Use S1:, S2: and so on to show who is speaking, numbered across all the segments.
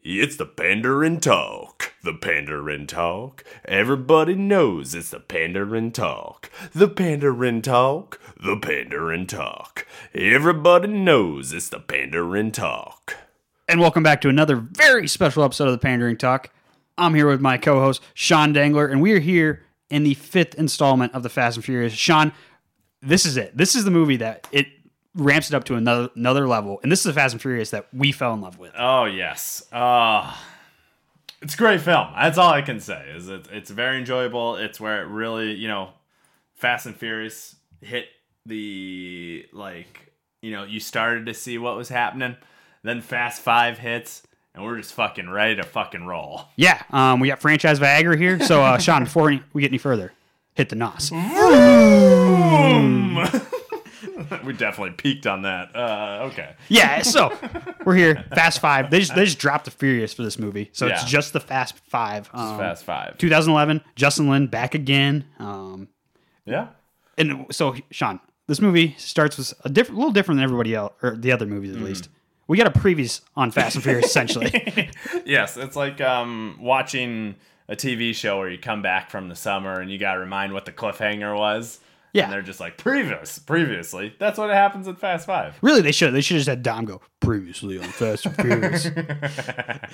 S1: It's the Pandarin Talk. The Pandarin Talk. Everybody knows it's the Pandarin Talk. The Pandarin Talk. The Pandarin Talk. Everybody knows it's the Pandarin Talk.
S2: And welcome back to another very special episode of the Pandering Talk. I'm here with my co host, Sean Dangler, and we are here in the fifth installment of the Fast and Furious. Sean, this is it. This is the movie that it ramps it up to another another level. And this is the Fast and Furious that we fell in love with.
S3: Oh yes, uh, it's a great film. That's all I can say. Is it, it's very enjoyable. It's where it really, you know, Fast and Furious hit the like, you know, you started to see what was happening. Then Fast Five hits, and we're just fucking ready to fucking roll.
S2: Yeah, um, we got franchise Viagra here. So, uh, Sean, before any- we get any further, hit the nos.
S3: we definitely peaked on that. Uh, okay,
S2: Yeah, so we're here. Fast Five. They just they just dropped the Furious for this movie, so it's
S3: Yeah.
S2: just the Fast Five. Um,
S3: Fast Five.
S2: 2011. Justin Lin back again. Um,
S3: Yeah.
S2: and so Sean, this movie starts with a different, little different than everybody else, or the other movies at least. We got a previous on Fast and Furious essentially.
S3: Yes, it's like um, watching a TV show where you come back from the summer and you got to remind what the cliffhanger was.
S2: Yeah.
S3: And they're just like, previous, previously. That's what happens in Fast Five.
S2: really, they should they should just had Dom go previously on Fast and Furious.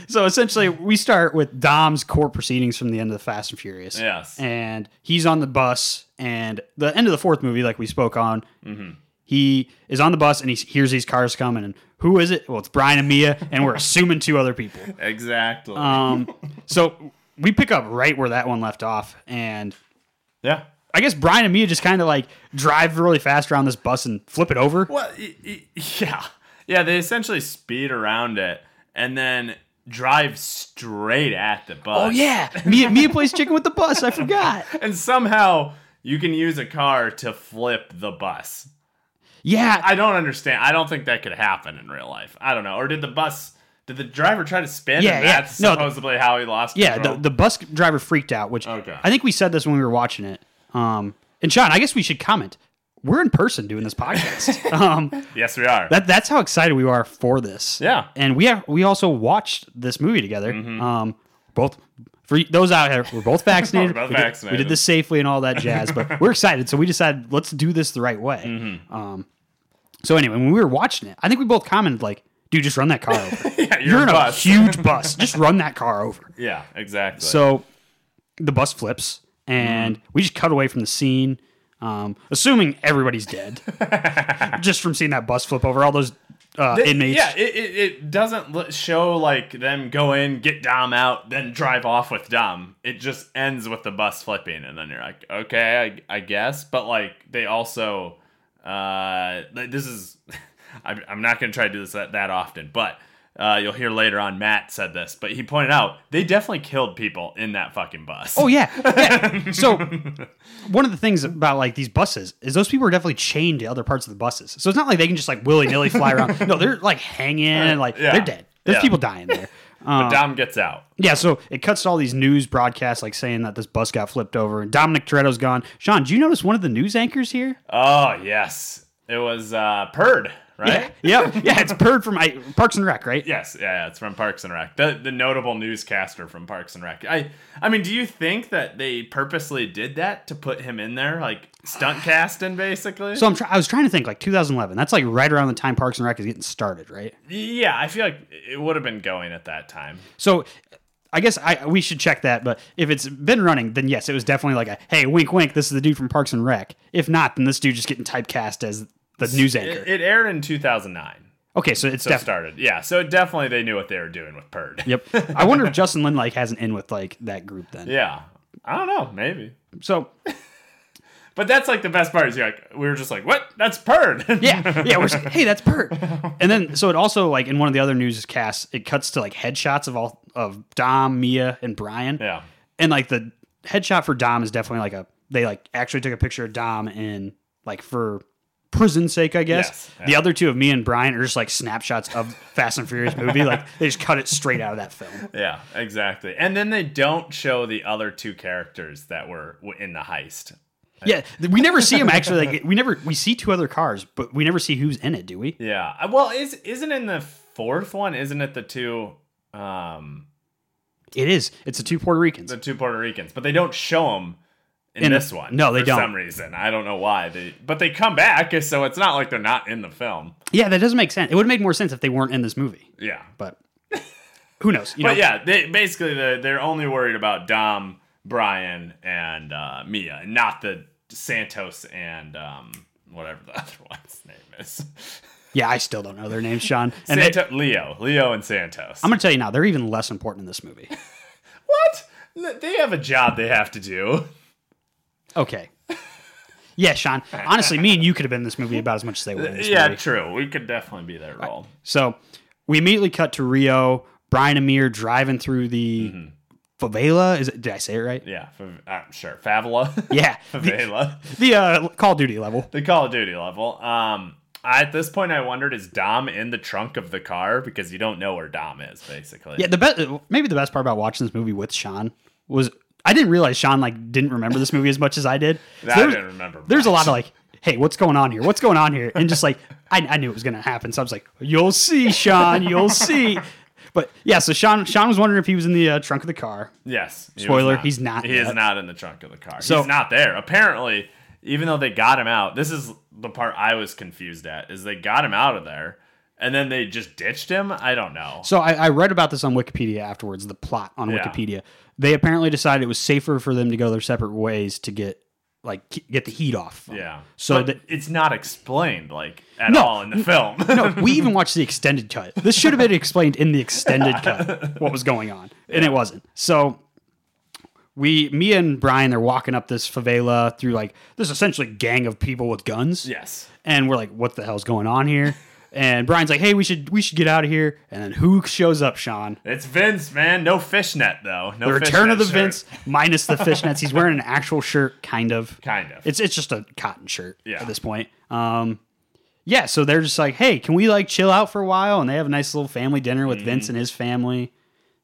S2: so essentially, we start with Dom's court proceedings from the end of the Fast and Furious.
S3: Yes.
S2: and he's on the bus and the end of the fourth movie like we spoke on he is on the bus and he hears these cars coming and who is it well it's brian and mia and we're assuming two other people
S3: Exactly.
S2: um, so we pick up right where that one left off and
S3: yeah.
S2: i guess brian and mia just kind of like drive really fast around this bus and flip it over
S3: Well, y- y- yeah. Yeah, they essentially speed around it and then drive straight at the bus.
S2: oh yeah mia, mia plays chicken with the bus i forgot
S3: And somehow you can use a car to flip the bus.
S2: yeah
S3: I don't understand. I don't think that could happen in real life. I don't know. Or did the bus? Did the driver try to spin?
S2: Yeah,
S3: and
S2: yeah.
S3: That's
S2: No,
S3: supposedly how he lost.
S2: Yeah, the,
S3: control?
S2: the bus driver freaked out, which
S3: Oh. Okay.
S2: I think we said this when we were watching it. Um, and Sean, I guess we should comment. We're in person doing this podcast. um,
S3: yes, we are.
S2: that that's how excited we are for this.
S3: Yeah.
S2: and we have we also watched this movie together. Um, both for those out here, we're both vaccinated.
S3: Mm-hmm. We're both
S2: we, did,
S3: vaccinated.
S2: we did this safely and all that jazz, but we're excited. So we decided let's do this the right way.
S3: Mm-hmm.
S2: Um, so anyway, when we were watching it, I think we both commented like, "Dude, just run that car over.
S3: yeah,
S2: You're
S3: a
S2: in a
S3: bus.
S2: huge bus. Just run that car over."
S3: yeah, exactly.
S2: So the bus flips, and
S3: Mm-hmm.
S2: we just cut away from the scene, um, assuming everybody's dead, just from seeing that bus flip over all those uh, inmates.
S3: Yeah, it, it, it doesn't l- show like them go in, get Dom out, then drive off with Dom. It just ends with the bus flipping, and then you're like, okay, I, I guess. But like, they also, uh, like, this is, I'm, I'm not gonna try to do this that, that often, but uh, you'll hear later on. Matt said this, but he pointed out they definitely killed people in that fucking bus.
S2: Oh yeah. yeah. So one of the things about like these buses is those people are definitely chained to other parts of the buses. So it's not like they can just like willy nilly fly around. No, they're like hanging and like
S3: Yeah.
S2: they're dead. There's
S3: Yeah.
S2: people dying there.
S3: but Dom gets out.
S2: Yeah, so it cuts to all these news broadcasts like saying that this bus got flipped over and Dominic Toretto's gone. Sean, do you notice one of the news anchors here?
S3: Oh yes, it was uh, Perd, right?
S2: yep. Yeah, it's Perd from I, Parks and Rec, right?
S3: Yes, yeah, it's from Parks and Rec. The the notable newscaster from Parks and Rec. I I mean, do you think that they purposely did that to put him in there, like stunt casting, basically?
S2: So I'm try- I was trying to think like 2011. That's like right around the time Parks and Rec is getting started, right?
S3: yeah, I feel like it would have been going at that time.
S2: So I guess I we should check that, but if it's been running, then yes, it was definitely like a hey, wink wink, this is the dude from Parks and Rec. If not, then this dude just getting typecast as the news anchor.
S3: It, it aired in two thousand nine.
S2: okay, so it's
S3: So
S2: definitely
S3: started. Yeah, so definitely they knew what they were doing with Perd.
S2: Yep. I wonder if Justin Lin like has an in with like that group then.
S3: Yeah, I don't know, maybe.
S2: So
S3: But that's like the best part is you're like we were just like what? That's Perd.
S2: Yeah, yeah. We're just, hey, that's Bert. And then so it also like in one of the other newscasts, it cuts to like headshots of all of Dom, Mia, and Brian.
S3: yeah.
S2: And like the headshot for Dom is definitely like a they like actually took a picture of Dom and like for prison sake, I guess.
S3: Yes,
S2: The other two of me and Brian are just like snapshots of Fast and Furious movie. Like they just cut it straight out of that film.
S3: Yeah, exactly. And then they don't show the other two characters that were w- in the heist.
S2: Yeah, th- we never see them actually. Like we never we see two other cars, but we never see who's in it, do we?
S3: Yeah. Uh, Well, is isn't in the fourth one? Isn't it the two? Uh, um,
S2: It is. It's the two Puerto Ricans.
S3: the two Puerto Ricans, but they don't show them in,
S2: In-
S3: this one.
S2: no, they
S3: for
S2: don't.
S3: Some reason I don't know why they, but they come back, so it's not like they're not in the film.
S2: yeah, that doesn't make sense. It would have made more sense if they weren't in this movie,
S3: Yeah,
S2: but who knows? You
S3: but
S2: know,
S3: yeah, they basically they're, they're only worried about Dom, Brian, and uh, Mia, not the Santos and um, whatever the other one's name is.
S2: yeah, I still don't know their names, Sean. And they-
S3: Santo- Leo, Leo, and Santos.
S2: I'm going to tell you now, they're even less important in this movie.
S3: what? L- They have a job they have to do.
S2: Okay. Yeah, Sean. Honestly, me and you could have been in this movie about as much as they were in this
S3: Yeah,
S2: movie.
S3: true. We could definitely be their role.
S2: So we immediately cut to Rio, Brian Amir driving through the favela. Is it, did I say it right?
S3: Yeah, for, uh, sure. Favela.
S2: Yeah. The,
S3: Favela.
S2: the uh, Call of Duty level.
S3: the Call of Duty level. Um, I, at this point, I wondered is Dom in the trunk of the car because you don't know where Dom is basically.
S2: Yeah, the best maybe the best part about watching this movie with Sean was I didn't realize Sean like didn't remember this movie as much as I did. So
S3: I
S2: there was-
S3: didn't remember
S2: There's a
S3: much.
S2: lot of like, hey, what's going on here? What's going on here? And just like I, I knew it was gonna happen, so I was like, you'll see, Sean, you'll see. But yeah, so Sean Sean was wondering if he was in the uh, trunk of the car.
S3: Yes. he was
S2: Spoiler, he's not
S3: He is
S2: yet.
S3: not in the trunk of the car.
S2: So-
S3: he's not there. Apparently, even though they got him out, this is the part I was confused at is they got him out of there and then they just ditched him. I don't know.
S2: So I, I read about this on Wikipedia afterwards, the plot on
S3: Yeah.
S2: Wikipedia. They apparently decided it was safer for them to go their separate ways to get like ke- get the heat off.
S3: yeah.
S2: So
S3: But
S2: that-
S3: it's not explained like at
S2: No.
S3: all in the film.
S2: No, we even watched the extended cut. This should have been explained in the extended cut what was going on, and it wasn't. So we, me and Brian, they're walking up this favela through like this essentially gang of people with guns.
S3: yes.
S2: and we're like, what the hell's going on here? And Brian's like, hey, we should we should get out of here. And then who shows up, Sean?
S3: It's Vince, man. No fishnet though. No
S2: The return of the
S3: fishnet shirt.
S2: Vince minus the fishnets. He's wearing an actual shirt, kind of.
S3: Kind of.
S2: It's it's just a cotton shirt
S3: Yeah.
S2: at this point. Um, yeah, so they're just like, hey, can we like chill out for a while? And they have a nice little family dinner with
S3: Mm-hmm.
S2: Vince and his family.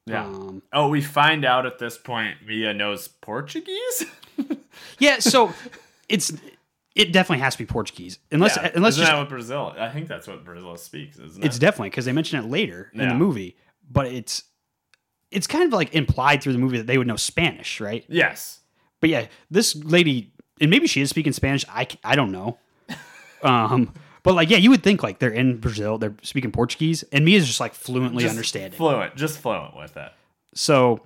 S3: Yeah.
S2: Um,
S3: oh, we find out at this point Mia knows Portuguese.
S2: Yeah, so it's it definitely has to be Portuguese, unless
S3: Yeah.
S2: unless
S3: isn't
S2: just,
S3: that what Brazil? I think that's what Brazil speaks, isn't
S2: it's
S3: it?
S2: definitely because they mention it later in the
S3: Yeah.
S2: movie, but it's it's kind of like implied through the movie that they would know Spanish, right?
S3: Yes.
S2: But yeah, this lady, and maybe she is speaking Spanish. I, c- I don't know. Um, but like, yeah, you would think like they're in Brazil, they're speaking Portuguese, and Mia's just like fluently
S3: Just
S2: understanding.
S3: Fluent, just fluent with it.
S2: so,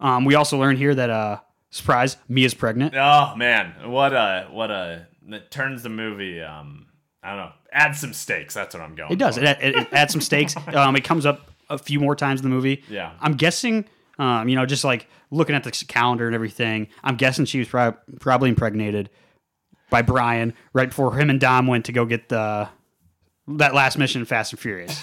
S2: um, we also learn here that uh, surprise, Mia's pregnant.
S3: Oh man, what a what a that turns the movie. Um, I don't know. Add some stakes. That's what I'm going.
S2: It does.
S3: for.
S2: It, it, it adds some stakes. Um, it comes up a few more times in the movie.
S3: Yeah.
S2: I'm guessing, um, you know, just like looking at the calendar and everything, I'm guessing she was prob- probably impregnated by Brian right before him and Dom went to go get the that last mission in Fast and Furious.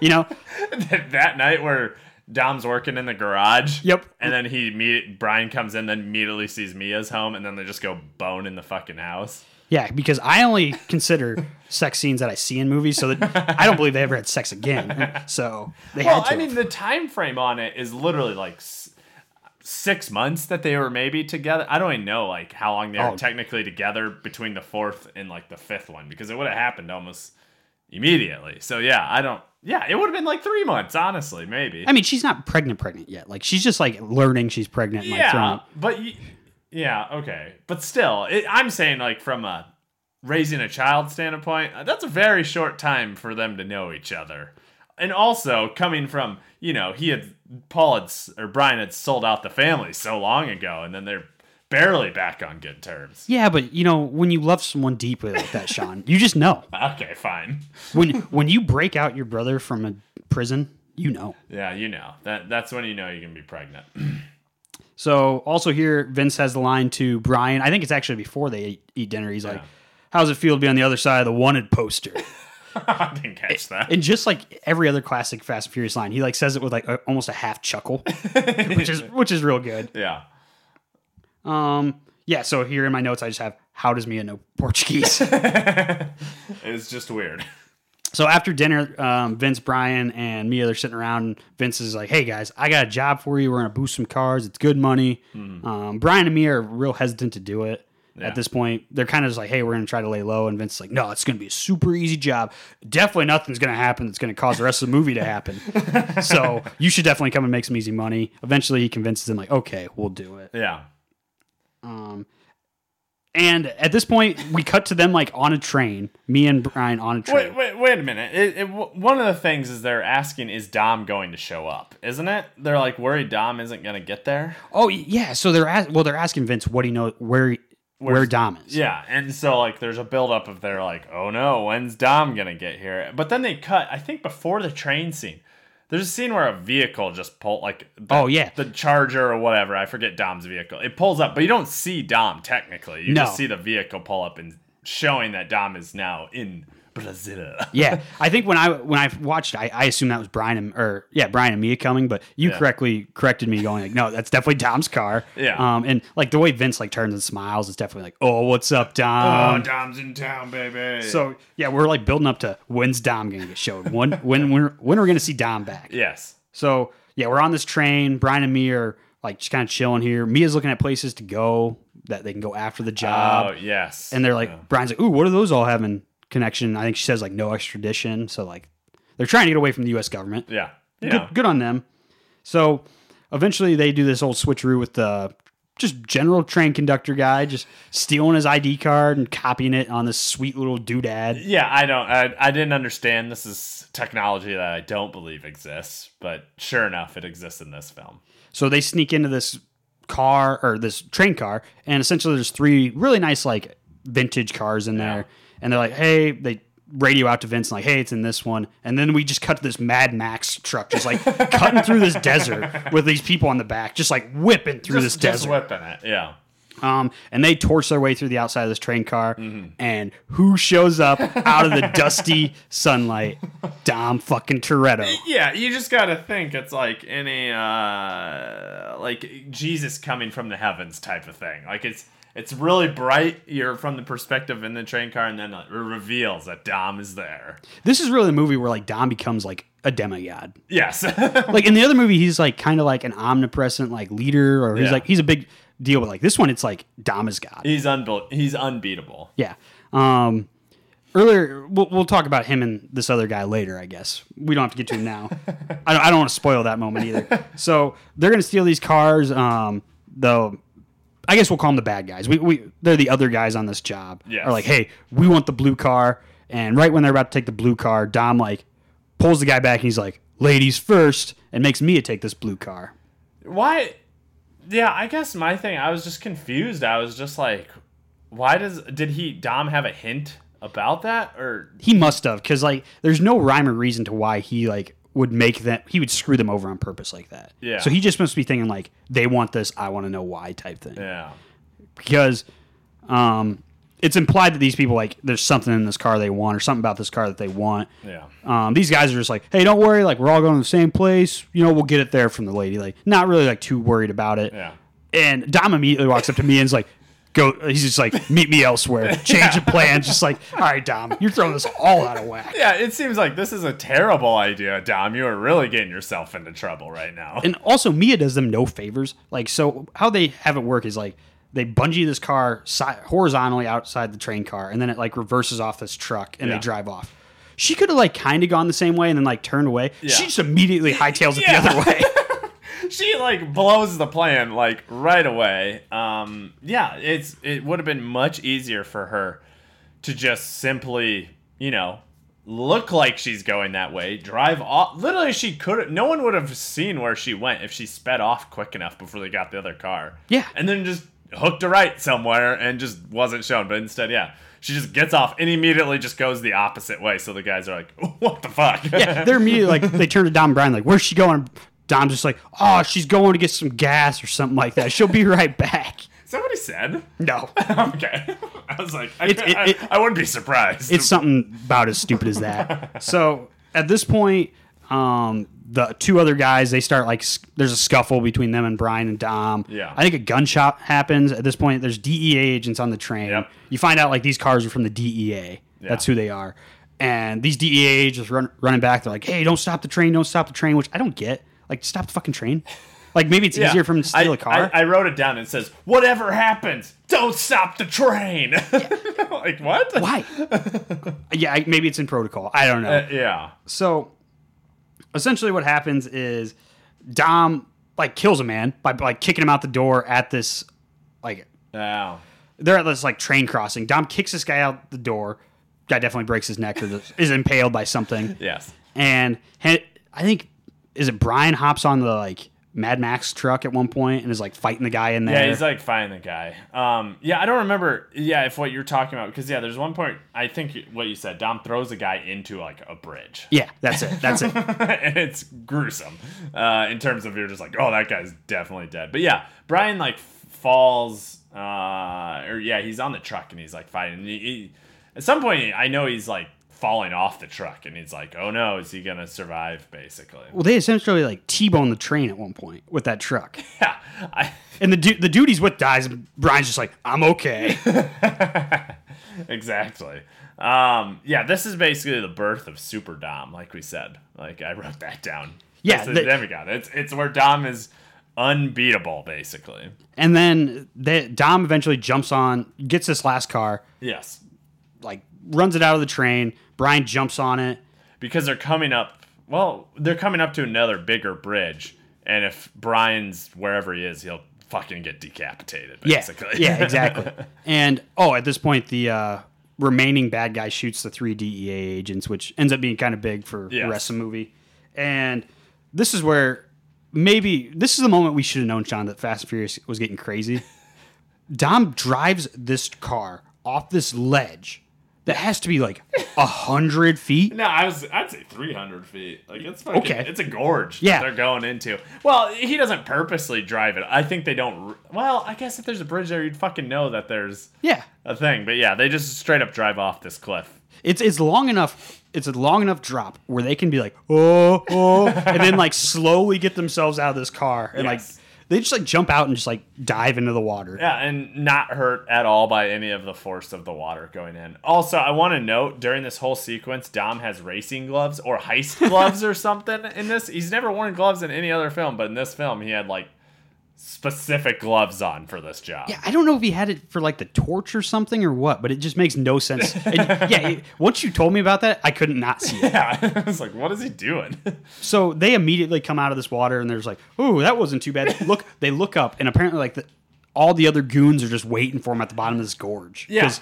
S2: you know?
S3: that, that night where Dom's working in the garage.
S2: Yep.
S3: And then he meet Brian comes in, then immediately sees Mia's home, and then they just go bone in the fucking house.
S2: Yeah, because I only consider sex scenes that I see in movies, so that I don't believe they ever had sex again. So they
S3: Well,
S2: had to.
S3: I mean, the time frame on it is literally like s- six months that they were maybe together. I don't even know like how long they were
S2: Oh.
S3: technically together between the fourth and like the fifth one because it would have happened almost immediately. So yeah, I don't. Yeah, it would have been like three months, honestly, maybe.
S2: I mean, she's not pregnant, pregnant yet. Like she's just like learning she's pregnant. And, like, throwing
S3: yeah,
S2: up.
S3: but y- yeah, okay, but still, it, I'm saying like from a raising a child standpoint, uh, that's a very short time for them to know each other. And also coming from you know he had Paul had s- or Brian had sold out the family so long ago, and then they're barely back on good terms.
S2: Yeah, but you know, when you love someone deeply like that, Sean, you just know.
S3: Okay, fine.
S2: When when you break out your brother from a prison, you know.
S3: Yeah, you know that that's when you know you can be pregnant.
S2: So also here, Vince has the line to Brian. I think it's actually before they eat, eat dinner. He's like, "How's it feel to be on the other side of the wanted poster?"
S3: I didn't catch that.
S2: and just like every other classic Fast and Furious line, he like says it with like a, almost a half chuckle, which is which is real good.
S3: Yeah.
S2: Um, yeah. So here in my notes, I just have, "How does Mia know Portuguese?"
S3: It's just weird.
S2: So after dinner, um, Vince, Brian, and Mia they're sitting around. And Vince is like, "Hey guys, I got a job for you. We're gonna boost some cars. It's good money." Um, Brian and Mia are real hesitant to do it. At this point, they're kind of just like, "Hey, we're going to try to lay low," and Vince's like, "No, it's going to be a super easy job. Definitely nothing's going to happen that's going to cause the rest of the movie to happen. so you should definitely come and make some easy money." Eventually, he convinces him, "Like, okay, we'll do it." Um,
S3: Yeah.
S2: And at this point, we cut to them like on a train. Me and Brian on a train.
S3: Wait, wait, wait a minute. It, it, one of the things is they're asking, is Dom going to show up? Isn't it? They're like worried Dom isn't going to get there.
S2: Oh y- yeah, so they're as- well they're asking Vince what he knows where where Dom is.
S3: Yeah, and so like there's a buildup of they're like, oh no, when's Dom gonna get here? But then they cut. I think before the train scene, there's a scene where a vehicle just pull like the,
S2: Oh, yeah.
S3: the Charger or whatever. I forget Dom's vehicle. It pulls up, but you don't see Dom technically. You
S2: No.
S3: just see the vehicle pull up and showing that Dom is now in Brazil.
S2: Yeah, I think when I when I watched, I, I assumed that was Brian and or yeah Brian and Mia coming, but you correctly corrected me, going like, no, that's definitely Dom's car.
S3: Yeah.
S2: Um, and like the way Vince like turns and smiles is definitely like, oh, what's up, Dom?
S3: oh, Dom's in town, baby.
S2: So yeah, we're like building up to when's Dom gonna get showed? When when when when are we gonna see Dom back?
S3: yes,
S2: So yeah, we're on this train. Brian and Mia are like just kind of chilling here. Mia's looking at places to go that they can go after the job.
S3: oh yes,
S2: Uh, And they're like, Brian's like, ooh, what do those all have in connection? I think she says like no extradition. So like, they're trying to get away from the U.S. government.
S3: yeah, you know.
S2: Good, good on them. So eventually they do this old switcheroo with the just general train conductor guy, just stealing his ID card and copying it on this sweet little doodad.
S3: Yeah, I don't. I, I didn't understand. This is technology that I don't believe exists, but sure enough, it exists in this film.
S2: So they sneak into this car or this train car, and essentially there's three really nice like vintage cars in there, and they're like, hey, they radio out to Vince and like, hey, it's in this one, and then we just cut to this Mad Max truck just like cutting through this desert with these people on the back, just like whipping through this
S3: Just
S2: desert.
S3: whipping it. Yeah.
S2: Um, and they torch their way through the outside of this train car,
S3: Mm-hmm.
S2: and who shows up out of the dusty sunlight? Dom fucking Toretto.
S3: Yeah, you just gotta think it's like any uh like Jesus coming from the heavens type of thing. Like it's it's really bright. You're from the perspective in the train car, and then it reveals that Dom is there.
S2: This is really the movie where like Dom becomes like a demigod.
S3: Yes.
S2: Like in the other movie, he's like kind of like an omnipresent like leader, or he's
S3: Yeah.
S2: like he's a big deal. But like this one, it's like Dom is God.
S3: he's unbe- he's unbeatable.
S2: Yeah. Um, earlier, we'll, we'll talk about him and this other guy later, I guess. We don't have to get to him now. I don't, I don't want to spoil that moment either. So they're going to steal these cars. Um, the, I guess we'll call them the bad guys. We, we They're the other guys on this job.
S3: Yes.
S2: Are like, hey, we want the blue car. And right when they're about to take the blue car, Dom like pulls the guy back and he's like, ladies first, and makes Mia take this blue car.
S3: Why? Yeah, I guess my thing. I was just confused. I was just like, why does did he Dom have a hint about that or
S2: He must have, because like, there's no rhyme or reason to why he like would make that he would screw them over on purpose like that.
S3: Yeah.
S2: So he just must be thinking like, they want this, I want to know why type thing.
S3: yeah?
S2: Because, um, it's implied that these people like there's something in this car they want or something about this car that they want.
S3: Yeah.
S2: Um, these guys are just like, hey, don't worry, like we're all going to the same place. You know, we'll get it there from the lady. Like, not really like too worried about it.
S3: Yeah.
S2: And Dom immediately walks up to me and is like, go. He's just like, meet me elsewhere. Change of plans. Just like, all right, Dom, you're throwing this all out of whack.
S3: Yeah, it seems like this is a terrible idea, Dom. You are really getting yourself into trouble right now.
S2: And also, Mia does them no favors. Like, so how they have it work is like they bungee this car si- horizontally outside the train car, and then it like reverses off this truck, and
S3: Yeah.
S2: they drive off. She could have like kind of gone the same way and then like turned away. She just immediately hightails it
S3: Yeah.
S2: the other way.
S3: she like blows the plan like right away. Um, yeah, it's it would have been much easier for her to just simply, you know, look like she's going that way, drive off. Literally, she could. No one would have seen where she went if she sped off quick enough before they got the other car.
S2: Yeah.
S3: and then just hooked a right somewhere and just wasn't shown. But instead, yeah. She just gets off and immediately just goes the opposite way. So the guys are like, "What the fuck?"
S2: yeah, they're immediately like they turn to Dom and Brian like, "Where's she going?" Dom's just like, "Oh, she's going to get some gas or something like that. She'll be right back."
S3: Is that what he said?
S2: No,
S3: okay. I was like, I,
S2: It's- it-
S3: I-
S2: it-
S3: I wouldn't be surprised.
S2: it's something about as stupid as that. So at this point, um, the two other guys they start like s- there's a scuffle between them and Brian and Dom.
S3: Yeah.
S2: I think a gunshot happens at this point. There's DEA agents on the train.
S3: Yep.
S2: You find out like these cars are from the DEA. That's who they are. And these E DEA agents run, running back. They're like, "Hey, don't stop the train! Don't stop the train!" Which I don't get. Like, stop the fucking train. Like maybe it's
S3: Yeah.
S2: easier for him to steal
S3: I-
S2: a car.
S3: I, I wrote it down. It says, "Whatever happens, don't stop the train." like what?
S2: Why? yeah, I, maybe it's in protocol. I don't know.
S3: Uh, yeah.
S2: so essentially what happens is Dom like kills a man by like kicking him out the door at this like
S3: Wow.
S2: they're at this like train crossing. Dom kicks this guy out the door. Guy definitely breaks his neck or just- is impaled by something.
S3: Yes.
S2: And he- I think is it Brian hops on the like Mad Max truck at one point and is like fighting the guy in there.
S3: Yeah, he's like fine the guy. Um, yeah, I don't remember. Yeah, if what you're talking about, because yeah, there's one point I think what you said. Dom throws a guy into like a bridge.
S2: yeah, that's it. That's it.
S3: and it's gruesome uh, in terms of you're just like, oh, that guy's definitely dead. But yeah, Brian like falls, uh, or yeah, he's on the truck and he's like fighting. He, he- at some point, I know he's like falling off the truck and he's like, oh no, is he gonna survive? Basically,
S2: Well, they essentially like T-bone the train at one point with that truck.
S3: yeah, I,
S2: And the du- the dude he's with dies and Brian's just like, "I'm okay."
S3: exactly. Um, yeah, this is basically the birth of Super Dom, like we said. Like I wrote that down.
S2: Yeah,
S3: This
S2: the-
S3: is, there we go. It's it's where Dom is unbeatable, basically.
S2: And then the, Dom eventually jumps on, gets this last car,
S3: Yes.
S2: like runs it out of the train. Brian jumps on it.
S3: because they're coming up. Well, they're coming up to another bigger bridge, and if Brian's wherever he is, he'll fucking get decapitated.
S2: Yeah,
S3: Basically,
S2: yeah, exactly. and oh, at this point, the uh, remaining bad guy shoots the three DEA agents, which ends up being kind of big for the
S3: Yes.
S2: rest of the movie. And this is where maybe this is the moment we should have known, Sean, that Fast and Furious was getting crazy. Dom drives this car off this ledge that has to be like a hundred feet.
S3: no, I was I'd say three hundred feet. Like it's fucking,
S2: Okay.
S3: It's a gorge.
S2: Yeah.
S3: that they're going into. Well, he doesn't purposely drive it. I think they don't. r- Well, I guess if there's a bridge there, you'd fucking know that there's
S2: Yeah,
S3: a thing. But yeah, they just straight up drive off this cliff.
S2: It's it's long enough. It's a long enough drop where they can be like, oh, oh, and then like slowly get themselves out of this car and
S3: Yes.
S2: like they just like jump out and just like dive into the water.
S3: Yeah, and not hurt at all by any of the force of the water going in. Also, I want to note during this whole sequence, Dom has racing gloves or heist gloves or something in this. He's never worn gloves in any other film, but in this film, he had like specific gloves on for this job.
S2: Yeah, I don't know if he had it for like the torch or something or what, but it just makes no sense. And, yeah, it- once you told me about that, I couldn't not see it.
S3: Yeah, I was like, what is he doing?
S2: So they immediately come out of this water and there's like, ooh, that wasn't too bad. Look, they look up and apparently like the, all the other goons are just waiting for him at the bottom of this gorge.
S3: Yeah.
S2: 'Cause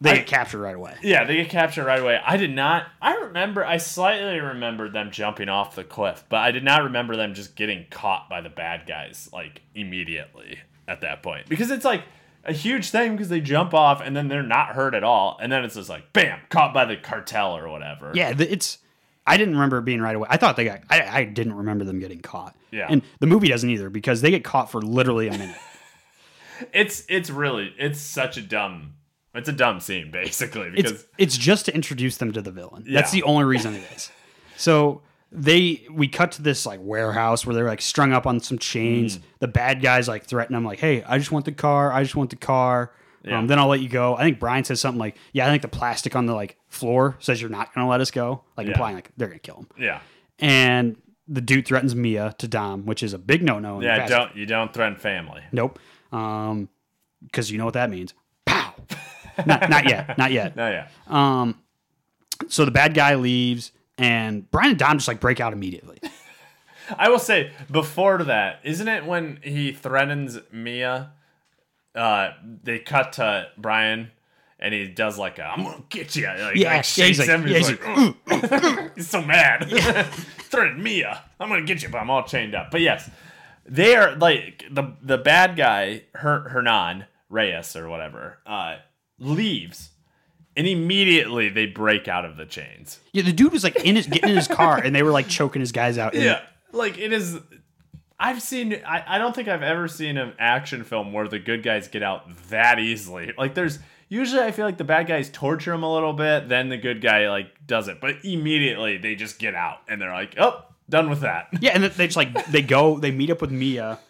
S2: They
S3: I-
S2: get captured right away.
S3: yeah, they get captured right away. I did not. I remember. I slightly remembered them jumping off the cliff, but I did not remember them just getting caught by the bad guys like immediately at that point because it's like a huge thing because they jump off and then they're not hurt at all, and then it's just like bam, caught by the cartel or whatever.
S2: Yeah, the, it's. I didn't remember it being right away. I thought they got. I, I didn't remember them getting caught.
S3: Yeah.
S2: And the movie doesn't either because they get caught for literally a minute.
S3: it's it's really it's such a dumb. It's a dumb scene basically because
S2: It's it's just to introduce them to the villain. That's
S3: Yeah.
S2: the only reason it is. So they we cut to this like warehouse where they're like strung up on some chains.
S3: Mm.
S2: The bad guys like threaten them like, "Hey, I just want the car. I just want the car." Um, then I'll let you go. I think Brian says something like, "Yeah, I think the plastic on the like floor says you're not going to let us go," like implying like they're going to kill him.
S3: yeah
S2: and the dude threatens Mia to Dom, which is a big no-no. in the
S3: yeah
S2: past.
S3: don't you don't threaten family.
S2: Nope. Um, because you know what that means. Pow. not, not yet. Not yet.
S3: No, yeah.
S2: So the bad guy leaves, and Brian and Dom just like break out immediately.
S3: I will say before that, isn't it when he threatens Mia? Uh, they cut to Brian, and he does like a, "I'm gonna get you." Like,
S2: Yeah, yeah,
S3: like shakes
S2: he's like-
S3: him.
S2: yeah,
S3: He's
S2: he's
S3: like, "Ugh." he's so mad. Threatened Mia. I'm gonna get you, but I'm all chained up. But yes, they are like the the bad guy, Her, Hernan Reyes or whatever, uh, leaves, and immediately they break out of the chains.
S2: Yeah, the dude was like in his getting in his car, and they were like choking his guys out. And
S3: Yeah, like it is. I've seen. I, I don't think I've ever seen an action film where the good guys get out that easily. Like there's usually I feel like the bad guys torture him a little bit, then the good guy like does it, but immediately they just get out and they're like, oh, done with that.
S2: Yeah, and then they just like they go, they meet up with Mia.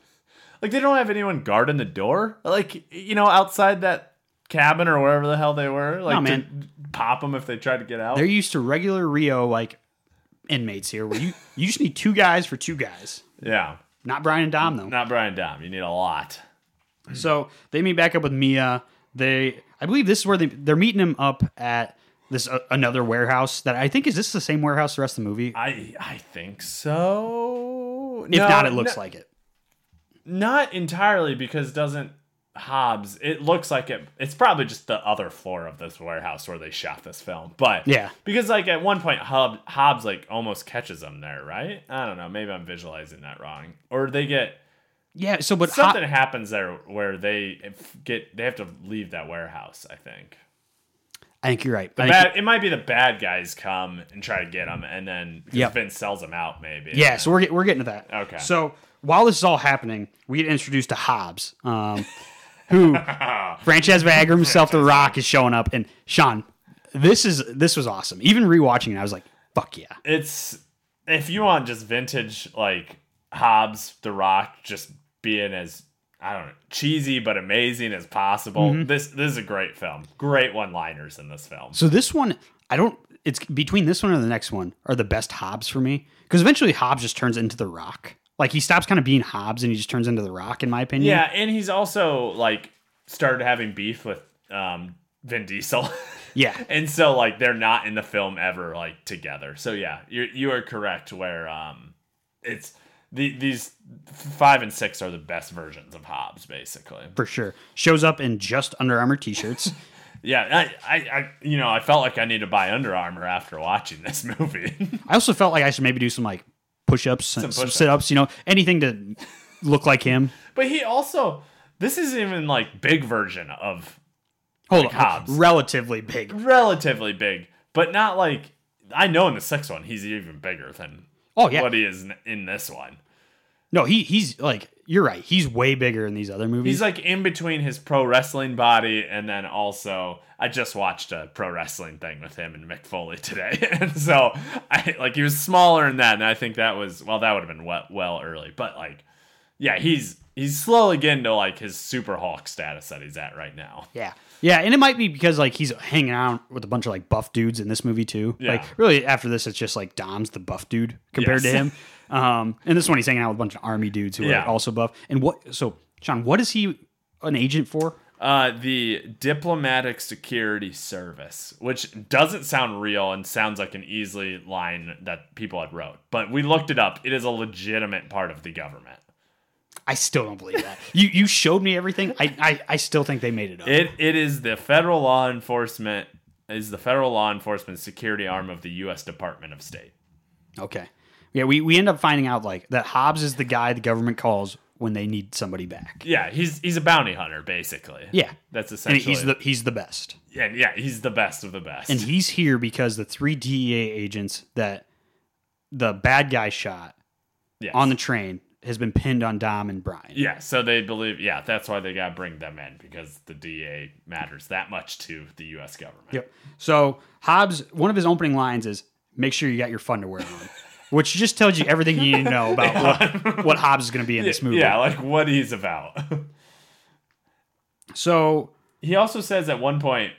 S3: Like they don't have anyone guarding the door. Like you know outside that cabin or wherever the hell they were. Like
S2: man.
S3: to pop them if they try to get out.
S2: They're used to regular Rio like inmates here, where you you just need two guys for two guys.
S3: yeah.
S2: Not Brian and Dom though.
S3: Not Brian Dom. You need a lot.
S2: So they meet back up with Mia. They, I believe, this is where they they're meeting him up at this uh, another warehouse that I think is this the same warehouse the rest of the movie.
S3: I I think so.
S2: If not, it looks like it.
S3: not entirely because doesn't Hobbs. It looks like it. It's probably just the other floor of this warehouse where they shot this film. But
S2: Yeah.
S3: because like at one point Hob, Hobbs like almost catches them there, right? I don't know. Maybe I'm visualizing that wrong. Or they get
S2: Yeah. So, but Ho-
S3: something happens there where they if- get they have to leave that warehouse. I think.
S2: I think you're right. I think
S3: Bad, it might be the bad guys come and try to get them, and then 'cause
S2: Yep.
S3: Vince sells them out. Maybe.
S2: Yeah, so we're get, we're getting to that.
S3: Okay.
S2: So while this is all happening, we get introduced to Hobbs, um, who Franchise Viagra himself, The Rock, is showing up. And Sean, this is this was awesome. Even rewatching it, I was like, "Fuck yeah!"
S3: it's if you want just vintage like Hobbs, The Rock, just being as I don't know cheesy but amazing as possible. This this is a great film. Great one liners in this film.
S2: So this one, I don't. It's between this one and the next one are the best Hobbs for me because eventually Hobbs just turns into The Rock. Like he stops kind of being Hobbs and he just turns into The Rock, in my opinion.
S3: Yeah, and he's also like started having beef with um Vin Diesel.
S2: Yeah.
S3: and so like they're not in the film ever like together. So yeah, you you are correct where um it's the, these five and six are the best versions of Hobbs, basically.
S2: For sure. Shows up in just Under Armour t-shirts.
S3: Yeah, I, I, I, you know, I felt like I need to buy Under Armour after watching this movie.
S2: I also felt like I should maybe do some like push-ups, some,
S3: push-ups.
S2: sit-ups, you know, anything to look like him.
S3: but he also, this isn't even like big version of
S2: Hold on,
S3: Hobbs.
S2: relatively big.
S3: relatively big, but not like I know in the sixth one he's even bigger than
S2: Oh yeah,
S3: what he is in, in this one.
S2: no, he he's like you're right. He's way bigger in these other movies.
S3: He's like in between his pro wrestling body and then also I just watched a pro wrestling thing with him and Mick Foley today. and so I like he was smaller in that and I think that was well that would have been well, well early, but like yeah, he's he's slowly getting to like his super Hulk status that he's at right now.
S2: yeah, yeah, and it might be because like he's hanging out with a bunch of like buff dudes in this movie too.
S3: Yeah.
S2: Like really, after this, it's just like Dom's the buff dude compared
S3: Yes.
S2: to him. Um, and this one he's hanging out with a bunch of army dudes who
S3: Yeah.
S2: are also buff. And what? So Sean, what is he an agent for?
S3: Uh, the Diplomatic Security Service, which doesn't sound real and sounds like an easily line that people had wrote, but we looked it up. It is a legitimate part of the government.
S2: I still don't believe that. you you showed me everything. I, I I still think they made it up.
S3: It it is the federal law enforcement is the federal law enforcement security arm of the U.S. Department of State.
S2: Okay. Yeah, we, we end up finding out like that Hobbs is the guy the government calls when they need somebody back.
S3: Yeah, he's he's a bounty hunter basically.
S2: Yeah.
S3: that's
S2: And
S3: essentially.
S2: he's the he's the best.
S3: and yeah, he's the best of the best.
S2: And he's here because the three DEA agents that the bad guy shot
S3: Yes.
S2: on the train has been pinned on Dom and Brian.
S3: yeah, so they believe. Yeah, that's why they got to bring them in because the DA matters that much to the U.S. government.
S2: Yep. So Hobbs, one of his opening lines is make sure you got your fun to wear on. Which just tells you everything you need to know about what, what Hobbs is gonna be in this movie.
S3: Yeah, like what he's about.
S2: So
S3: he also says at one point,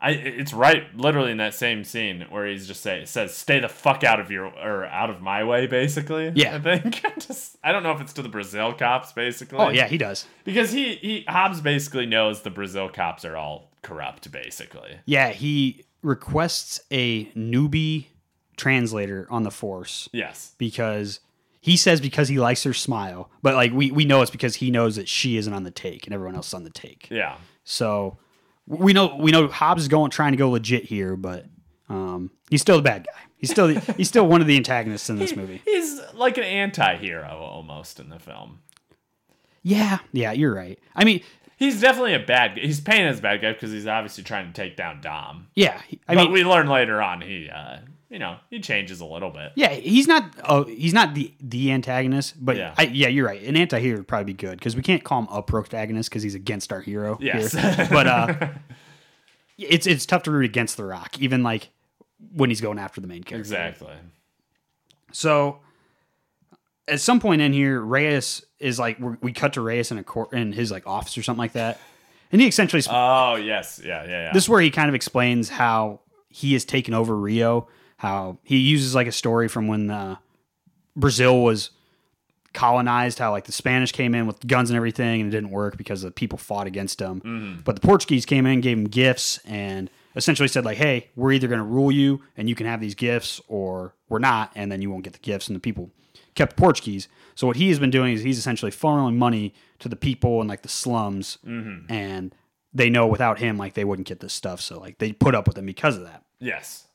S3: I it's right literally in that same scene where he's just say says stay the fuck out of your or out of my way basically.
S2: Yeah.
S3: I think just I don't know if it's to the Brazil cops basically.
S2: Oh yeah, he does.
S3: because he he Hobbs basically knows the Brazil cops are all corrupt basically.
S2: Yeah, he requests a newbie translator on the force
S3: Yes.
S2: because he says because he likes her smile, but like we we know it's because he knows that she isn't on the take and everyone else is on the take.
S3: Yeah.
S2: So we know we know Hobbs is going trying to go legit here, but um, he's still the bad guy. He's still the, he's still one of the antagonists in this movie.
S3: He's like an anti-hero almost in the film.
S2: Yeah, yeah, you're right. I mean,
S3: He's definitely a bad guy. He's paying as a bad guy because he's obviously trying to take down Dom.
S2: yeah, I
S3: but
S2: mean,
S3: we learn later on he, uh, you know, he changes a little bit.
S2: Yeah, he's not. Oh, he's not the the antagonist, but
S3: Yeah.
S2: yeah, I, yeah you're right. An anti-hero would probably be good because we can't call him a protagonist because he's against our hero.
S3: Yes.
S2: here. but uh, it's it's tough to root against the Rock, even like when he's going after the main character.
S3: Exactly.
S2: So at some point in here, Reyes is like we we cut to Reyes in a court in his like office or something like that, and he essentially sp-
S3: Oh yes, yeah, yeah, yeah.
S2: this is where he kind of explains how he has taken over Rio, how he uses like a story from when uh, Brazil was colonized how like the spanish came in with guns and everything and it didn't work because the people fought against them but the portuguese came in gave them gifts and essentially said like hey we're either going to rule you and you can have these gifts or we're not and then you won't get the gifts and the people kept the portuguese so what he has been doing is he's essentially funneling money to the people in like the slums and they know without him like they wouldn't get this stuff so like they put up with him because of that
S3: Yes.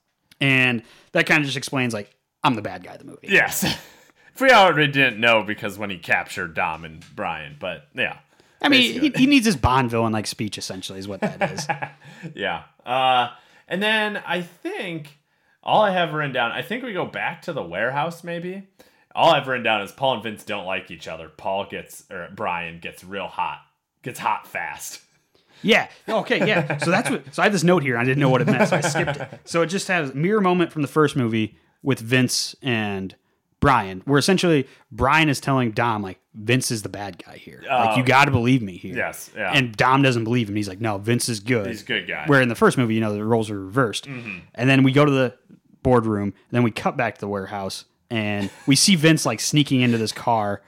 S2: and that kind of just explains like i'm the bad guy of the movie
S3: Yes. if we already didn't know because when he captured Dom and Brian, but yeah.
S2: I mean, he, he needs his Bond villain like speech essentially is what that is.
S3: Yeah. Uh, and then I think all I have written down, I think we go back to the warehouse maybe. All I've written down is Paul and Vince don't like each other. Paul gets, or Brian gets real hot, gets hot fast.
S2: yeah. Okay. Yeah. So that's what. So I have this note here. and I didn't know what it meant, so I skipped it. So it just has mirror moment from the first movie with Vince and Brian, where essentially Brian is telling Dom like Vince is the bad guy here. like you got to believe me here.
S3: Oh. Yes, yeah.
S2: And Dom doesn't believe him. He's like, no, Vince is good.
S3: He's a good guy. Mm-hmm.
S2: Where in the first movie, you know, the roles are reversed. And then we go to the boardroom, and then we cut back to the warehouse, and we see Vince like sneaking into this car.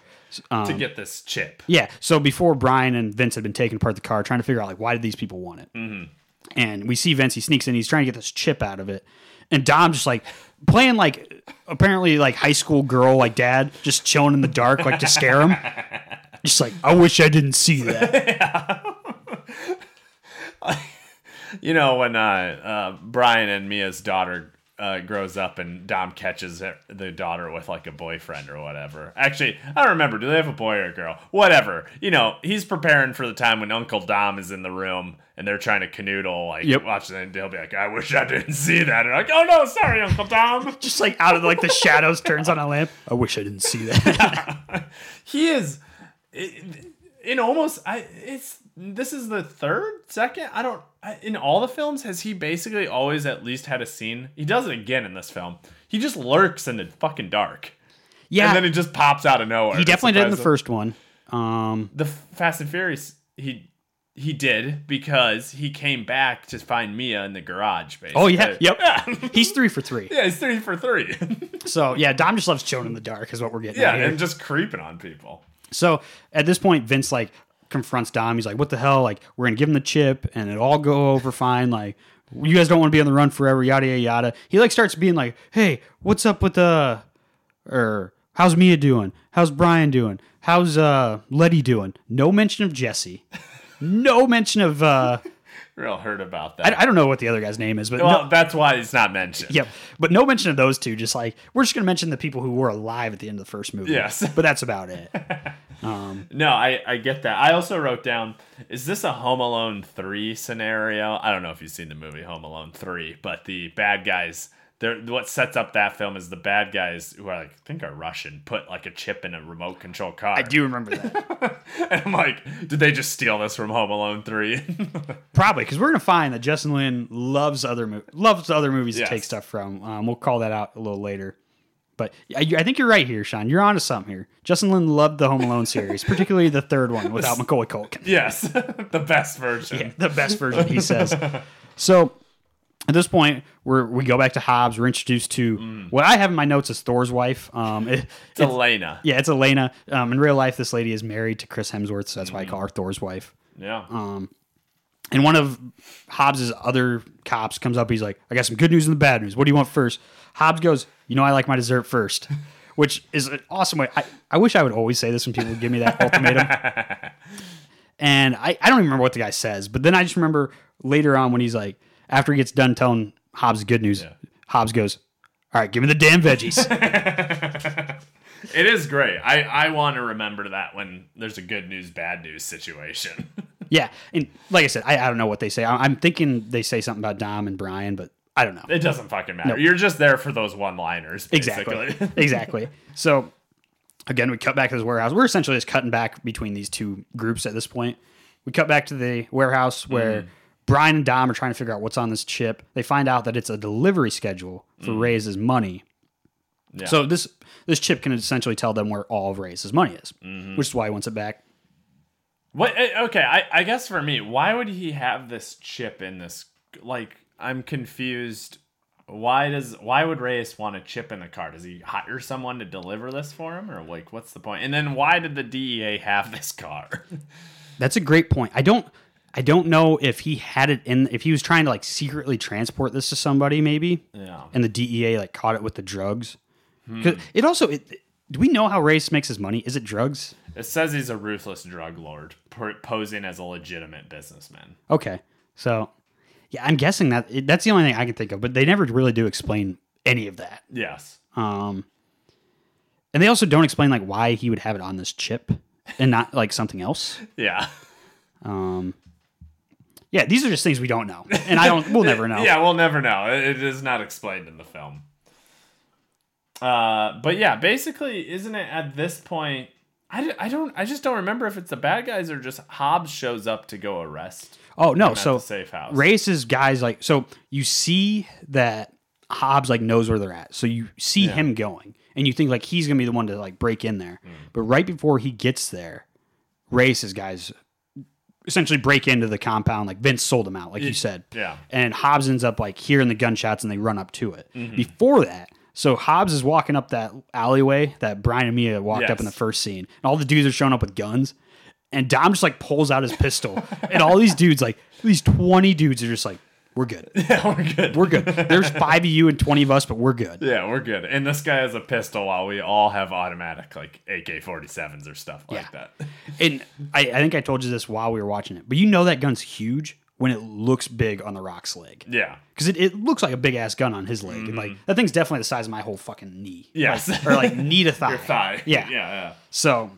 S3: to get this chip.
S2: Yeah. So before Brian and Vince had been taking apart the car, trying to figure out like why did these people want it. Mm-hmm. And we see Vince. He sneaks in. He's trying to get this chip out of it. And Dom just like playing like apparently like high school girl like dad just chilling in the dark like to scare him. Just like I wish I didn't see that.
S3: You know, when uh, uh, Brian and Mia's daughter uh, grows up and Dom catches her- the daughter with like a boyfriend or whatever. Actually, I don't remember. Do they have a boy or a girl? Whatever. You know, he's preparing for the time when Uncle Dom is in the room and they're trying to canoodle, like
S2: Yep.
S3: watching it. And he'll be like, I wish I didn't see that. And like, oh no, sorry, Uncle Dom.
S2: Just like out of like the shadows turns on a lamp. I wish I didn't see that.
S3: he is it- in almost I it's this is the third second I don't I, in all the films has he basically always at least had a scene he does it again in this film he just lurks in the fucking dark
S2: yeah.
S3: and then it just pops out of nowhere
S2: he definitely did in the
S3: Surprising.
S2: first one. Um
S3: the Fast and Furious he he did because he came back to find Mia in the garage basically.
S2: Oh yeah. Yep.
S3: yeah
S2: He's three for three.
S3: yeah he's three for three
S2: So yeah, Dom just loves chilling in the dark is what we're getting.
S3: yeah
S2: at here.
S3: and just creeping on people
S2: So at this point, Vince like confronts Dom. He's like, "What the hell? Like, we're gonna give him the chip, and it'll all go over fine. Like, you guys don't want to be on the run forever. Yada yada yada." He like starts being like, "Hey, what's up with uh, or how's Mia doing? How's Brian doing? How's uh Letty doing? No mention of Jesse. No mention of uh,
S3: real hurt about that
S2: I, I don't know what the other guy's name is, but no,
S3: well that's why he's not mentioned
S2: Yep. But no mention of those two. Just like we're just gonna mention the people who were alive at the end of the first movie.
S3: Yes.
S2: But that's about it.
S3: No, I, I get that. I also wrote down is this a Home Alone 3 scenario? I don't know if you've seen the movie Home Alone 3, but the bad guys they're, what sets up that film is the bad guys who are like, I think are Russian put like a chip in a remote control car.
S2: I do remember that.
S3: And I'm like, did they just steal this from Home Alone 3?
S2: Probably because we're gonna find that Justin Lin loves other mo- loves other movies
S3: Yes.
S2: to take stuff from. Um, we'll call that out a little later. But I, I think you're right here, Sean. You're onto something here. Justin Lin loved the Home Alone series, particularly the third one without Macaulay Culkin.
S3: yes, the best version.
S2: The best version, he says. So at this point, we're, we go back to Hobbs. We're introduced to
S3: Mm.
S2: what I have in my notes is Thor's wife. Um, it-
S3: It's Elena.
S2: yeah, it's Elena. Um, in real life, this lady is married to Chris Hemsworth, so that's
S3: Mm.
S2: why I call her Thor's wife.
S3: Yeah.
S2: Oh. And one of Hobbs's other cops comes up. He's like, I got some good news and the bad news. What do you want first? Hobbs goes, You know, I like my dessert first, which is an awesome way. I, I wish I would always say this when people would give me that ultimatum. And I, I don't even remember what the guy says, but then I just remember later on when he's like, after he gets done telling Hobbs good news, Hobbs goes, All right, give me the damn veggies.
S3: it is great. I, I want to remember that when there's a good news, bad news situation.
S2: yeah. And like I said, I, I don't know what they say. I, I'm thinking they say something about Dom and Brian, but I don't know.
S3: It doesn't fucking matter. You're just there for those one liners.
S2: Exactly. exactly. So again, we cut back to this warehouse. We're essentially just cutting back between these two groups at this point. We cut back to the warehouse where Brian and Dom are trying to figure out what's on this chip. They find out that it's a delivery schedule for Ray's money. So this this chip can essentially tell them where all of Ray's money is, which is why he wants it back.
S3: What? eh, Okay, I, I guess for me, why would he have this chip in this? Like, I'm confused. Why does why would Reyes want a chip in the car? Does he hire someone to deliver this for him, or like what's the point? And then why did the DEA have this car?
S2: That's a great point. I don't I don't know if he had it in if he was trying to like secretly transport this to somebody maybe
S3: yeah,
S2: and the DEA like caught it with the drugs. 'Cause It also it, do we know how Reyes makes his money? Is it drugs?
S3: it says he's a ruthless drug lord per- posing as a legitimate businessman.
S2: Okay. So yeah, I'm guessing that it, that's the only thing I can think of, but they never really do explain any of that.
S3: Yes,
S2: Um and they also don't explain like why he would have it on this chip and not like something else.
S3: yeah,
S2: Um Yeah, these are just things we don't know. And I don't we'll never know.
S3: yeah. We'll never know. It, it is not explained in the film. Uh, but yeah, basically, isn't it at this point? I, d- I don't I just don't remember if it's the bad guys or just Hobbs shows up to go arrest
S2: Oh no,
S3: at
S2: so
S3: the safe house.
S2: Reyes's guys like so you see that Hobbs like knows where they're at. So you see him going and you think like he's gonna be the one to like break in there. But right before he gets there, Reyes's guys essentially break into the compound. Like Vince sold him out, like you said.
S3: yeah.
S2: And Hobbs ends up like hearing the gunshots and they run up to it. Before that, so Hobbs is walking up that alleyway that Brian and Mia walked up in the
S3: Yes.
S2: first scene. And all the dudes are showing up with guns. And Dom just like pulls out his pistol. and all these dudes, like these 20 dudes are just like, we're good.
S3: Yeah, we're good.
S2: We're good. There's five of you and 20 of us, but we're good.
S3: yeah, we're good. And this guy has a pistol while we all have automatic like AK forty sevens or stuff like
S2: Yeah.
S3: that.
S2: And I, I think I told you this while we were watching it, but you know that gun's huge when it looks big on the rock's leg.
S3: Yeah.
S2: because it, it looks like a big ass gun on his leg. and Like that thing's definitely the size of my whole fucking knee.
S3: Mm-hmm. Yes.
S2: Like- or like knee to thigh.
S3: Thigh.
S2: Yeah.
S3: Yeah.
S2: So,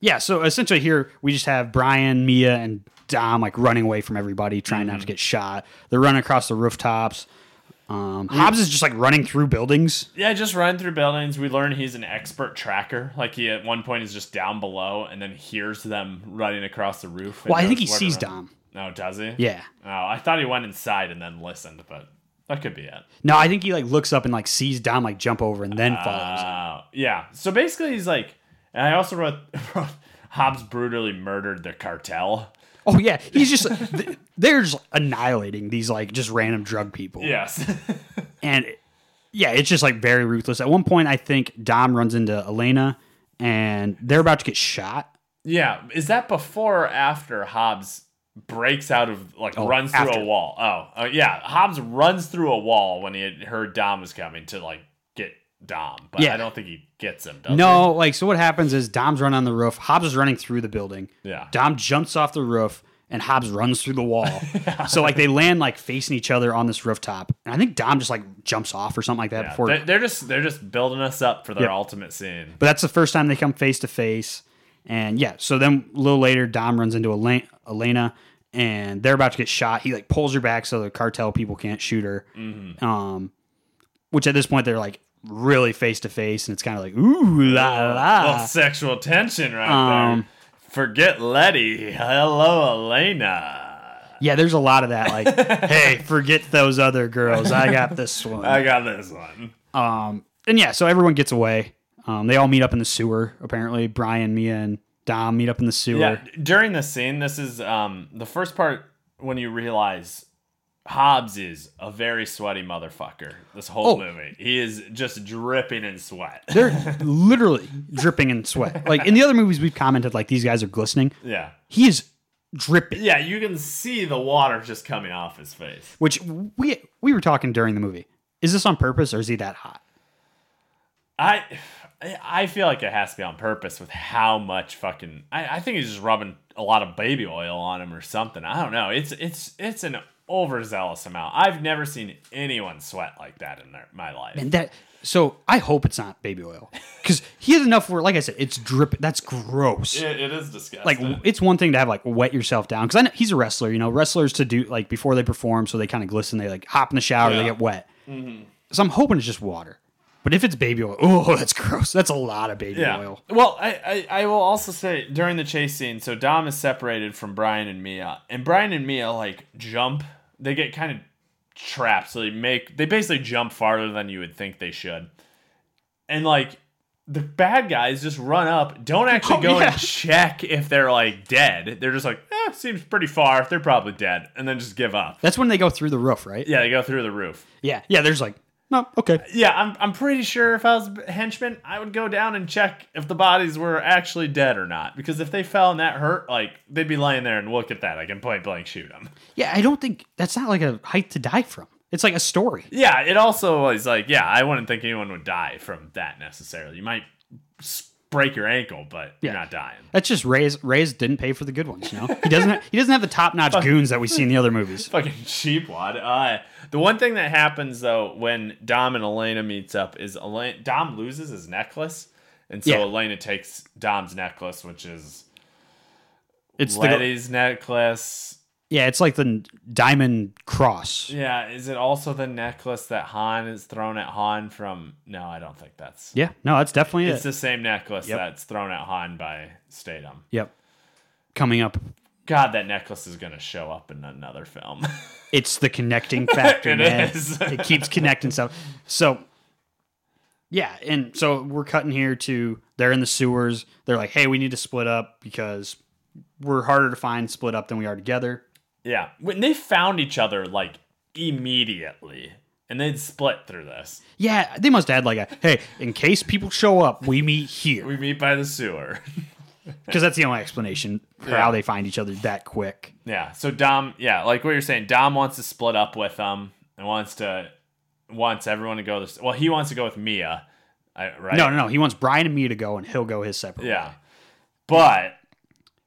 S2: yeah. So essentially, here we just have Brian, Mia, and Dom like running away from everybody, trying
S3: Mm-hmm.
S2: not to get shot. They're running across the rooftops. Um, Hobbs is just like running through buildings.
S3: Mm. Yeah, Yeah, just run through buildings. We learn he's an expert tracker. Like he at one point is just down below and then hears them running across the roof.
S2: Well, I think he sees Dom.
S3: No, does he?
S2: Yeah.
S3: Oh, I thought he went inside and then listened, but that could be it.
S2: No, I think he like looks up and like sees Dom like jump over and then follows.
S3: Uh, yeah. So basically, he's like, and I also wrote, wrote Hobbs brutally murdered the cartel.
S2: Oh yeah, he's just th- they're just annihilating these like just random drug people.
S3: Yes.
S2: and yeah, it's just like very ruthless. At one point, I think Dom runs into Elena, and they're about to get shot.
S3: Yeah, is that before or after Hobbs breaks out of like runs
S2: after.
S3: through a wall? Oh, uh, yeah, Hobbs runs through a wall when he had heard Dom was coming to like get Dom, but
S2: Yeah.
S3: I don't think he gets him. Does
S2: No, like so, what happens is Dom's running on the roof. Hobbs is running through the building.
S3: he? Yeah.
S2: Dom jumps off the roof, and Hobbs runs through the wall. So like they land like facing each other on this rooftop, and I think Dom just like jumps off or something like that
S3: Yeah,
S2: before.
S3: They're, they're just they're just building us up for their
S2: Yep.
S3: ultimate scene.
S2: but that's the first time they come face to face, and yeah. So then a little later, Dom runs into Elena. Elena and they're about to get shot. He like pulls her back so the cartel people can't shoot her.
S3: Mm-hmm.
S2: um, which at this point they're like really face to face, and it's kind of like ooh la
S3: Little
S2: la.
S3: sexual tension right
S2: Ah. Um,
S3: there. Forget Letty. Hello, Elena.
S2: Yeah, there's a lot of that. Like, hey, forget those other girls. I got this one.
S3: I got this one.
S2: Um, and yeah, so everyone gets away. Um, they all meet up in the sewer. Apparently, Brian, Mia, and Dom meet up in the sewer.
S3: Yeah, during the scene, this is um the first part when you realize Hobbs is a very sweaty motherfucker. This whole
S2: Oh.
S3: movie, he is just dripping in sweat.
S2: They're literally dripping in sweat. Like in the other movies, we've commented like these guys are glistening.
S3: yeah,
S2: He is dripping.
S3: yeah, you can see the water just coming off his face.
S2: Which we we were talking during the movie. Is this on purpose or is he that hot?
S3: I. I feel like it has to be on purpose with how much fucking. I, I think he's just rubbing a lot of baby oil on him or something. I don't know. It's it's it's an overzealous amount. I've never seen anyone sweat like that in their, my life.
S2: And that so I hope it's not baby oil because he has enough where, like I said, it's dripping. That's gross.
S3: It, it is disgusting.
S2: like it's one thing to have like wet yourself down because I know he's a wrestler. You know, wrestlers to do like before they perform, so they kind of glisten. They like hop in the shower, they
S3: Yeah. Mm-hmm.
S2: get wet. So I'm hoping it's just water. But if it's baby oil, oh, that's gross. That's a lot of baby
S3: Yeah.
S2: oil.
S3: Well, I, I, I will also say during the chase scene, so Dom is separated from Brian and Mia, and Brian and Mia like jump. They get kind of trapped, so they make they basically jump farther than you would think they should, and like the bad guys just run up, don't actually
S2: Oh,
S3: go
S2: yeah.
S3: and check if they're like dead. They're just like, eh, seems pretty far. They're probably dead, and then just give up.
S2: That's when they go through the roof, right?
S3: Yeah, they go through the roof.
S2: Yeah. Yeah. There's like, no, okay.
S3: Yeah, I'm, I'm pretty sure if I was a henchman, I would go down and check if the bodies were actually dead or not. Because if they fell and that hurt, like, they'd be laying there and look at that. I can point blank shoot them.
S2: Yeah. I don't think that's not like a height to die from. It's like a story.
S3: Yeah, it also was like, yeah, I wouldn't think anyone would die from that necessarily. You might s- break your ankle, but you're
S2: Yeah.
S3: not dying.
S2: That's just Ray's. Ray's didn't pay for the good ones. You know, he doesn't. Have, he doesn't have the top notch goons that we see in the other movies.
S3: Fucking cheapwad. Uh, the one thing that happens though when Dom and Elena meets up is Elena, Dom loses his necklace, and so
S2: Yeah.
S3: Elena takes Dom's necklace, which is
S2: It's the
S3: Letty's necklace.
S2: yeah. It's like the diamond cross.
S3: Yeah, is it also the necklace that Han is thrown at Han from? No, I don't think that's.
S2: Yeah. No, that's definitely
S3: It's
S2: it.
S3: the same necklace
S2: Yep.
S3: that's thrown at Han by Statham.
S2: Yep. Coming up,
S3: God, that necklace is gonna show up in another film.
S2: it's the connecting factor.
S3: It
S2: man.
S3: is.
S2: it keeps connecting stuff. So yeah, and so we're cutting here to they're in the sewers. They're like, hey, we need to split up because we're harder to find split up than we are together.
S3: yeah, when they found each other like immediately, and they'd split through this.
S2: Yeah, they must add like a hey, in case people show up, we meet here
S3: We meet by the sewer.
S2: because that's the only explanation for
S3: Yeah.
S2: how they find each other that quick.
S3: yeah. So Dom, yeah, like what you're saying, Dom wants to split up with them and wants to wants everyone to go this. Well, he wants to go with Mia, I, right?
S2: No, no, no. He wants Brian and Mia to go, and he'll go his separate. way.
S3: Yeah. But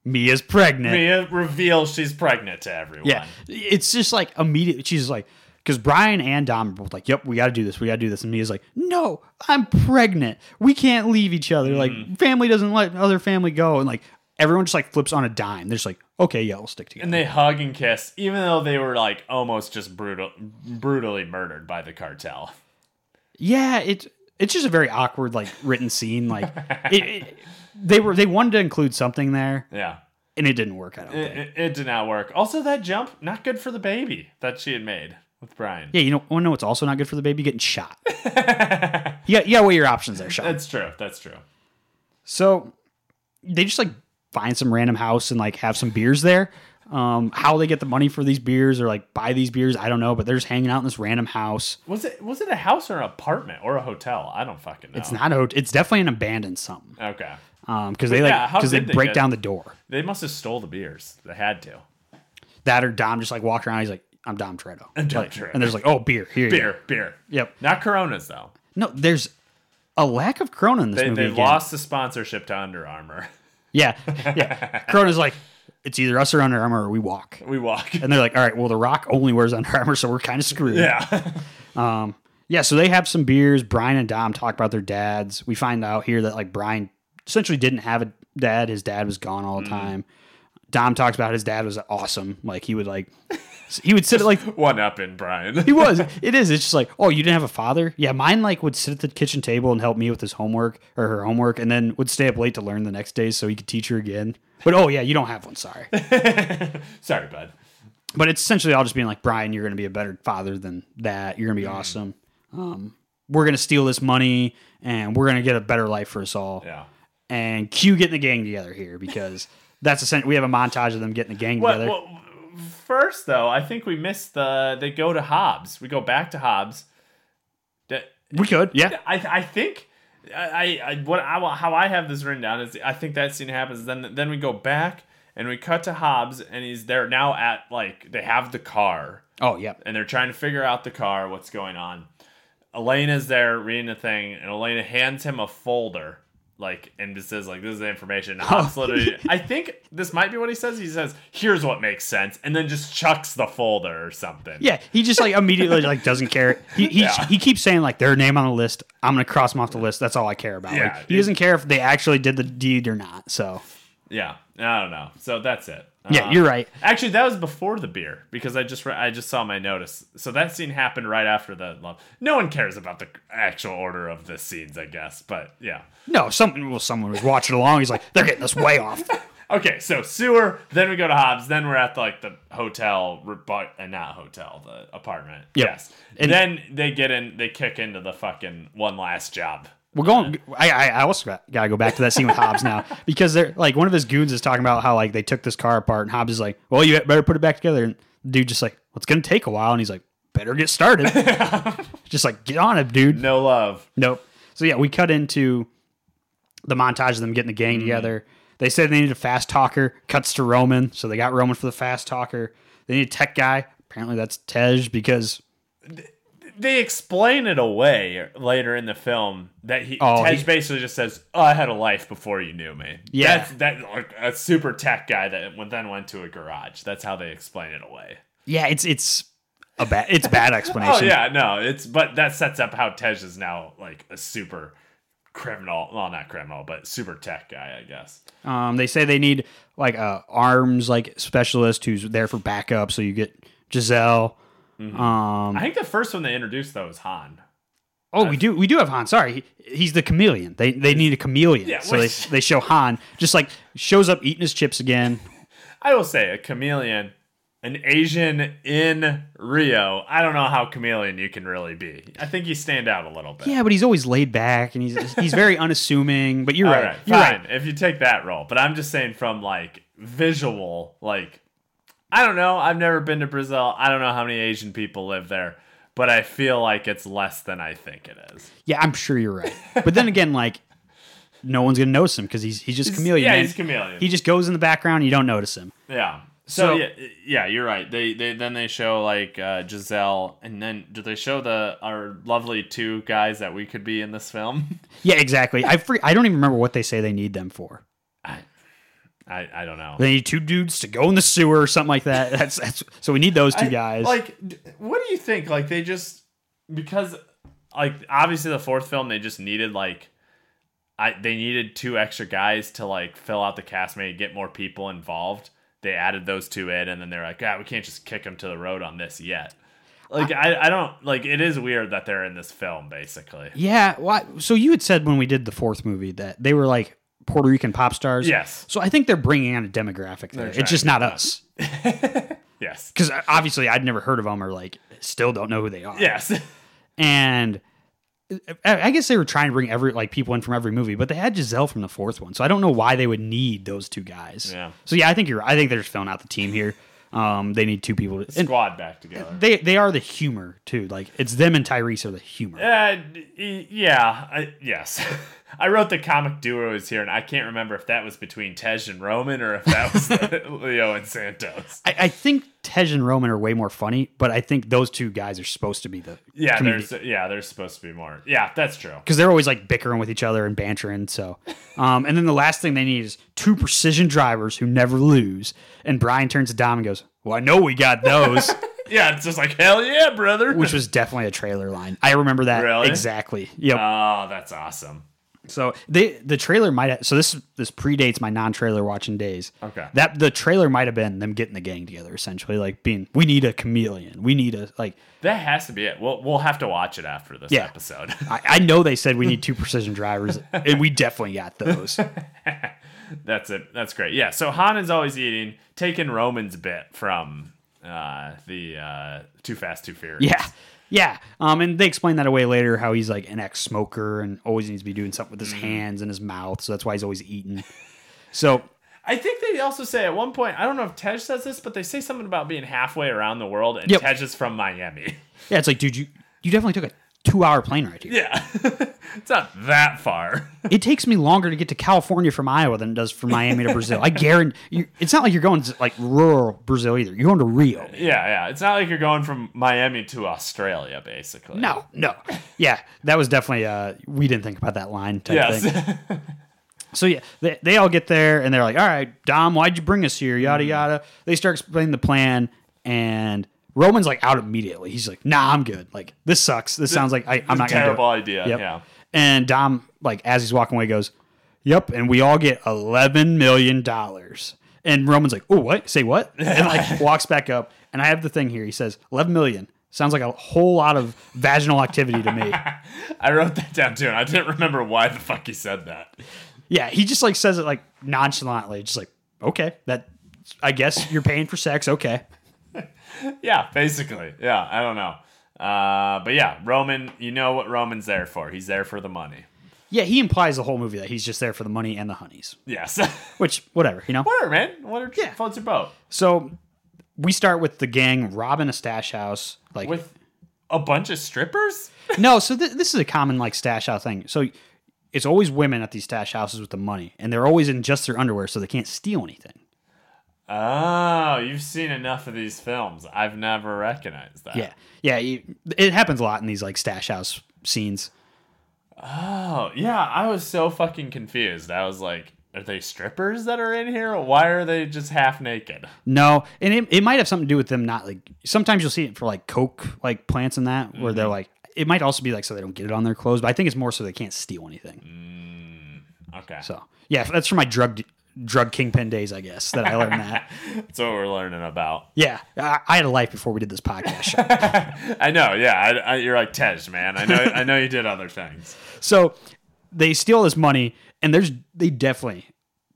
S2: Mia's pregnant.
S3: Mia reveals she's pregnant to everyone.
S2: Yeah, it's just like immediately. She's like, because Brian and Dom are both like, "Yep, we got to do this. We got to do this." And Mia's like, "No, I'm pregnant. We can't leave each other. Like, family doesn't let other family go." And like, everyone just like flips on a dime. They're just like, "Okay, yeah, we'll stick together."
S3: And they hug and kiss, even though they were like almost just brutal, brutally murdered by the cartel.
S2: yeah, it it's just a very awkward like written scene. Like, it, it- they were they wanted to include something there,
S3: Yeah.
S2: and it didn't work. I don't
S3: It,
S2: think.
S3: it, it did not work. Also, that jump, not good for the baby that she had made with Brian.
S2: Yeah, you know, want to know what's also not good for the baby? Getting shot. yeah, yeah. Weigh your options there, Sean.
S3: That's true. That's true.
S2: So they just like find some random house and like have some beers there. Um, how they get the money for these beers or like buy these beers, I don't know, but they're just hanging out in this random house.
S3: Was it was it a house or an apartment or a hotel? I don't fucking know.
S2: It's not a, it's definitely an abandoned something.
S3: Okay.
S2: Um, cause they like,
S3: yeah, how
S2: cause they
S3: did they
S2: break
S3: get-
S2: down the door.
S3: They must have stole the beers. They had to.
S2: That or Dom just like walked around. He's like, I'm Dom Toretto.
S3: Dom
S2: Like,
S3: Toretto.
S2: And there's like, oh, beer, here. you go.
S3: Beer, beer.
S2: Yep.
S3: Not Coronas though.
S2: No, there's a lack of Corona in this
S3: They,
S2: movie.
S3: they
S2: again.
S3: lost the sponsorship to Under Armour.
S2: Yeah. Yeah. Corona's like, it's either us or Under Armour or we walk.
S3: We walk.
S2: And they're like, all right, well, The Rock only wears Under Armour, so we're kind of screwed.
S3: Yeah.
S2: Yeah, so they have some beers. Brian and Dom talk about their dads. We find out here that like Brian essentially didn't have a dad. His dad was gone all the time. Dom talks about his dad was awesome. Like he would like he would sit at like
S3: One up in Brian.
S2: he was. It is. It's just like, oh, you didn't have a father? Yeah, mine like would sit at the kitchen table and help me with his homework or her homework and then would stay up late to learn the next day so he could teach her again. But oh yeah, you don't have one, sorry.
S3: Sorry, bud.
S2: but it's essentially all just being like brian you're gonna be a better father than that you're gonna
S3: Mm-hmm.
S2: be awesome um, we're gonna steal this money and we're gonna get a better life for us all
S3: Yeah.
S2: and q getting the gang together here because that's essentially we have a montage of them getting the gang
S3: But
S2: together
S3: well, first though, I think we missed the they go to Hobbs. We go back to Hobbs. That-
S2: we could yeah,
S3: I I think I, I what I how I have this written down is I think that scene happens. Then then we go back and we cut to Hobbs and he's there now at like they have the car
S2: oh yeah
S3: and they're trying to figure out the car what's going on. Elena's there reading the thing and Elena hands him a folder like and just says like this is the
S2: Oh,
S3: information. Hobbs literally I think this might be what he says. He says here's what makes sense and then just chucks the folder or something.
S2: yeah he just like immediately like doesn't care he he,
S3: Yeah.
S2: he keeps saying like their name on the list i'm gonna cross them off the list that's all i care about
S3: Yeah,
S2: like, he
S3: it-
S2: doesn't care if they actually did the deed or not so
S3: Yeah, I don't know. So that's it.
S2: yeah
S3: Uh,
S2: you're right
S3: Actually, that was before the beer because I just re- I just saw my notice. So that scene happened right after the love. No one cares about the actual order of the scenes, I guess. But yeah.
S2: no someone well someone was watching along he's like they're getting us way off
S3: Okay, so sewer. Then we go to Hobbs. Then we're at like the hotel, re- but and not hotel, the apartment.
S2: Yep.
S3: Yes.
S2: And-
S3: then they get in. They kick into the fucking one last job
S2: We're going. I I, I also got, gotta go back to that scene with Hobbs now because they're like one of his goons is talking about how like they took this car apart and Hobbs is like, well, you better put it back together. And the dude just like, well, it's gonna take a while, and he's like, better get started. just like get on it, dude.
S3: No love.
S2: Nope. So yeah, we cut into the montage of them getting the gang
S3: Mm-hmm.
S2: together. They said they need a fast talker. Cuts to Roman, so they got Roman for the fast talker. They need a tech guy. Apparently that's Tej because
S3: They explain it away later in the film that he
S2: Oh,
S3: Tej
S2: he-
S3: basically just says, "Oh, I had a life before you knew me."
S2: Yeah.
S3: that's, that like, a super tech guy that went- then went to a garage. That's how they explain it away.
S2: yeah, it's it's a bad it's bad
S3: Oh
S2: explanation.
S3: yeah, no, it's but that sets up how Tej is now like a super criminal. Well, not criminal, but super tech guy, I guess.
S2: Um, they say they need like a arms like specialist who's there for backup. So you get Giselle.
S3: Mm-hmm.
S2: Um,
S3: I think the first one they introduced though was Han.
S2: oh, we do we do have Han. Sorry, he, he's the chameleon. They they need a chameleon.
S3: Yeah,
S2: so they,
S3: which-
S2: they show Han just like shows up eating his chips again.
S3: I will say a chameleon, an Asian in Rio. I don't know how chameleon you can really be. I think you stand out a little bit.
S2: Yeah, but he's always laid back and he's he's very unassuming. But you're
S3: All
S2: right.
S3: right,
S2: You're
S3: fine.
S2: right.
S3: If you take that role, but I'm just saying from like visual, like I don't know. I've never been to Brazil. I don't know how many Asian people live there, but I feel like it's less than I think it is.
S2: Yeah, I'm sure you're right. But then again, like no one's gonna notice him because he's he's just chameleon.
S3: yeah,
S2: man.
S3: he's chameleon.
S2: He just goes in the background. and You don't notice him.
S3: Yeah. So,
S2: So-
S3: yeah, yeah, you're right. They they then they show like uh, Giselle, and then do they show the our lovely two guys that we could be in this film?
S2: Yeah, exactly. I free, I don't even remember what they say they need them for.
S3: I, I don't know.
S2: They need two dudes to go in the sewer or something like that. That's, that's so we need those two
S3: I-
S2: guys.
S3: like, d- what do you think? Like, they just because like obviously the fourth film they just needed like I they needed two extra guys to like fill out the castmate, get more people involved. They added those two in, and then they're like, ah, we can't just kick them to the road on this yet. Like I, I don't like it is weird that they're in this film basically.
S2: yeah. Well, so you had said when we did the fourth movie that they were like Puerto Rican pop stars.
S3: Yes.
S2: So I think they're bringing on a demographic there. It's just not us
S3: Yes.
S2: because obviously I'd never heard of them or like still don't know who they are.
S3: Yes.
S2: And uh, I I guess they were trying to bring every like people in from every movie, but they had Giselle from the fourth one, so I don't know why they would need those two guys.
S3: Yeah.
S2: So yeah, I think you're. I think they're just filling out the team here. Um, they need two people to. and-
S3: Squad back together.
S2: they they are the humor too. Like it's them and Tyrese are the humor.
S3: Uh, y- yeah. I, yes. I wrote the comic duos here, and I can't remember if that was between Tej and Roman or if that was Leo and Santos.
S2: I, I think Tej and Roman are way more funny, but I think those two guys are supposed to be the
S3: Yeah, there's yeah, there's supposed to be more. Yeah, that's true.
S2: because they're always like bickering with each other and bantering. So, um, and then the last thing they need is two precision drivers who never lose. And Brian turns to Dom and goes, "Well, I know we got those,"
S3: Yeah, it's just like hell yeah, brother.
S2: which was definitely a trailer line. I remember that
S3: Really?
S2: exactly. Yep.
S3: oh, that's awesome.
S2: So they the trailer might have, so this this predates my non trailer watching days.
S3: Okay.
S2: That the trailer might have been them getting the gang together essentially, like being we need a chameleon, we need a like
S3: That has to be it. We'll we'll have to watch it after this
S2: Yeah.
S3: episode.
S2: I, I know they said we need two precision drivers, and we definitely got those.
S3: That's it. That's great. Yeah. So Han is always eating, taking Roman's bit from uh, the uh, Too Fast, Too Furious.
S2: Yeah. Yeah. Um, and they explain that away later how he's like an ex smoker and always needs to be doing something with his hands and his mouth, so that's why he's always eating. So
S3: I think they also say at one point, I don't know if Tej says this, but they say something about being halfway around the world and
S2: Yep.
S3: Tej is from Miami.
S2: yeah, it's like, dude, you you definitely took a two hour plane ride here.
S3: Yeah. it's not that far.
S2: it takes me longer to get to California from Iowa than it does from Miami to Brazil. I guarantee you, it's not like you're going to like rural Brazil either. You're going to Rio.
S3: yeah, yeah. It's not like you're going from Miami to Australia, basically.
S2: No, no. Yeah, that was definitely uh we didn't think about that line type thing.
S3: Yes.
S2: So yeah, they, they all get there and they're like, "All right, Dom, why'd you bring us here?" Yada
S3: Mm-hmm.
S2: yada. They start explaining the plan, and Roman's like out immediately. He's like, "Nah, I'm good. Like this sucks. This sounds like I, I'm not gonna do
S3: terrible
S2: it."
S3: idea.
S2: Yep.
S3: Yeah.
S2: And Dom, like as he's walking away, goes, "Yep." And we all get eleven million dollars. And Roman's like, "Oh, what? Say what?" And like walks back up. And I have the thing here. He says, 11 million. Sounds like a whole lot of vaginal activity to me."
S3: I wrote that down too, and I didn't remember why the fuck he said that.
S2: Yeah, he just like says it like nonchalantly, just like, okay, that I guess you're paying for sex, okay.
S3: Yeah, basically. Yeah, I don't know. Uh, but yeah, Roman, you know what Roman's there for. He's there for the money.
S2: Yeah, he implies the whole movie that he's just there for the money and the honeys,
S3: Yes.
S2: which, whatever, you know?
S3: Whatever, man. Whatever yeah. floats your boat.
S2: So we start with the gang robbing a stash house. Like,
S3: With a bunch of strippers?
S2: no, so th- this is a common, like, stash house thing. So it's always women at these stash houses with the money, and they're always in just their underwear, so they can't steal anything.
S3: Oh, you've seen enough of these films. I've never recognized that.
S2: Yeah. Yeah. you- It happens a lot in these, like, stash house scenes.
S3: Oh, yeah. I was so fucking confused. I was like, are they strippers that are in here? Why are they just half naked?
S2: No, and it, it might have something to do with them not like. Sometimes you'll see it for like coke like plants and that where they're like. It might also be like so they don't get it on their clothes, but I think it's more so they can't steal anything.
S3: Okay.
S2: So yeah, that's from my drug drug kingpin days, I guess that I learned that.
S3: That's what we're learning about.
S2: Yeah, I, I had a life before we did this podcast. Sean.
S3: I know. Yeah. I, I, you're like Tej, man. I know. I know you did other things.
S2: so they steal this money, and there's they definitely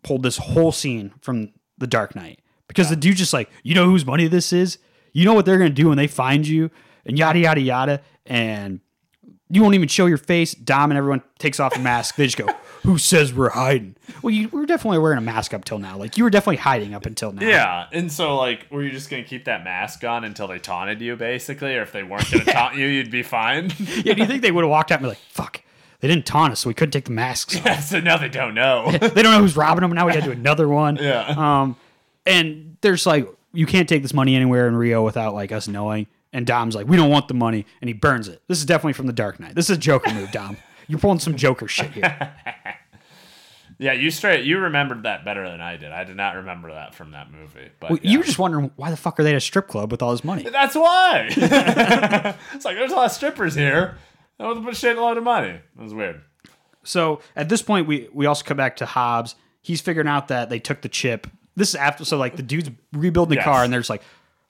S2: pulled this whole scene from The Dark Knight because the dude just like you know whose money this is, you know what they're gonna do when they find you, and yada yada yada, and you won't even show your face. Dom and everyone takes off a mask. They just go, "Who says we're hiding?" Well, you were definitely wearing a mask up till now. Like you were definitely hiding up until now.
S3: Yeah. And so, like, were you just gonna keep that mask on until they taunted you, basically? Or if they weren't gonna taunt you, you'd be fine.
S2: Yeah, do you think they would have walked out and be like, fuck, they didn't taunt us, so we couldn't take the masks off.
S3: so now they don't know.
S2: they don't know who's robbing them. Now we got to do another one. Yeah. Um, and there's like, you can't take this money anywhere in Rio without like us knowing. And Dom's like, we don't want the money, and he burns it. This is definitely from the Dark Knight. This is a Joker move, Dom. You're pulling some Joker shit here.
S3: yeah. You straight. You remembered that better than I did. I did not remember that from that movie. But
S2: Well,
S3: yeah.
S2: You were just wondering why the fuck are they at a strip club with all this money?
S3: That's why. it's like there's a lot of strippers here. That was a shit load of money. That was weird.
S2: So at this point, we we also come back to Hobbs. He's figuring out that they took the chip. This is after, so like the dude's rebuilding the
S3: Yes.
S2: car, and there's like,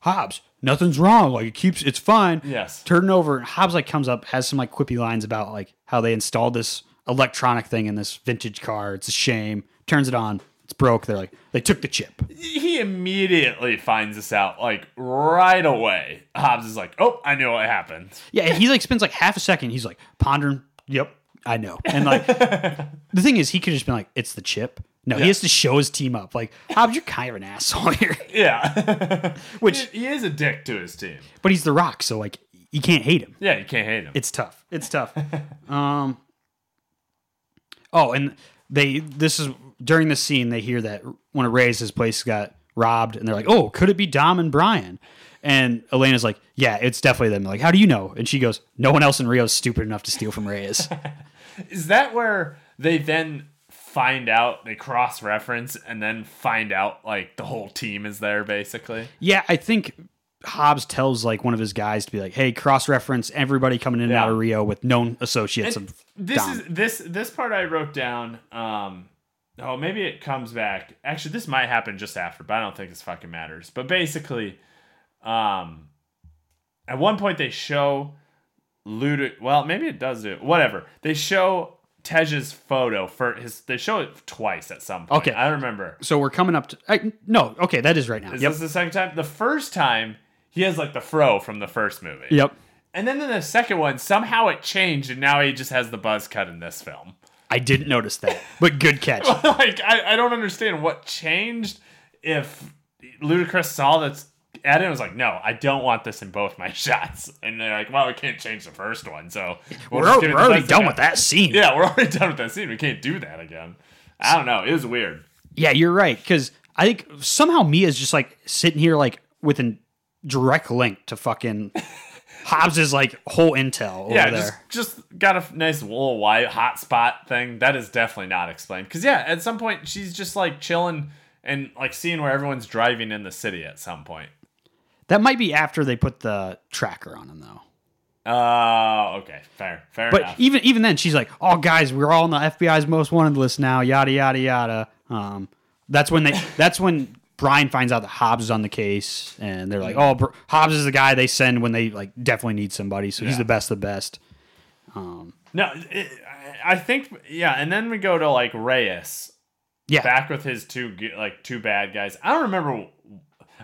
S2: Hobbs, nothing's wrong. Like it keeps, it's fine.
S3: Yes.
S2: Turn it over, and Hobbs like comes up, has some like quippy lines about like how they installed this electronic thing in this vintage car. It's a shame. Turns it on, it's broke. They're like, they took the chip.
S3: He immediately finds this out, like right away. Hobbs is like, "Oh, I knew what happened."
S2: Yeah, and he like spends like half a second. He's like pondering. Yep, I know. And like the thing is, he could just been like, it's the chip. No, he has to show his team up. Like Hobbs, you're kind of an asshole here.
S3: Yeah,
S2: Which-
S3: he is a dick to his team.
S2: but he's the rock so like you can't hate him
S3: Yeah, you can't hate him.
S2: it's tough it's tough um oh and they this is during the scene they hear that one of ray's his place got robbed and they're like oh could it be dom and brian and elena's like yeah it's definitely them like how do you know and she goes no one else in rio is stupid enough to steal from reyes
S3: Is that where they then find out they cross reference and then find out like the whole team is there basically?
S2: yeah i think hobbs tells like one of his guys to be like hey cross-reference everybody coming in and
S3: Yeah.
S2: out of rio with known associates
S3: And
S2: of
S3: this
S2: Dom.
S3: is this this part I wrote down. Um, oh, maybe it comes back. Actually, this might happen just after, but I don't think this fucking matters. But basically, um, at one point they show Ludic. Well, maybe it does do whatever. They show Tej's photo for his. They show it twice at some point.
S2: Okay.
S3: I remember.
S2: so we're coming up to I, no okay that is right now
S3: Is
S2: yep
S3: this the second time? The first time he has like the fro from the first movie.
S2: yep
S3: And then in the second one, somehow it changed, and now he just has the buzz cut in this film.
S2: I didn't notice that, but good catch.
S3: like I, I don't understand what changed if Ludacris saw that Ed and was like, no, I don't want this in both my shots. And they're like, well, we can't change the first one, so we'll
S2: We're,
S3: just
S2: al-
S3: give it
S2: we're
S3: the
S2: already
S3: best
S2: done
S3: again."
S2: with that scene.
S3: Yeah, we're already done with that scene. We can't do that again. I don't know. It was weird.
S2: Yeah, you're right. Because I think somehow Mia's just like sitting here, like with a direct link to fucking Hobbs's like whole intel over
S3: Yeah,
S2: there.
S3: just just got a f- nice little white hot spot thing. That is definitely not explained. Cause yeah, at some point she's just like chilling and like seeing where everyone's driving in the city at some point.
S2: that might be after they put the tracker on him, though.
S3: Oh, okay. Fair. Fair
S2: But
S3: enough.
S2: even even then, she's like, "Oh, guys, we're all on the FBI's most wanted list now." Yada yada yada. Um, that's when they. That's when Brian finds out that Hobbs is on the case, and they're like, "Oh, Br- Hobbs is the guy they send when they like definitely need somebody, so he's the best, of the best."
S3: No, it, I I think yeah, and then we go to like Reyes
S2: Yeah,
S3: back with his two g- like two bad guys. I don't remember.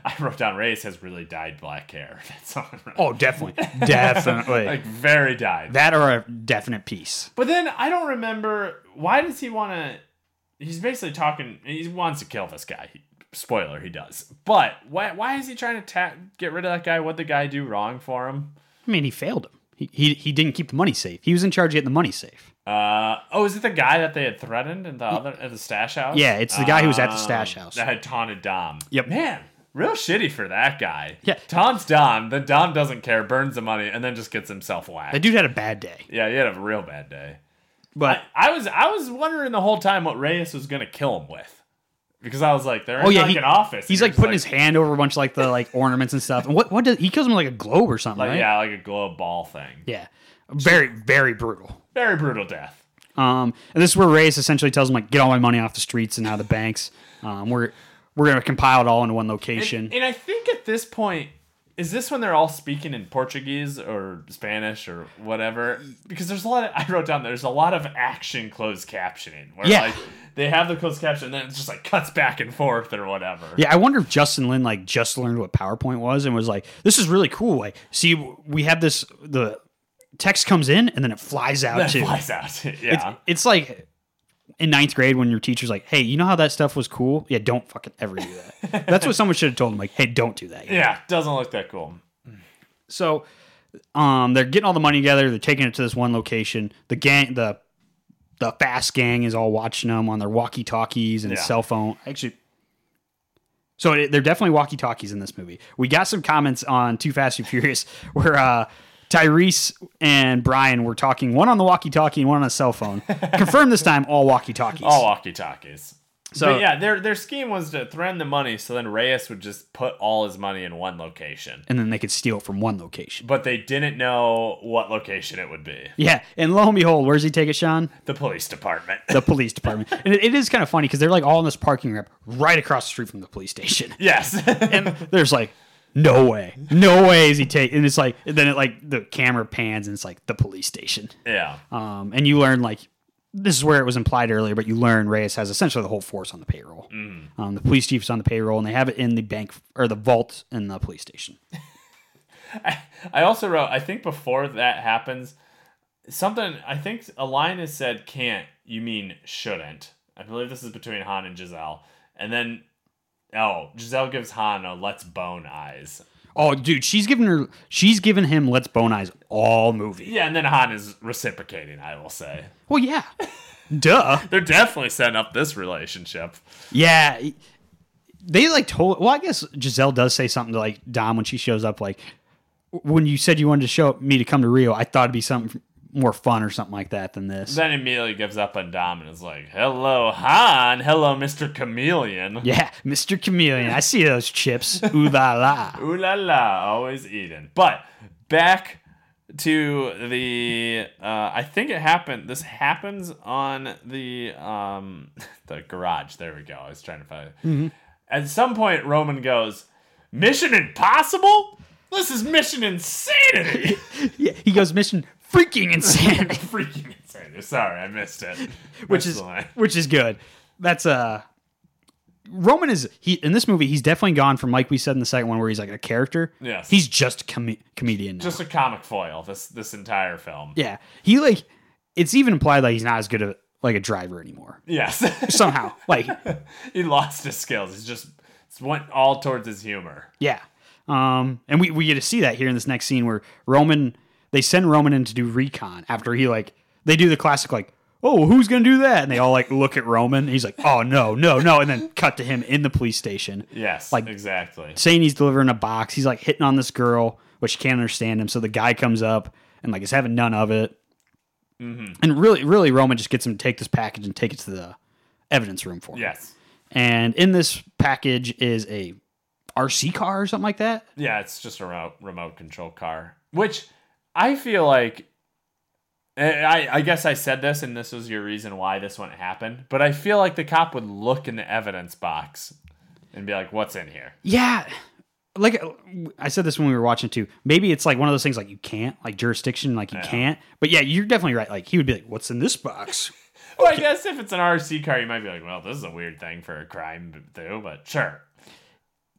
S3: I wrote down race has really dyed black hair. That's all. I wrote.
S2: Oh, definitely, definitely.
S3: Like very dyed.
S2: that or a definite piece.
S3: But then I don't remember why does he want to? He's basically talking. He wants to kill this guy. Spoiler, he does. But why? Why is he trying to ta- get rid of that guy? What the guy do wrong for him?
S2: I mean, he failed him. He, he he didn't keep the money safe. He was in charge of getting the money safe.
S3: Uh, oh, is it the guy that they had threatened in the other at the stash house?
S2: Yeah, it's the guy who was at the
S3: Um,
S2: stash house.
S3: that had taunted Dom.
S2: Yep.
S3: man. Real shitty for that guy.
S2: Yeah.
S3: Taunts Dom, then Dom doesn't care, burns the money, and then just gets himself
S2: That
S3: whacked.
S2: dude had a bad day.
S3: Yeah, he had a real bad day.
S2: But
S3: I was I was wondering the whole time what Reyes was gonna kill him with, because I was like, they're in
S2: oh yeah,
S3: like
S2: he,
S3: an office.
S2: He's
S3: and
S2: like
S3: you're
S2: putting his
S3: just
S2: hand over a bunch of like the like ornaments and stuff. And what what did he kills him with like a globe or something?
S3: like,
S2: right?
S3: yeah, like a globe ball thing.
S2: Yeah. Very, very brutal.
S3: Very brutal death.
S2: Um, and this is where Reyes essentially tells him like, get all my money off the streets and out of the banks. Um, we're we're gonna compile it all into one location.
S3: And, and I think at this point, is this when they're all speaking in Portuguese or Spanish or whatever? Because there's a lot. Of, I wrote down there's a lot of action closed captioning where
S2: Yeah.
S3: like they have the closed caption, and then it just like cuts back and forth or whatever.
S2: yeah, I wonder if Justin Lin like just learned what PowerPoint was and was like, this is really cool. Like, see, we have this the text comes in and then it flies out
S3: that
S2: too.
S3: flies out.
S2: It's,
S3: yeah,
S2: it's like in ninth grade when your teacher's like, hey, you know how that stuff was cool? Yeah, don't fucking ever do that. That's what someone should have told him. Like, hey, don't do that.
S3: yeah, doesn't look that cool.
S2: So um, they're getting all the money together. They're taking it to this one location. The gang, the the fast gang, is all watching them on their walkie talkies and
S3: Yeah.
S2: cell phone. Actually, so it, they're definitely walkie talkies in this movie. We got some comments on Too Fast and Furious where uh, Tyrese and Brian were talking one on the walkie talkie and one on a cell phone. Confirmed this time, all walkie talkies.
S3: All walkie talkies.
S2: So-
S3: but yeah, their their scheme was to threaten the money, so then Reyes would just put all his money in one location.
S2: and then they could steal it from one location.
S3: But they didn't know what location it would be.
S2: Yeah, and lo and behold, where's he take it, Sean?
S3: The police department.
S2: the police department. And it, it is kind of funny because they're like all in this parking lot right across the street from the police station.
S3: yes.
S2: And there's like, no way, no way is he taking. And it's like, and then it like the camera pans and it's like the police station.
S3: yeah.
S2: Um, and you learn like this is where it was implied earlier, but you learn Reyes has essentially the whole force on the payroll. Um, the police chief's on the payroll, and they have it in the bank or the vault in the police station.
S3: I also wrote, I think before that happens, something, I think a line is said, can't, you mean shouldn't. I believe this is between Han and Giselle. And then, oh, Giselle gives Han a let's bone eyes.
S2: Oh, dude, she's giving her, she's giving him let's bone eyes all movie.
S3: Yeah, and then Han is reciprocating, I will say.
S2: Well, yeah, duh.
S3: They're definitely setting up this relationship.
S2: Yeah. They like told well, I guess Giselle does say something to like Dom when she shows up, like when you said you wanted to show me to come to Rio, I thought it'd be something more fun or something like that than this.
S3: Then immediately gives up on Dom and is like, hello, Han. Hello, Mr. Chameleon.
S2: yeah, Mr. Chameleon. I see those chips. Ooh la la.
S3: Ooh la la, always eating. But back to the, uh, I think it happened. This happens on the um, the garage. There we go. I was trying to find. it.
S2: Mm-hmm.
S3: At some point, Roman goes, "Mission Impossible." This is Mission Insanity.
S2: Yeah, he goes mission freaking insanity.
S3: Freaking insanity. Sorry, I missed it.
S2: which
S3: Missed
S2: is
S3: the line.
S2: which is good. That's uh Roman is he in this movie he's definitely gone from like we said in the second one where he's like a character.
S3: Yes.
S2: He's just a com- comedian now.
S3: just a comic foil. This this entire film.
S2: Yeah, he like it's even implied like he's not as good of like a driver anymore
S3: Yes,
S2: somehow. like
S3: he lost his skills. He's just it's went all towards his humor.
S2: yeah, um, and we we get to see that here in this next scene where Roman they send Roman in to do recon after he like they do the classic like oh who's gonna do that and they all like look at Roman and he's like oh no no no and then cut to him in the police station
S3: Yes,
S2: Like-
S3: exactly.
S2: saying he's delivering a box he's like hitting on this girl but she can't understand him so the guy comes up and like is having none of it. And really, really, Roman just gets him to take this package and take it to the evidence room for him.
S3: Yes.
S2: and in this package is a RC car or something like that.
S3: Yeah, it's just a remote, remote control car, which I feel like. and I, I guess I said this, and this was your reason why this wouldn't happen. But I feel like the cop would look in the evidence box and be like, "What's in here?"
S2: Yeah, like uh, I said this when we were watching too. Maybe it's like one of those things like you can't, like jurisdiction, like you can't. But yeah, you're definitely right. Like he would be like, "What's in this box?"
S3: Well, I guess if it's an RC car, you might be like, "Well, this is a weird thing for a crime to do," but sure.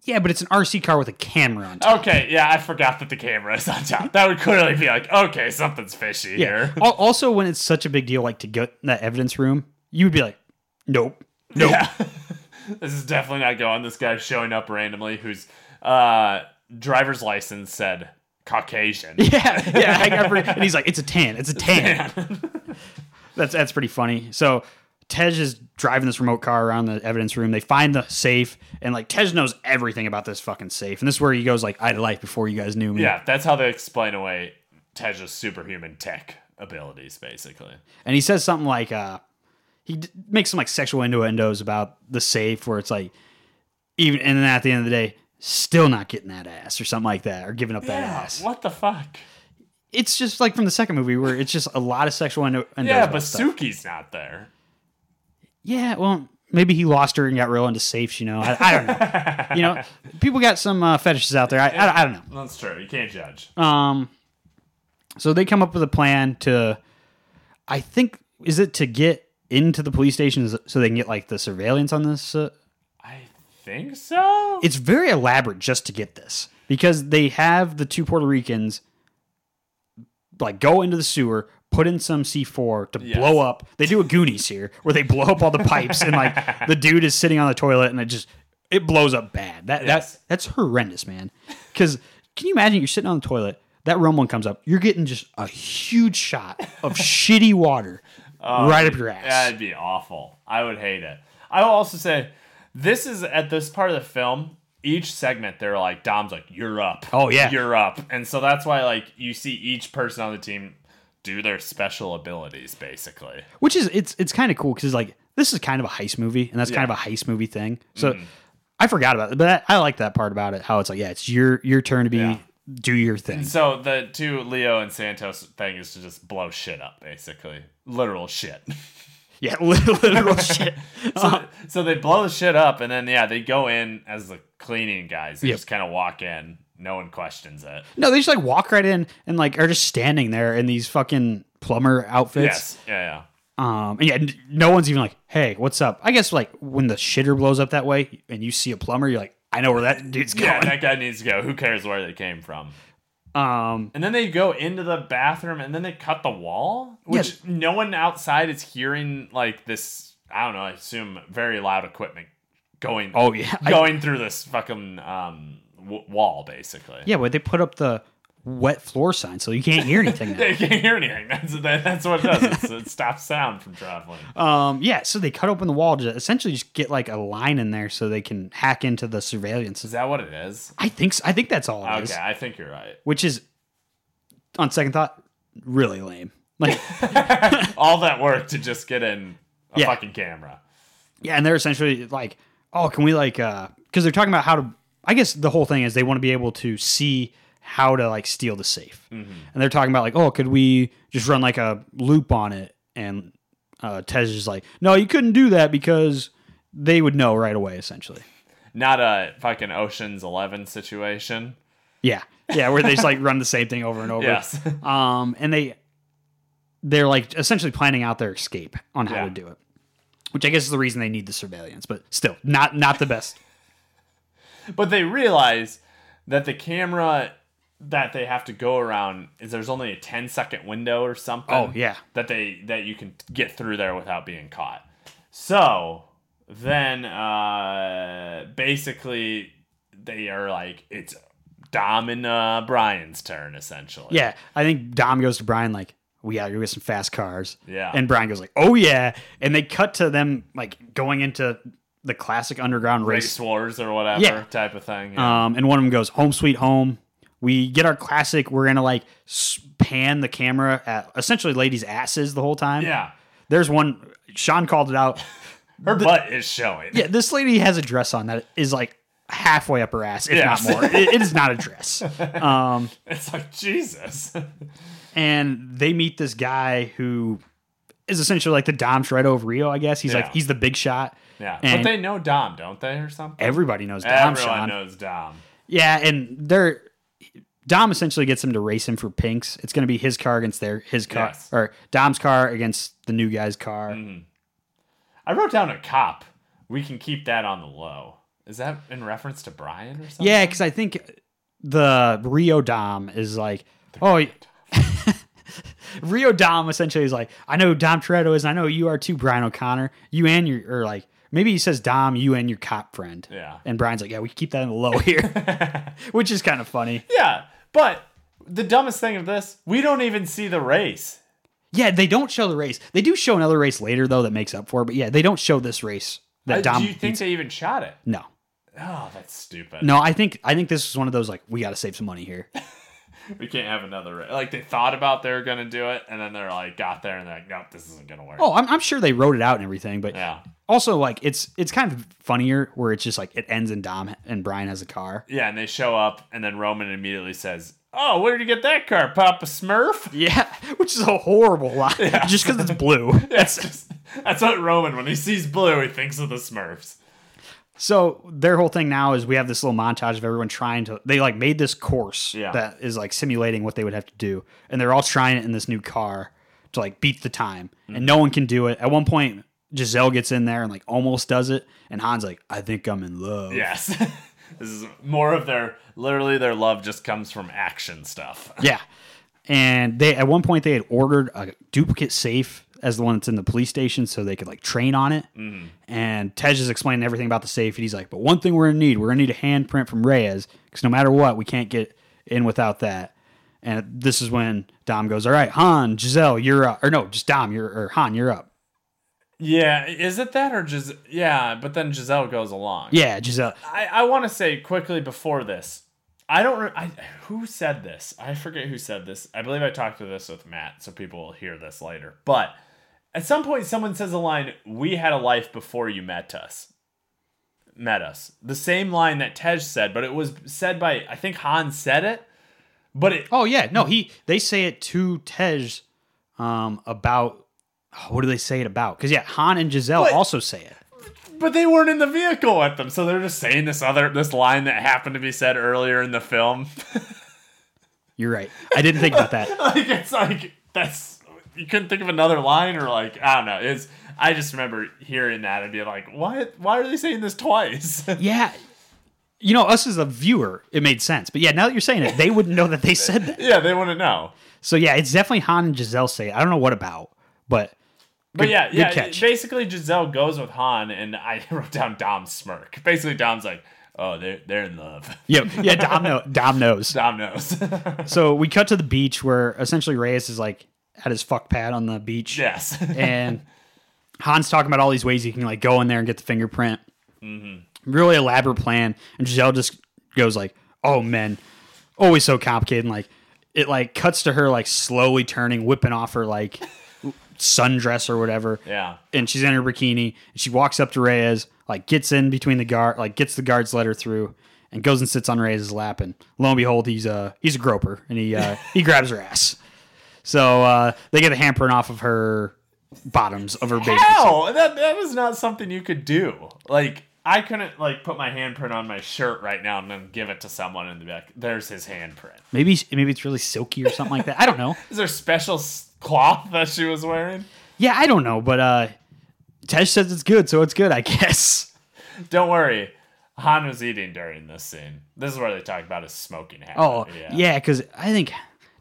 S2: Yeah, but it's an RC car with a camera on top.
S3: Okay, yeah, I forgot that the camera is on top. That would clearly be like, okay, something's fishy
S2: Yeah.
S3: here.
S2: Al- also, when it's such a big deal, like to get in that evidence room, you would be like, nope, nope.
S3: Yeah. this is definitely not going. This guy showing up randomly whose uh, driver's license said Caucasian.
S2: Yeah, yeah. I got pretty, and he's like, "It's a tan. It's a tan." that's that's pretty funny. So Tej is driving this remote car around the evidence room. They find the safe, and like Tej knows everything about this fucking safe. And this is where he goes like, "I had a life before you guys knew me."
S3: Yeah, that's how they explain away Tej's superhuman tech abilities, basically.
S2: And he says something like, uh, he d- makes some like sexual innuendos about the safe, where it's like, even and then at the end of the day, still not getting that ass or something like that, or giving up that ass.
S3: What the fuck?
S2: It's just like from the second movie where it's just a lot of sexual innu- innuendos.
S3: Yeah,
S2: about
S3: but
S2: stuff.
S3: Suki's not there.
S2: Yeah, well, maybe he lost her and got real into safes. You know, I, I don't know. you know, people got some uh, fetishes out there. I, I, I don't know.
S3: That's true. You can't judge.
S2: Um, so they come up with a plan to, I think, is it to get into the police station so they can get like the surveillance on this? Uh,
S3: I think so.
S2: it's very elaborate just to get this because they have the two Puerto Ricans like go into the sewer, put in some C4 to
S3: Yes.
S2: blow up. They do a Goonies here where they blow up all the pipes and like the dude is sitting on the toilet and it just it blows up bad. That
S3: Yes.
S2: that that's horrendous, man. Cuz can you imagine you're sitting on the toilet, that rum one comes up. You're getting just a huge shot of shitty water
S3: Oh,
S2: right up your ass.
S3: That'd be awful. I would hate it. I will also say, this is at this part of the film. Each segment, they're like, Dom's like, "You're up."
S2: Oh, yeah.
S3: you're up. And so that's why, like, you see each person on the team do their special abilities, basically.
S2: which is it's it's kind of cool because like this is kind of a heist movie and that's kind of a heist movie thing so i forgot about it but I, I like that part about it how it's like yeah it's your your turn to be do your thing
S3: So the two Leo and Santos thing is to just blow shit up, basically, literal shit.
S2: yeah literal shit Uh-huh.
S3: so they blow the shit up, and then yeah, they go in as the cleaning guys. They
S2: Yep.
S3: just kind of walk in. No one questions it.
S2: no they just like walk right in and like are just standing there in these fucking plumber outfits
S3: yes. Yeah. Yeah.
S2: um and yeah n- no one's even like hey what's up i guess like when the shitter blows up that way and you see a plumber you're like i know where that dude's going
S3: Yeah, that guy needs to go. Who cares where they came from?
S2: um
S3: And then they go into the bathroom and then they cut the wall, which
S2: Yes.
S3: no one outside is hearing like this. I don't know. I assume very loud equipment going.
S2: oh yeah I-
S3: going through this fucking um, w- wall basically.
S2: yeah but they put up the wet floor sign so you can't hear anything now.
S3: You can't hear anything. That's that, that's what it does. It's, it stops sound from traveling.
S2: Um, yeah, so they cut open the wall to essentially just get like a line in there so they can hack into the surveillance.
S3: Is that what it is?
S2: I think so. I think that's all it is.
S3: Okay, I think you're right.
S2: Which is, on second thought, really lame. Like,
S3: All that work to just get in a
S2: Yeah.
S3: fucking camera.
S2: yeah, and they're essentially like, oh, can we like, uh, because they're talking about how to. I guess the whole thing is they want to be able to see how to like steal the safe, and they're talking about like, oh, could we just run like a loop on it? And uh, Tej is like, no, you couldn't do that because they would know right away, essentially.
S3: Not a fucking Ocean's Eleven situation.
S2: Yeah. Yeah, where they just like run the same thing over and over.
S3: Yes.
S2: Um and they they're like essentially planning out their escape on how
S3: Yeah.
S2: to do it. Which I guess is the reason they need the surveillance, but still not not the best.
S3: But they realize that the camera that they have to go around is there's only a 10 second window or something.
S2: Oh, yeah.
S3: That they that you can get through there without being caught. So then uh basically they are like it's Dom and uh, Brian's turn essentially.
S2: Yeah. I think Dom goes to Brian like, We gotta go get some fast cars.
S3: Yeah.
S2: And Brian goes like, Oh yeah. And they cut to them like going into the classic underground race
S3: Race wars or whatever
S2: Yeah.
S3: type of thing. Yeah.
S2: Um, and one of them goes home sweet home. We get our classic. We're gonna like s- pan the camera at essentially ladies' asses the whole time.
S3: Yeah.
S2: There's one. Sean called it out.
S3: Her butt is showing.
S2: yeah, this lady has a dress on that is like halfway up her ass, if
S3: Yes.
S2: not more. It- it is not a dress. Um,
S3: It's like Jesus.
S2: and they meet this guy who is essentially like the Dom Shredo of Rio. I guess he's
S3: Yeah.
S2: like he's the big shot.
S3: yeah.
S2: And-
S3: but they know Dom, don't they, or something?
S2: Everybody knows Dom
S3: Everyone
S2: Sean.
S3: knows Dom.
S2: Yeah, and they're Dom essentially gets him to race him for pinks. It's going to be his car against their his car
S3: Yes. Mm-hmm.
S2: or Dom's car against the new guy's car.
S3: I wrote down a cop. We can keep that on the low. Is that in reference to Brian or something?
S2: Yeah, because I think the Rio Dom is like, oh, Rio Dom essentially is like, I know Dom Toretto is, and I know you are too, Brian O'Connor. You and your, or like, maybe he says Dom, you and your cop friend.
S3: Yeah.
S2: And Brian's like, yeah, we keep that in the low here, which is kind of funny.
S3: Yeah. But the dumbest thing of this, we don't even see the race.
S2: Yeah, they don't show the race. They do show another race later, though, that makes up for it. But yeah, they don't show this race that
S3: Uh,
S2: Dom.
S3: Do you think they even shot it?
S2: no.
S3: Oh, that's stupid.
S2: No, I think I think this is one of those like we got to save some money here.
S3: We can't have another race. Like they thought about they were gonna do it, and then they're like got there and they're like, nope, this isn't gonna work.
S2: Oh, I'm, I'm sure they wrote it out and everything, but
S3: Yeah.
S2: also like it's it's kind of funnier where it's just like it ends in Dom and Brian has a car.
S3: Yeah, and they show up, and then Roman immediately says, "Oh, where did you get that car, Papa Smurf?"
S2: Yeah, which is a horrible line just because it's blue.
S3: That's just that's what Roman when he sees blue, he thinks of the Smurfs.
S2: So their whole thing now is we have this little montage of everyone trying to. They like made this course
S3: Yeah.
S2: that is like simulating what they would have to do, and they're all trying it in this new car to like beat the time, and no one can do it. At one point, Giselle gets in there and like almost does it, and Han's like, "I think I'm in love."
S3: Yes, this is more of their literally their love just comes from action stuff.
S2: yeah. And they at one point they had ordered a duplicate safe as the one that's in the police station so they could like train on it. And Tej is explaining everything about the safe, and he's like, "But one thing we're gonna need, we're gonna need a handprint from Reyes because no matter what, we can't get in without that." And this is when Dom goes, "All right, Han, Giselle, you're up," or no, just Dom, you're or Han, you're up.
S3: Yeah, is it that or just yeah? But then Giselle goes along.
S2: Yeah, Giselle.
S3: I, I want to say quickly before this, I don't. re- I who said this? I forget who said this. I believe I talked to this with Matt, so people will hear this later. But at some point, someone says a line: "We had a life before you met us." Met us. The same line that Tej said, but it was said by I think Han said it, but it
S2: Oh yeah, no, he they say it to Tej um, about oh, what do they say it about? Because yeah, Han and Giselle
S3: What?
S2: also say it.
S3: But they weren't in the vehicle with them, so they're just saying this other this line that happened to be said earlier in the film.
S2: You're right. I didn't think about that.
S3: like it's like that's you couldn't think of another line or like I don't know. It's I just remember hearing that and being like, why why are they saying this twice?
S2: Yeah. You know, us as a viewer, it made sense. But yeah, now that you're saying it, they wouldn't know that they said that.
S3: yeah, they want to know.
S2: So yeah, it's definitely Han and Giselle say it. I don't know what about, but
S3: But yeah,
S2: good
S3: yeah.
S2: catch.
S3: Basically, Giselle goes with Han, and I wrote down Dom's smirk. Basically, Dom's like, oh, they're they're in love.
S2: yeah, yeah, Dom, know, Dom knows.
S3: Dom knows.
S2: So we cut to the beach where essentially Reyes is like at his fuck pad on the beach.
S3: yes.
S2: and Han's talking about all these ways he can like go in there and get the fingerprint. Really elaborate plan, and Giselle just goes like, "Oh man, always so complicated." And like it like cuts to her like slowly turning, whipping off her like sundress or whatever.
S3: yeah.
S2: And she's in her bikini, and she walks up to Reyes, like gets in between the guard, like gets the guard's letter through, and goes and sits on Reyes' lap. And lo and behold, he's a he's a groper, and he uh, he grabs her ass. So uh, they get a hampering off of her bottoms of her baby.
S3: How? That that is not something you could do. Like I couldn't like put my handprint on my shirt right now and then give it to someone and be like, "There's his handprint."
S2: Maybe maybe it's really silky or something like that. I don't know.
S3: Is there special s- cloth that she was wearing?
S2: Yeah, I don't know. But uh, Tej says it's good, so it's good, I guess.
S3: Don't worry, Han was eating during this scene. This is where they talk about his smoking habit.
S2: Oh yeah, because I think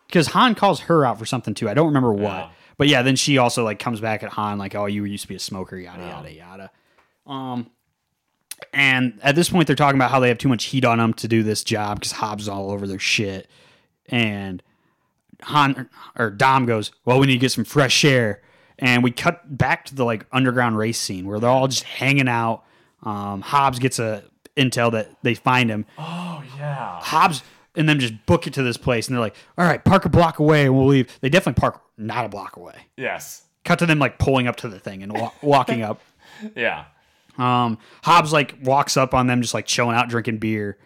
S2: because Han calls her out for something too. I don't remember what,
S3: Yeah.
S2: but yeah, then she also like comes back at Han like, "Oh, you used to be a smoker, yada yada yada." Um, and at this point, they're talking about how they have too much heat on them to do this job because Hobbs is all over their shit, and Han or Dom goes, "Well, we need to get some fresh air." And we cut back to the like underground race scene where they're all just hanging out. Um, Hobbs gets a intel that they find him,
S3: Oh yeah.
S2: Hobbs and them just book it to this place, and they're like, "All right, park a block away, and we'll leave." They definitely park not a block away.
S3: Yes.
S2: Cut to them like pulling up to the thing and wa- walking up.
S3: Yeah.
S2: Um, Hobbs like walks up on them, just like chilling out, drinking beer,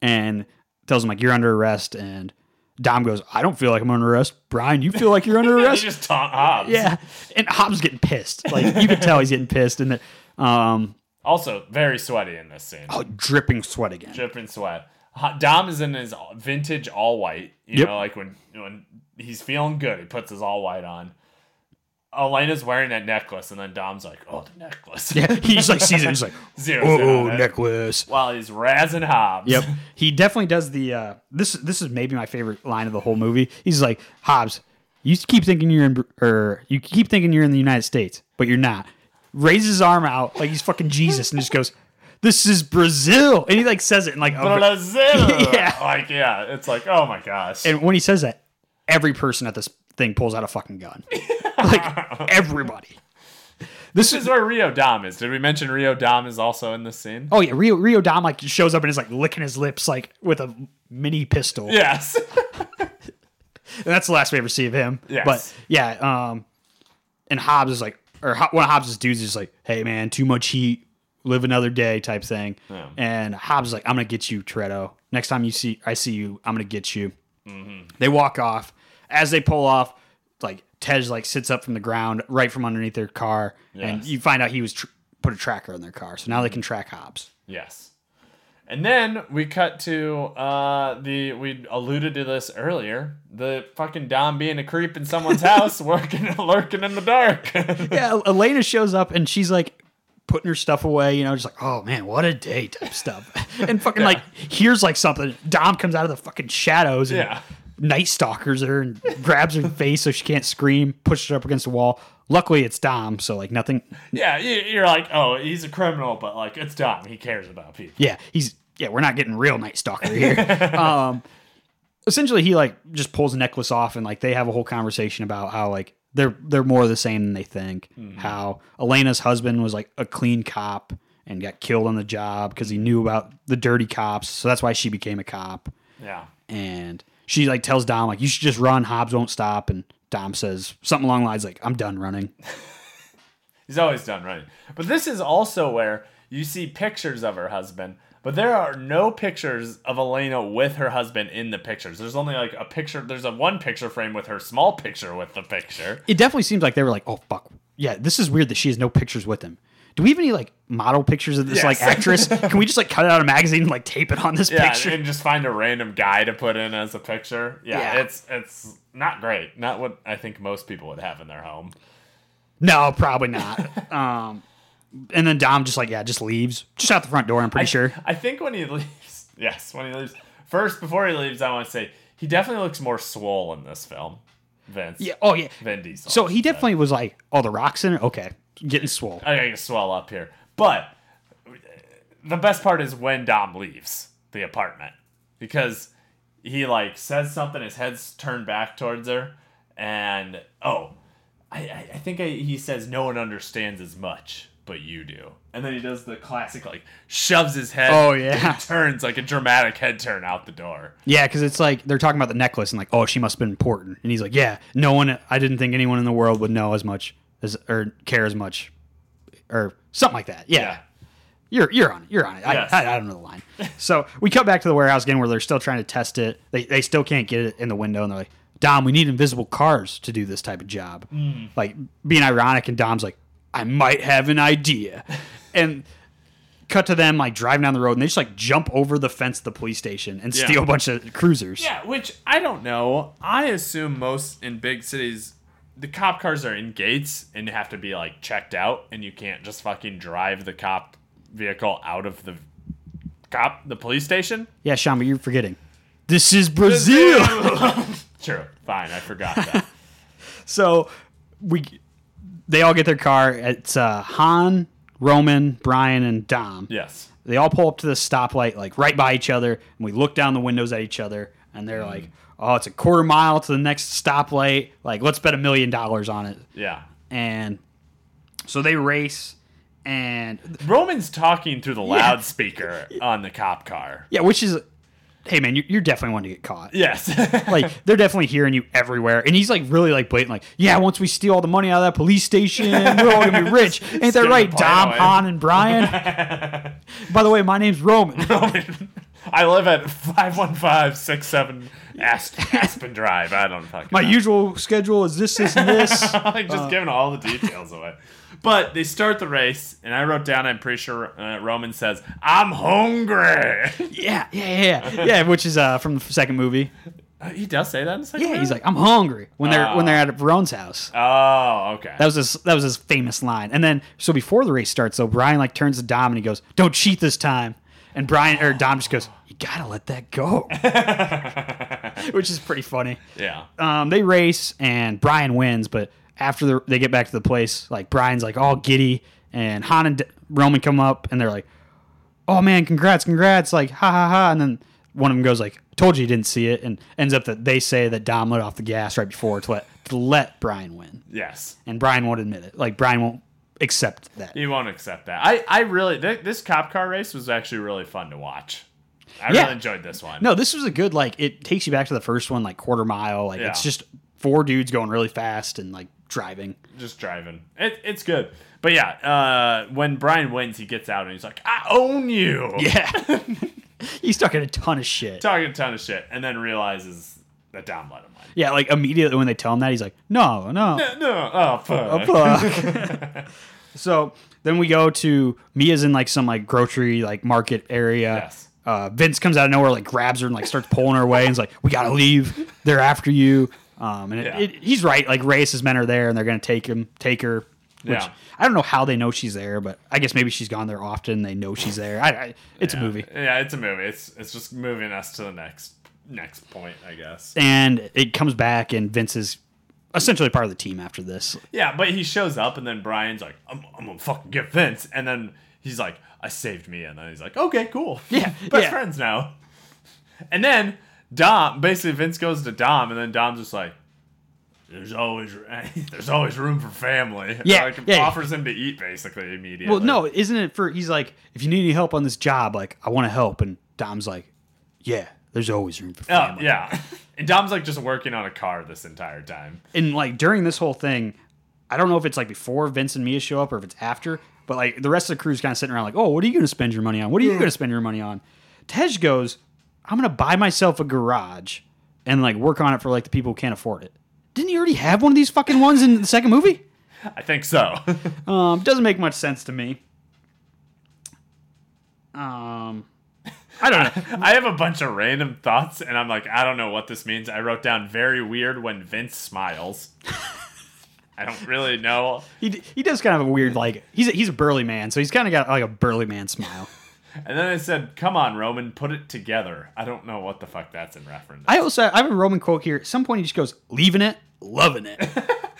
S2: and tells them like, "You're under arrest." And Dom goes, "I don't feel like I'm under arrest, Brian. You feel like you're under
S3: He
S2: arrest?"
S3: just taunt Hobbs.
S2: yeah. And Hobbs getting pissed. Like you can tell he's getting pissed, and the, um,
S3: Also, very sweaty in this scene.
S2: oh, dripping sweat again.
S3: dripping sweat. Ha- Dom is in his vintage all white. You
S2: Yep.
S3: know, like when when he's feeling good, he puts his all white on. Elena's wearing that necklace, and then Dom's like, "Oh, the necklace."
S2: Yeah, he's like sees it. He's like,
S3: Zero, zero,
S2: oh,
S3: man.
S2: necklace.
S3: While he's razzing Hobbs.
S2: Yep, he definitely does the. Uh, this this is maybe my favorite line of the whole movie. He's like, Hobbs, you keep thinking you're in, Br- or you keep thinking you're in the United States, but you're not. Raises his arm out like he's fucking Jesus, and just goes, "This is Brazil," and he like says it in like. a-
S3: Brazil.
S2: Yeah.
S3: Like, yeah, it's like, oh my gosh.
S2: And when he says that, every person at this thing pulls out a fucking gun. like everybody.
S3: this
S2: This is
S3: is where Rio Dom is. Did we mention Rio Dom is also in this scene?
S2: oh yeah, Rio Rio Dom like shows up and is like licking his lips like with a mini pistol.
S3: Yes.
S2: And that's the last we ever see of him.
S3: Yes.
S2: But yeah, um and Hobbs is like or Ho- one of Hobbs' dudes is like, hey man, too much heat, live another day type thing. And Hobbs is like, I'm gonna get you, Toretto. Next time you see I see you, I'm gonna get you. Mm-hmm. They walk off. As they pull off, like Tej like sits up from the ground right from underneath their car, and
S3: Yes.
S2: you find out he was tr- put a tracker on their car, so now they can track Hobbs.
S3: Yes. And then we cut to uh, the we alluded to this earlier the fucking Dom being a creep in someone's house, working lurking in the dark.
S2: yeah, Elena shows up and she's like putting her stuff away, you know, just like, oh man, what a day type stuff. and fucking like hears like something. Dom comes out of the fucking shadows and
S3: Yeah.
S2: night stalkers her and grabs her face so she can't scream, pushes her up against the wall. Luckily it's Dom, so like nothing
S3: yeah, you, you're like, oh, he's a criminal, but like it's Dom. He cares about people.
S2: Yeah, he's yeah, we're not getting real Night Stalker here. um essentially he like just pulls a necklace off and like they have a whole conversation about how like they're they're more the same than they think. How Elena's husband was like a clean cop and got killed on the job because he knew about the dirty cops, so that's why she became a cop.
S3: Yeah.
S2: And she like tells Dom like you should just run, Hobbs won't stop and Dom says something along the lines like I'm done running.
S3: He's always done running. But this is also where you see pictures of her husband, but there are no pictures of Elena with her husband in the pictures. There's only like a picture, there's a one picture frame with her small picture with the picture.
S2: it definitely seems like they were like, oh fuck, yeah, this is weird that she has no pictures with him. Do we have any like model pictures of this
S3: Yes.
S2: like actress? Can we just like cut it out of a magazine and like tape it on this
S3: Yeah,
S2: picture?
S3: and just find a random guy to put in as a picture. Yeah,
S2: Yeah.
S3: it's it's not great. Not what I think most people would have in their home.
S2: no, probably not. um, and then Dom just like yeah, just leaves, just out the front door. I'm pretty sure.
S3: I think when he leaves, yes, when he leaves. First, before he leaves, I want to say he definitely looks more swole in this film. Vince.
S2: Yeah. Oh yeah.
S3: Vin Diesel.
S2: So he definitely was like, oh, the rocks in it. Okay, getting swole.
S3: I gotta swell up here. But the best part is when Dom leaves the apartment because he like says something. His head's turned back towards her, and oh, I I, I think I, he says no one understands as much, but you do. And then he does the classic like shoves his head.
S2: Oh, yeah.
S3: and turns like a dramatic head turn out the door.
S2: Yeah, because it's like they're talking about the necklace and like, oh, she must have been important. And he's like, yeah, no one, I didn't think anyone in the world would know as much as or care as much, or something like that. Yeah, you're you're on it. You're on it. I,
S3: Yes.
S2: I, I don't know the line. so we cut back to the warehouse again, where they're still trying to test it. They they still can't get it in the window, and they're like, Dom, we need invisible cars to do this type of job.
S3: Mm.
S2: Like being ironic, and Dom's like, I might have an idea, and. Cut to them like driving down the road, and they just like jump over the fence of the police station and
S3: Yeah.
S2: steal a bunch of cruisers.
S3: Yeah, which I don't know. I assume most in big cities, the cop cars are in gates and have to be like checked out, and you can't just fucking drive the cop vehicle out of the cop the police station.
S2: Yeah, Sean, but you're forgetting. This is Brazil.
S3: True. Fine, I forgot that.
S2: so we they all get their car. It's uh, Han, Roman, Brian, and Dom.
S3: yes.
S2: They all pull up to the stoplight, like right by each other, and we look down the windows at each other, and they're like, "Oh, it's a quarter mile to the next stoplight. Like, let's bet a million dollars on it."
S3: Yeah.
S2: And so they race, and
S3: Roman's talking through the loudspeaker on the cop car.
S2: yeah, which is, hey man, you're, you're definitely wanting to get caught.
S3: Yes.
S2: like they're definitely hearing you everywhere. And he's like really like blatant, like, yeah, once we steal all the money out of that police station, we're all gonna be rich. Ain't that
S3: the
S2: right,
S3: plane
S2: Dom,
S3: away.
S2: Han, and Brian? By the way, my name's Roman.
S3: I live at 51567 Aspen, Aspen Drive. I don't fucking
S2: My
S3: know.
S2: usual schedule is this, this, and this.
S3: like just giving all the details away. But they start the race, and I wrote down. I'm pretty sure uh, Roman says, "I'm hungry."
S2: yeah, yeah, yeah, yeah. Which is uh, from the second movie.
S3: Uh, He does say that in the second.
S2: Yeah,
S3: round?
S2: he's like, I'm hungry when they're when they're at Verone's house.
S3: oh, okay.
S2: That was his that was his famous line. And then so before the race starts though, Brian like turns to Dom and he goes, Don't cheat this time. And Brian or Dom just goes, You gotta let that go. Which is pretty funny.
S3: yeah.
S2: Um, they race and Brian wins, but after the, they get back to the place, like Brian's like all giddy and Han and D- Roman come up and they're like, Oh man, congrats, congrats, like ha ha ha and then one of them goes like, Told you you didn't see it and ends up that they say that Dom let off the gas right before to let to let Brian win
S3: yes.
S2: and Brian won't admit it. Like Brian won't accept that.
S3: He won't accept that. I, I really th- this cop car race was actually really fun to watch. I
S2: Yeah.
S3: really enjoyed this one.
S2: No, this was a good like it takes you back to the first one like quarter mile. Like
S3: Yeah.
S2: it's just four dudes going really fast and like driving.
S3: Just driving. It, it's good. But yeah, uh, when Brian wins, he gets out and he's like, "I own you."
S2: Yeah. He's talking a ton of shit.
S3: Talking a ton of shit, and then realizes that Dom let him win.
S2: Yeah, like immediately when they tell him that he's like, "No, no."
S3: No, oh fuck.
S2: fuck." so, then we go to Mia's in like some like grocery like market area.
S3: Yes.
S2: Uh, Vince comes out of nowhere, like grabs her and like starts pulling her away, and is like, "We gotta leave. They're after you." Um, and it,
S3: Yeah.
S2: it, he's right. Like racist men are there, and they're gonna take him, take her. Which
S3: Yeah.
S2: I don't know how they know she's there, but I guess maybe she's gone there often. They know she's there. I, I it's a movie,
S3: Yeah, it's a movie. It's it's just moving us to the next next point, I guess.
S2: and it comes back, and Vince is essentially part of the team after this.
S3: Yeah, but he shows up and then Brian's like, I'm, I'm gonna fucking get Vince, and then he's like, I saved me, and then he's like, okay, cool,
S2: Yeah,
S3: best
S2: yeah.
S3: friends now. And then Dom, basically Vince goes to Dom, and then Dom's just like, there's always there's always room for family.
S2: Yeah,
S3: like,
S2: yeah.
S3: offers him to eat basically immediately.
S2: Well, no, isn't it for? He's like, if you need any help on this job, like I want to help, and Dom's like, yeah, there's always room for
S3: Oh,
S2: family.
S3: yeah. And Dom's like just working on a car this entire time.
S2: and like during this whole thing, I don't know if it's like before Vince and Mia show up or if it's after, but like the rest of the crew's kind of sitting around like, oh, what are you going to spend your money on? What are you going to spend your money on? Tej goes, I'm going to buy myself a garage and like work on it for like the people who can't afford it. Didn't he already have one of these fucking ones in the second movie?
S3: I think so.
S2: Um, doesn't make much sense to me. Um, I don't know.
S3: I have a bunch of random thoughts, and I'm like, I don't know what this means. I wrote down very weird when Vince smiles. I don't really know.
S2: He, d- he does kind of have a weird like he's a, he's a burly man, so he's kind of got like a burly man smile.
S3: And then I said, "Come on, Roman, put it together." I don't know what the fuck that's in reference.
S2: I also I have a Roman quote here. At some point, he just goes, "Leaving it, loving it."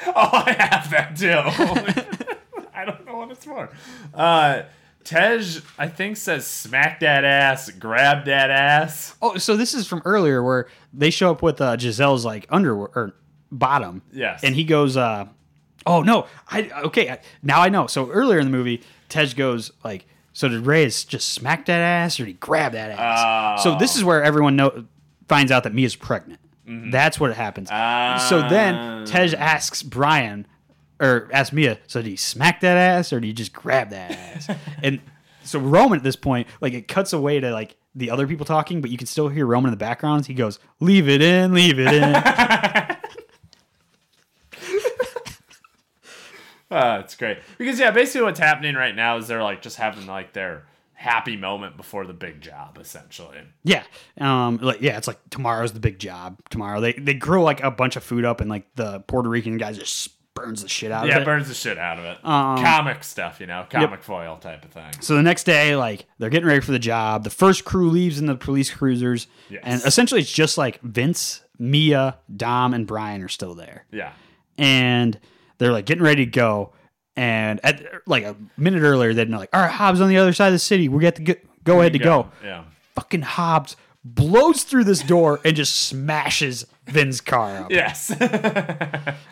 S3: oh, I have that too. I don't know what it's for. Uh, Tej, I think, says, "Smack that ass, grab that ass."
S2: oh, so this is from earlier where they show up with uh, Giselle's like underwear or bottom.
S3: Yes.
S2: and he goes, uh, "Oh no, I okay I, now I know." So earlier in the movie, Tej goes like, "So did Reyes just smack that ass, or did he grab that ass?" So this is where everyone know, finds out that Mia's pregnant. That's what happens.
S3: Ah.
S2: so
S3: Um,
S2: then Tej asks Brian or asks Mia, so do you smack that ass or do you just grab that ass? and so Roman at this point, like it cuts away to like the other people talking, but you can still hear Roman in the background. He goes, Leave it in, leave it in.
S3: Uh, it's great because yeah, basically what's happening right now is they're like just having like their happy moment before the big job, essentially.
S2: yeah. Um like yeah, it's like tomorrow's the big job. Tomorrow. They they grill like a bunch of food up and like the Puerto Rican guy just burns the shit out
S3: Yeah,
S2: of it.
S3: burns the shit out of it.
S2: Uh-uh.
S3: Comic stuff, you know, comic foil type of thing.
S2: So the next day, like they're getting ready for the job. The first crew leaves in the police cruisers,
S3: Yes.
S2: and essentially it's just like Vince, Mia, Dom, and Brian are still there,
S3: Yeah,
S2: and they're like getting ready to go. And at like a minute earlier, they'd been like, "All right, Hobbs on the other side of the city. We got to get, go ahead to go."
S3: yeah.
S2: Fucking Hobbs blows through this door and just smashes Vince's car up
S3: Yes.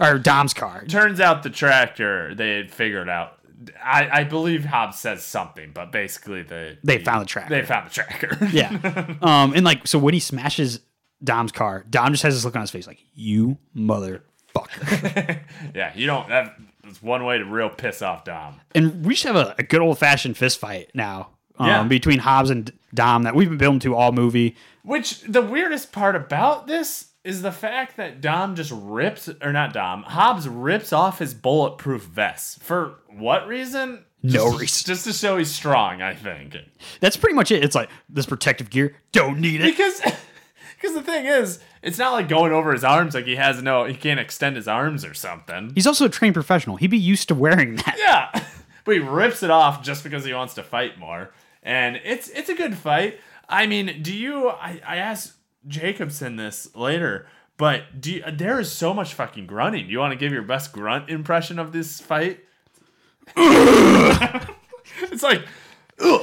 S2: or Dom's car.
S3: Turns out the tractor they had figured out. I, I believe Hobbs says something, but basically the
S2: They
S3: the-
S2: found the tracker.
S3: They found the tracker.
S2: Yeah. Um, and like, so when he smashes Dom's car, Dom just has this look on his face like, you motherfucker.
S3: yeah. You don't. That, that's one way to real piss off Dom.
S2: and we should have a, a good old fashioned fist fight now um,
S3: Yeah.
S2: between Hobbs and Dom that we've been building to all movie.
S3: Which the weirdest part about this is the fact that Dom just rips, or not Dom, Hobbs rips off his bulletproof vest for what reason?
S2: No
S3: Just-
S2: reason.
S3: Just to show he's strong, I think.
S2: That's pretty much it. It's like this protective gear, don't need it.
S3: Because Because the thing is, it's not like going over his arms like he has no, he can't extend his arms or something.
S2: He's also a trained professional. He'd be used to wearing that.
S3: Yeah, but he rips it off just because he wants to fight more, and it's it's a good fight. I mean, do you? I, I asked Jacobson this later, but do you, there is so much fucking grunting. Do you want to give your best grunt impression of this fight? it's like, ugh,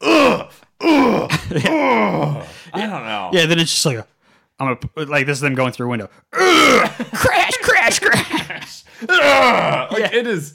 S3: ugh, ugh, ugh. I don't know.
S2: Yeah, then it's just like, a, I'm a, like this is them going through a window. Ugh! crash, crash, crash.
S3: Ugh! like it is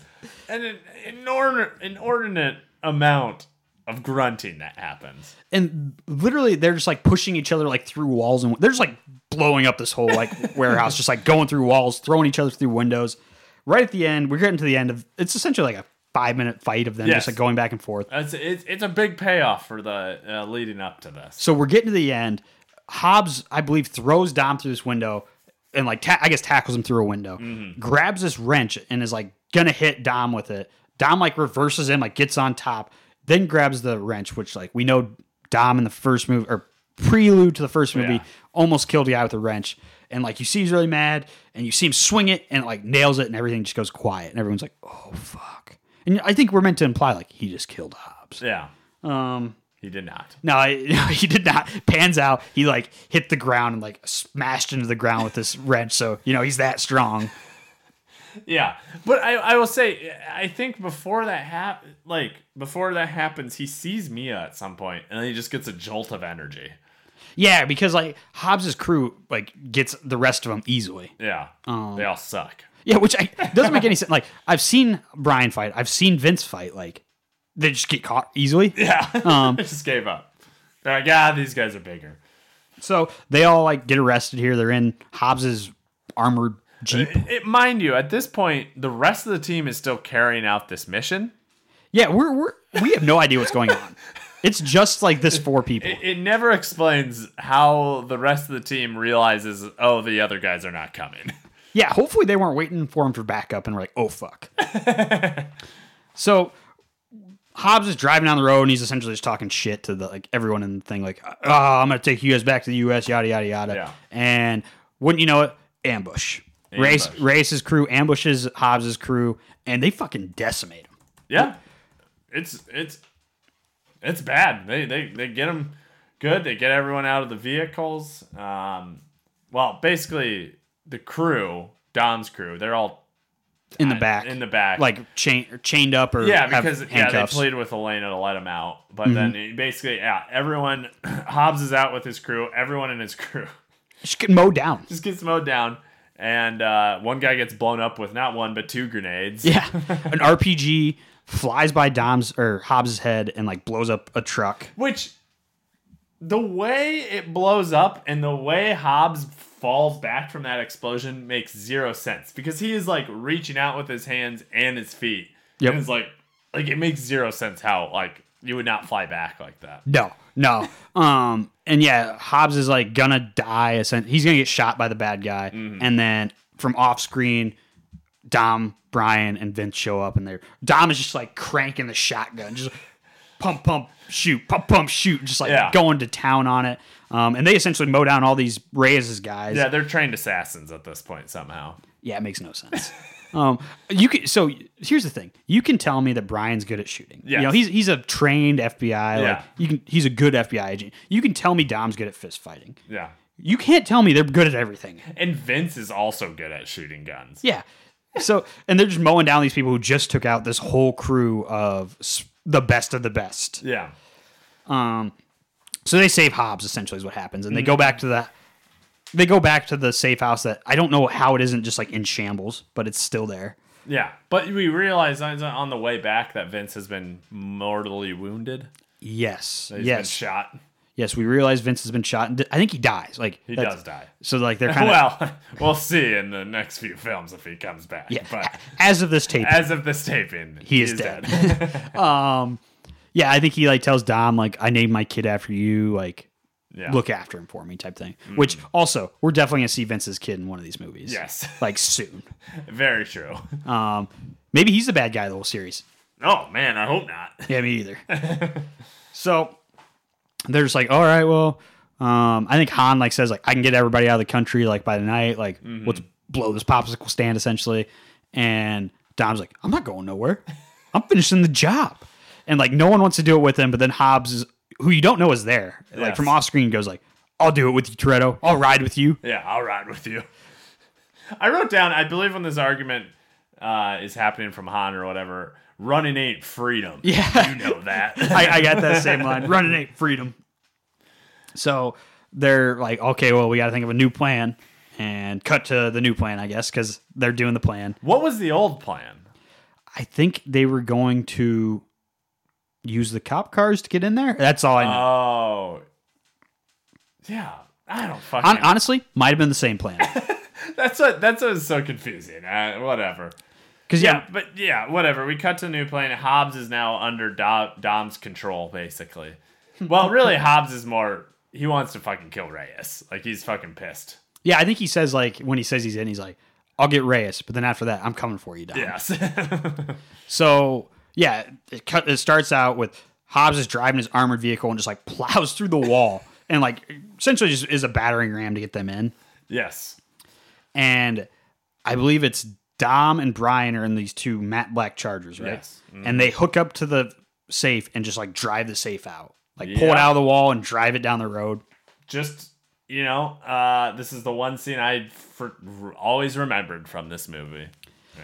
S3: an inordinate, inordinate amount of grunting that happens.
S2: And literally, they're just like pushing each other like through walls, and they're just like blowing up this whole like warehouse, just like going through walls, throwing each other through windows. Right at the end, we're getting to the end of it's essentially like a five minute fight of them
S3: Yes.
S2: just like going back and forth.
S3: It's it's, it's a big payoff for the uh, leading up to this.
S2: So we're getting to the end. Hobbs, I believe, throws Dom through this window and like ta- I guess tackles him through a window. Grabs this wrench and is like gonna hit Dom with it. Dom like reverses him, like gets on top, then grabs the wrench, which like we know Dom in the first movie or prelude to the first movie
S3: Yeah.
S2: almost killed the guy with a wrench. And like you see he's really mad and you see him swing it and it, like nails it and everything just goes quiet and everyone's like, oh fuck. And I think we're meant to imply like he just killed Hobbs.
S3: Yeah. Um. He did not.
S2: No, I, he did not. Pans out. He like hit the ground and like smashed into the ground with this wrench. So you know he's that strong.
S3: Yeah, but I I will say I think before that hap- like before that happens, he sees Mia at some point, and then he just gets a jolt of energy.
S2: Yeah, because like Hobbs's crew like gets the rest of them easily.
S3: Yeah. they all suck.
S2: Yeah, which I, doesn't make any sense. Like I've seen Brian fight. I've seen Vince fight. Like they just get caught easily.
S3: Yeah. I just gave up. They're like, ah, these guys are bigger.
S2: So they all like get arrested here. They're in Hobbs's armored jeep.
S3: It, mind you, at this point, the rest of the team is still carrying out this mission.
S2: Yeah, we're we're we have no idea what's going on. It's just like this four people.
S3: It, it never explains how the rest of the team realizes, oh, the other guys are not coming.
S2: Yeah, hopefully they weren't waiting for him for backup and were like, oh fuck. so Hobbs is driving down the road and he's essentially just talking shit to the like everyone in the thing, like, oh, I'm gonna take you guys back to the US, yada yada yada.
S3: Yeah.
S2: And wouldn't you know it, ambush. Race
S3: Ambush.
S2: Race's crew ambushes Hobbs's crew and they fucking decimate him.
S3: Yeah, it's it's it's bad. They they they get them good. They get everyone out of the vehicles. Um, well, basically the crew, Dom's crew, they're all
S2: In the back.
S3: in the back,
S2: like chain, chained up or
S3: yeah,
S2: have
S3: because yeah, they
S2: handcuffs. Mm-hmm.
S3: played with Elena to let him out, but then he basically yeah, everyone Hobbs is out with his crew. Everyone in his crew
S2: just get mowed down.
S3: just gets mowed down. And uh, one guy gets blown up with not one but two grenades.
S2: Yeah. An RPG flies by Dom's or Hobbs's head and like blows up a truck.
S3: Which the way it blows up and the way Hobbs falls back from that explosion makes zero sense because he is like reaching out with his hands and his feet.
S2: Yep.
S3: And it's like like it makes zero sense how like you would not fly back like that.
S2: No, no. Um, and yeah, Hobbs is like gonna die. essen- He's gonna get shot by the bad guy, and then from off screen, Dom, Brian, and Vince show up, and they're Dom is just like cranking the shotgun, just pump, pump, shoot, pump, pump, shoot, just like
S3: Yeah.
S2: going to town on it. Um, and they essentially mow down all these Reyes guys.
S3: Yeah, they're trained assassins at this point somehow.
S2: Yeah, it makes no sense. um, you can so here's the thing. You can tell me that Brian's good at shooting. Yeah, You know,
S3: Yes.
S2: he's he's a trained FBI. Like
S3: Yeah.
S2: you can he's a good FBI agent. You can tell me Dom's good at fist fighting.
S3: Yeah.
S2: You can't tell me they're good at everything.
S3: And Vince is also good at shooting guns.
S2: Yeah. So and they're just mowing down these people who just took out this whole crew of s- the best of the best.
S3: Yeah.
S2: So they save Hobbs essentially is what happens, and they
S3: Mm-hmm.
S2: go back to the they go back to the safe house that I don't know how it isn't just like in shambles, but it's still there.
S3: Yeah. But we realize on on the way back that Vince has been mortally wounded.
S2: Yes.
S3: He's
S2: yes.
S3: been shot.
S2: Yes, we realize Vince has been shot, and I think he dies. Like
S3: He
S2: that's-
S3: does die.
S2: So like they're kind of
S3: well, we'll see in the next few films if he comes back. But
S2: as of this tape.
S3: as of this taping,
S2: He is yeah, I think he like tells Dom like I named my kid after you. Like
S3: yeah. Mm.
S2: look after him for me, type thing. Which also we're definitely gonna see Vince's kid in one of these movies.
S3: Yes.
S2: like soon.
S3: Very true.
S2: Um, maybe he's the bad guy of the whole series.
S3: Oh man, I hope not.
S2: Yeah, me either. so they're just like, all right, well, Um, I think Han like says like I can get everybody out of the country like by the night. Like let's blow this popsicle stand essentially. And Dom's like I'm not going nowhere. I'm finishing the job. And like no one wants to do it with him. But then Hobbs is who you don't know is there. Like
S3: Yes.
S2: from off screen goes like I'll do it with you Toretto. I'll ride with you.
S3: Yeah, I'll ride with you. I wrote down, I believe when this argument uh, is happening from Han or whatever, running ain't freedom.
S2: Yeah.
S3: You know that.
S2: I, I got that same line. Running ain't freedom. So they're like, okay, well, we got to think of a new plan and cut to the new plan, I guess, because they're doing the plan.
S3: what was the old plan?
S2: I think they were going to use the cop cars to get in there. That's all I know.
S3: Oh. Yeah. I don't fucking.
S2: Hon- honestly, might have been the same plan.
S3: that's what. That's what's so confusing. Uh, whatever.
S2: Because yeah,
S3: Yeah, but yeah, whatever. We cut to a new planet. Hobbs is now under Do- Dom's control, basically. Well, really, Hobbs is more. He wants to fucking kill Reyes. Like he's fucking pissed.
S2: yeah, I think he says like when he says he's in, he's like, "I'll get Reyes," but then after that, I'm coming for you, Dom.
S3: Yes.
S2: So yeah, it, cut, it starts out with Hobbs is driving his armored vehicle and just like plows through the wall and like essentially just is a battering ram to get them in.
S3: yes.
S2: And I believe it's Dom and Brian are in these two matte black chargers, right?
S3: Yes.
S2: And they hook up to the safe and just like drive the safe out, like pull it out of the wall and drive it down the road.
S3: Just you know, uh, this is the one scene I for, always remembered from this movie.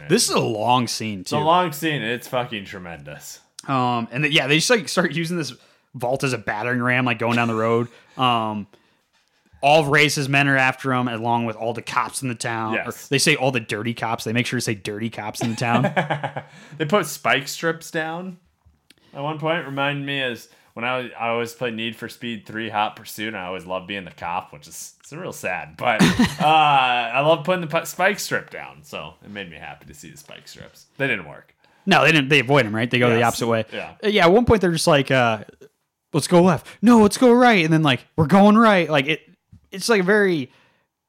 S2: This is a long scene too.
S3: The long scene. It's fucking tremendous.
S2: Um, and then, yeah, they just like start using this vault as a battering ram, like going down the road. Um, all of Reyes' men are after him, along with all the cops in the town. Or
S3: Yes.
S2: they say all the dirty cops. They make sure to say dirty cops in the town.
S3: They put spike strips down. At one point, reminded me is when I was, I always played Need for Speed Three Hot Pursuit, and I always loved being the cop, which is it's real sad, but uh, I love putting the pu- spike strip down. So it made me happy to see the spike strips. They didn't work.
S2: no, they didn't. They avoid him, right? They go the
S3: Yes.
S2: opposite way.
S3: Yeah.
S2: Uh, yeah. At one point, they're just like, uh, "Let's go left." No, let's go right. And then like we're going right. Like it. It's like very.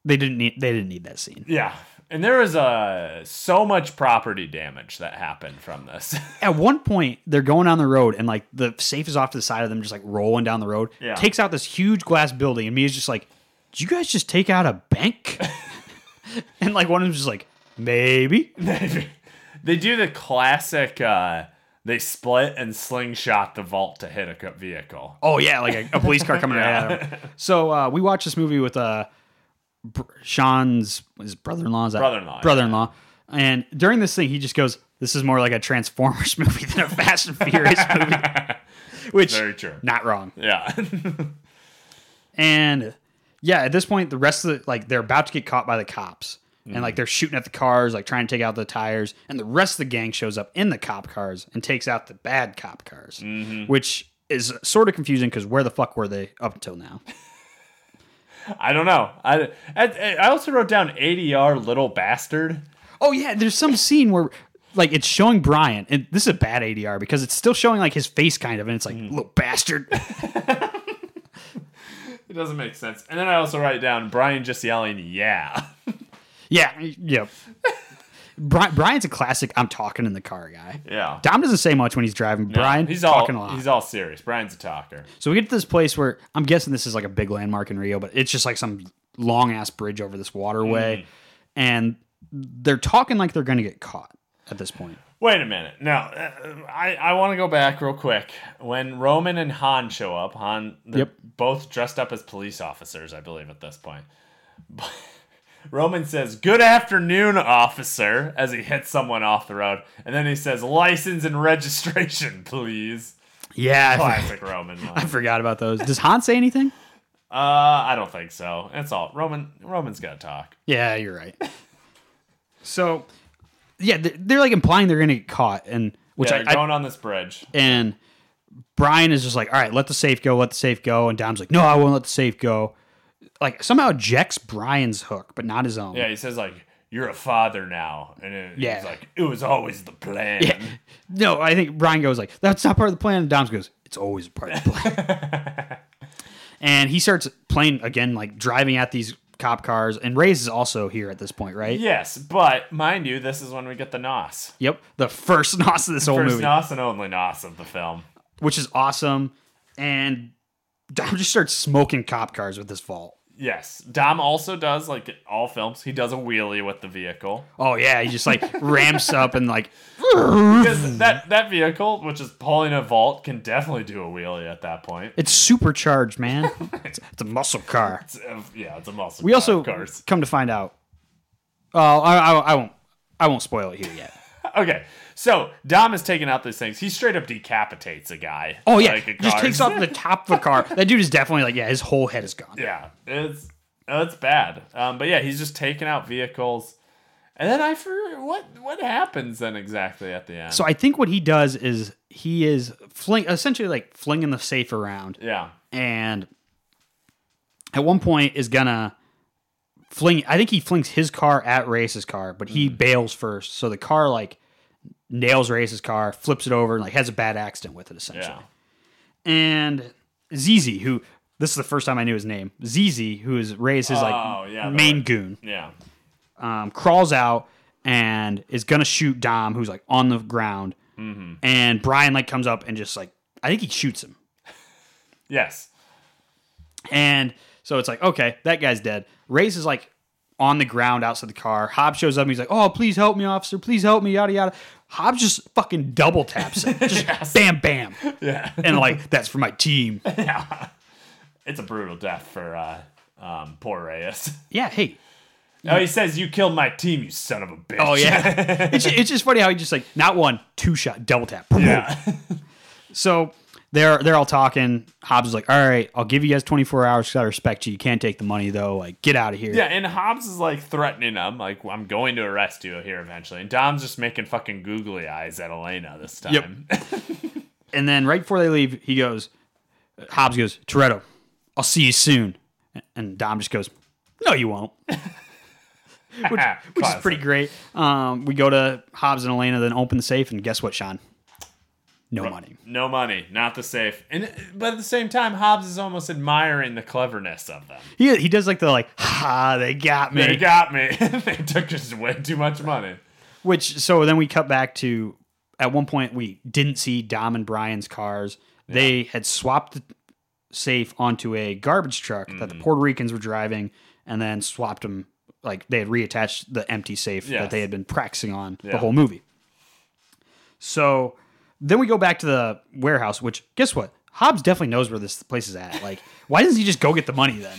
S2: They didn't need. They didn't need that scene.
S3: Yeah, and there was uh, so much property damage that happened from this.
S2: at one point they're going down the road and like the safe is off to the side of them just like rolling down the road
S3: Yeah.
S2: takes out this huge glass building and me is just like did you guys just take out a bank and like one of them's just like maybe
S3: they do the classic. Uh, they split and slingshot the vault to hit a co- vehicle.
S2: oh yeah like a, a police car coming right at them so uh, we watched this movie with uh Br- sean's his brother-in-law is that
S3: Brother-in-law, yeah.
S2: brother-in-law and during this thing he just goes this is more like a transformers movie than a fast and furious movie which
S3: Very true.
S2: not wrong
S3: Yeah.
S2: And yeah, at this point, the rest of the like they're about to get caught by the cops, and
S3: Mm.
S2: like they're shooting at the cars, like trying to take out the tires, and the rest of the gang shows up in the cop cars and takes out the bad cop cars,
S3: Mm-hmm.
S2: which is sort of confusing because where the fuck were they up until now?
S3: I don't know. I I, I also wrote down ADR little bastard.
S2: Oh yeah, there's some scene where like it's showing Brian, and this is a bad ADR because it's still showing like his face kind of, and it's like
S3: Mm.
S2: little bastard.
S3: It doesn't make sense. And then I also write down Brian just yelling, "Yeah."
S2: yeah, yeah. Bri- Brian's a classic. I'm talking in the car guy.
S3: Yeah.
S2: Dom doesn't say much when he's driving. Brian,
S3: he's
S2: he's
S3: all
S2: talking a lot.
S3: he's all serious. Brian's a talker.
S2: So we get to this place where I'm guessing this is like a big landmark in Rio, but it's just like some long ass bridge over this waterway. And they're talking like they're going to get caught at this point.
S3: Wait a minute. Now, uh, I I want to go back real quick. When Roman and Han show up, Han they're
S2: Yep.
S3: both dressed up as police officers, I believe at this point. Roman says, "Good afternoon, officer," as he hits someone off the road, and then he says, "License and registration, please."
S2: Yeah. I, for-
S3: Classic Roman. line.
S2: I forgot about those. Does Han say anything?
S3: Uh, I don't think so. That's all. Roman Roman's got to talk.
S2: Yeah, you're right. So, yeah, th- they're like implying they're going to get caught. And which
S3: Yeah,
S2: I, I
S3: going on this bridge.
S2: and Brian is just like, all right, let the safe go, let the safe go. And Dom's like, no, I won't let the safe go. Like somehow ejects Brian's hook, but not his own.
S3: Yeah, he says like, "You're a father now," and it,
S2: Yeah.
S3: it's like it was always the plan.
S2: No, I think Brian goes like, "That's not part of the plan." And Dom's goes, "It's always part of the plan." and he starts playing again, like driving at these cop cars. And Ray's is also here at this point, right?
S3: Yes, but mind you, this is when we get the nos.
S2: Yep. The first nos of this whole
S3: First
S2: movie,
S3: nos and only nos of the film.
S2: which is awesome. And Dom just starts smoking cop cars with this vault.
S3: Yes. Dom also does, like all films, he does a wheelie with the vehicle.
S2: Oh yeah, he just like ramps up and like
S3: Because that, that vehicle, which is pulling a vault, can definitely do a wheelie at that point.
S2: it's supercharged, man. It's, it's a muscle car.
S3: It's, uh, yeah, it's a muscle.
S2: We
S3: car,
S2: also
S3: Of course.
S2: come to find out. Oh, I, I, I won't. I won't spoil it here yet.
S3: Okay. So Dom is taking out these things. He straight up decapitates a guy.
S2: Oh yeah,
S3: Like a
S2: just
S3: car.
S2: takes off the top of the car. That dude is definitely like, yeah, his whole head is gone.
S3: Yeah, it's it's bad. Um, but yeah, he's just taking out vehicles, and then I for what what happens then exactly at the end?
S2: So I think what he does is he is fling essentially like flinging the safe around,
S3: yeah,
S2: and at one point is gonna fling. I think he flings his car at Race's car, but he
S3: Hmm.
S2: bails first. So the car like nails Race's car, flips it over, and like has a bad accident with it essentially.
S3: yeah,
S2: and Zizi, who this is the first time I knew his name, Zizi, who is Ray's his
S3: Oh,
S2: like
S3: yeah, the-
S2: main goon,
S3: yeah,
S2: um, crawls out and is gonna shoot Dom, who's like on the ground, and Brian like comes up and just like I think he shoots him,
S3: yes,
S2: and so it's like okay, that guy's dead. Ray's is like on the ground outside the car. Hobbs shows up and he's like, oh please help me, officer, please help me, yada yada. Hobbs just fucking double taps him, just bam bam,
S3: yeah.
S2: and like that's for my team.
S3: It's a brutal death for uh, um, poor Reyes.
S2: Yeah, hey,
S3: oh, he says you killed my team, you son of a bitch.
S2: Oh yeah, it's it's just funny how he just like not one, two shot, double tap. Boom, boom.
S3: yeah,
S2: So they're they're all talking. Hobbs is like, "All right, I'll give you guys 24 hours because I respect you. You can't take the money though. Like, get out of here."
S3: yeah. And Hobbs is like threatening him, like I'm going to arrest you here eventually. And Dom's just making fucking googly eyes at Elena this time.
S2: And then right before they leave, he goes, Hobbs goes, "Toretto, I'll see you soon." And Dom just goes, "No, you won't,"
S3: which,
S2: which is pretty great. Um, we go to Hobbs and Elena, then open the safe, and guess what, Sean? No money.
S3: No money, not the safe. And but at the same time, Hobbs is almost admiring the cleverness of them.
S2: He he does like the like, "Ha, they got me."
S3: They got me. they took just way too much money.
S2: Which so then we cut back to at one point we didn't see Dom and Brian's cars. They had swapped the safe onto a garbage truck that the Puerto Ricans were driving and then swapped them like they had reattached the empty safe
S3: Yes.
S2: that they had been practicing on
S3: Yeah.
S2: the whole movie. So then we go back to the warehouse, which guess what? Hobbs definitely knows where this place is at. Like, why doesn't he just go get the money then?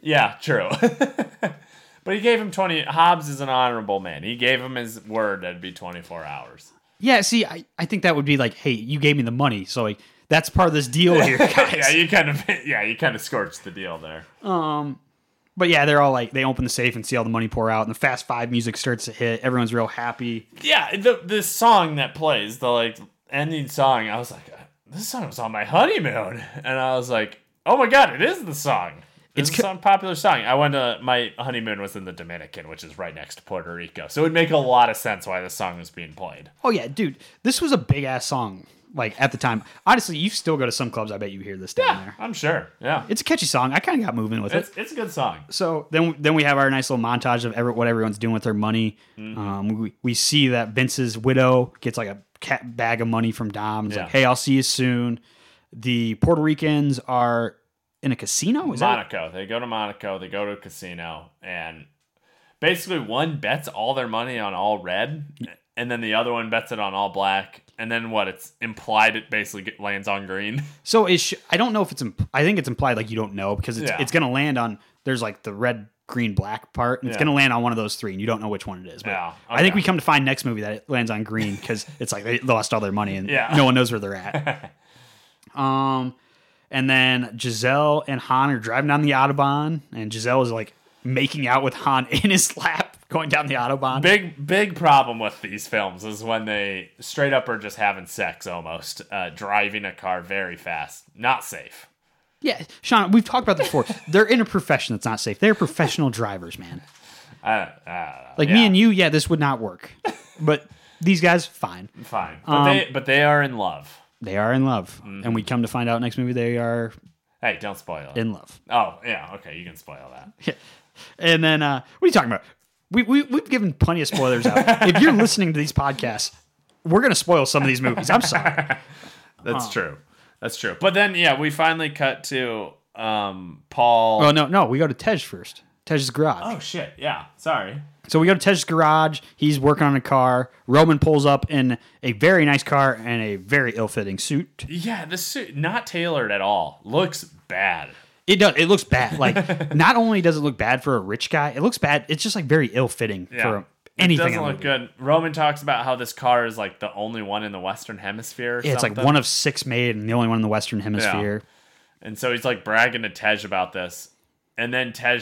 S3: Yeah, true. but he gave him twenty. Hobbs is an honorable man. He gave him his word. That'd be twenty four hours.
S2: Yeah, see, I, I think that would be like, hey, you gave me the money, so like that's part of this deal here, guys.
S3: Yeah, you kind of yeah, you kind of scorched the deal there.
S2: But yeah, they're all like they open the safe and see all the money pour out, and the Fast Five music starts to hit. Everyone's real happy.
S3: Yeah, the this song that plays the like ending song. I was like, this song was on my honeymoon, and I was like, oh my god, it is the song. It's
S2: It's
S3: a song, popular song. I went to my honeymoon was in the Dominican, which is right next to Puerto Rico, so it would make a lot of sense why this song was being played.
S2: Oh yeah, dude, this was a big ass song. Like at the time, honestly, you still go to some clubs. I bet you hear this down there.
S3: I'm sure. Yeah,
S2: It's a catchy song. I kind of got moving with
S3: it's
S2: it.
S3: it's a good song.
S2: So then, then we have our nice little montage of every, what everyone's doing with their money.
S3: Mm-hmm.
S2: Um, we, we see that Vince's widow gets like a cat bag of money from Dom. It's
S3: Yeah.
S2: like, hey, I'll see you soon. The Puerto Ricans are in a casino. Is that
S3: Monaco. They go to Monaco. They go to a casino, and basically one bets all their money on all red, and then the other one bets it on all black, and then what? It's implied it basically get, lands on green.
S2: So it sh- I don't know if it's imp- I think it's implied like you don't know because it's
S3: Yeah.
S2: it's gonna land on there's like the red green black part and it's
S3: Yeah.
S2: gonna land on one of those three and you don't know which one it is. But
S3: Yeah,
S2: I think
S3: okay.
S2: we come to find next movie that it lands on green because it's like they lost all their money and
S3: Yeah.
S2: no one knows where they're at. um, and then Giselle and Han are driving down the autobahn and Giselle is like making out with Han in his lap going down the autobahn.
S3: Big big problem with these films is when they straight up are just having sex almost, uh, driving a car very fast, not safe.
S2: yeah, Sean, we've talked about this before. they're in a profession that's not safe. They're professional drivers, man.
S3: I don't, I don't know.
S2: Like me and you, yeah, this would not work. But these guys, fine.
S3: fine, but
S2: Um,
S3: they but they are in love.
S2: They are in love. And we come to find out next movie they are
S3: Hey, don't spoil it.
S2: in love.
S3: oh yeah, okay, you can spoil that.
S2: And then uh what are you talking about? We, we we've given plenty of spoilers out. if you're listening to these podcasts, we're gonna spoil some of these movies. I'm sorry.
S3: That's true. That's true. But then yeah, we finally cut to um Paul.
S2: Well, Oh, no, no, we go to Tej first. Tej's garage.
S3: oh shit! Yeah, sorry.
S2: So we go to Tej's garage. He's working on a car. Roman pulls up in a very nice car and a very ill-fitting suit.
S3: Yeah, the suit not tailored at all. Looks bad.
S2: It does. It looks bad. Like not only does it look bad for a rich guy, it looks bad. It's just like very ill-fitting
S3: Yeah.
S2: for anything.
S3: it doesn't
S2: in a
S3: look
S2: movie.
S3: good. Roman talks about how this car is like the only one in the Western Hemisphere. Or
S2: Yeah, it's like
S3: something.
S2: one of six made and the only one in the Western Hemisphere.
S3: And so he's like bragging to Tej about this. And then Tej,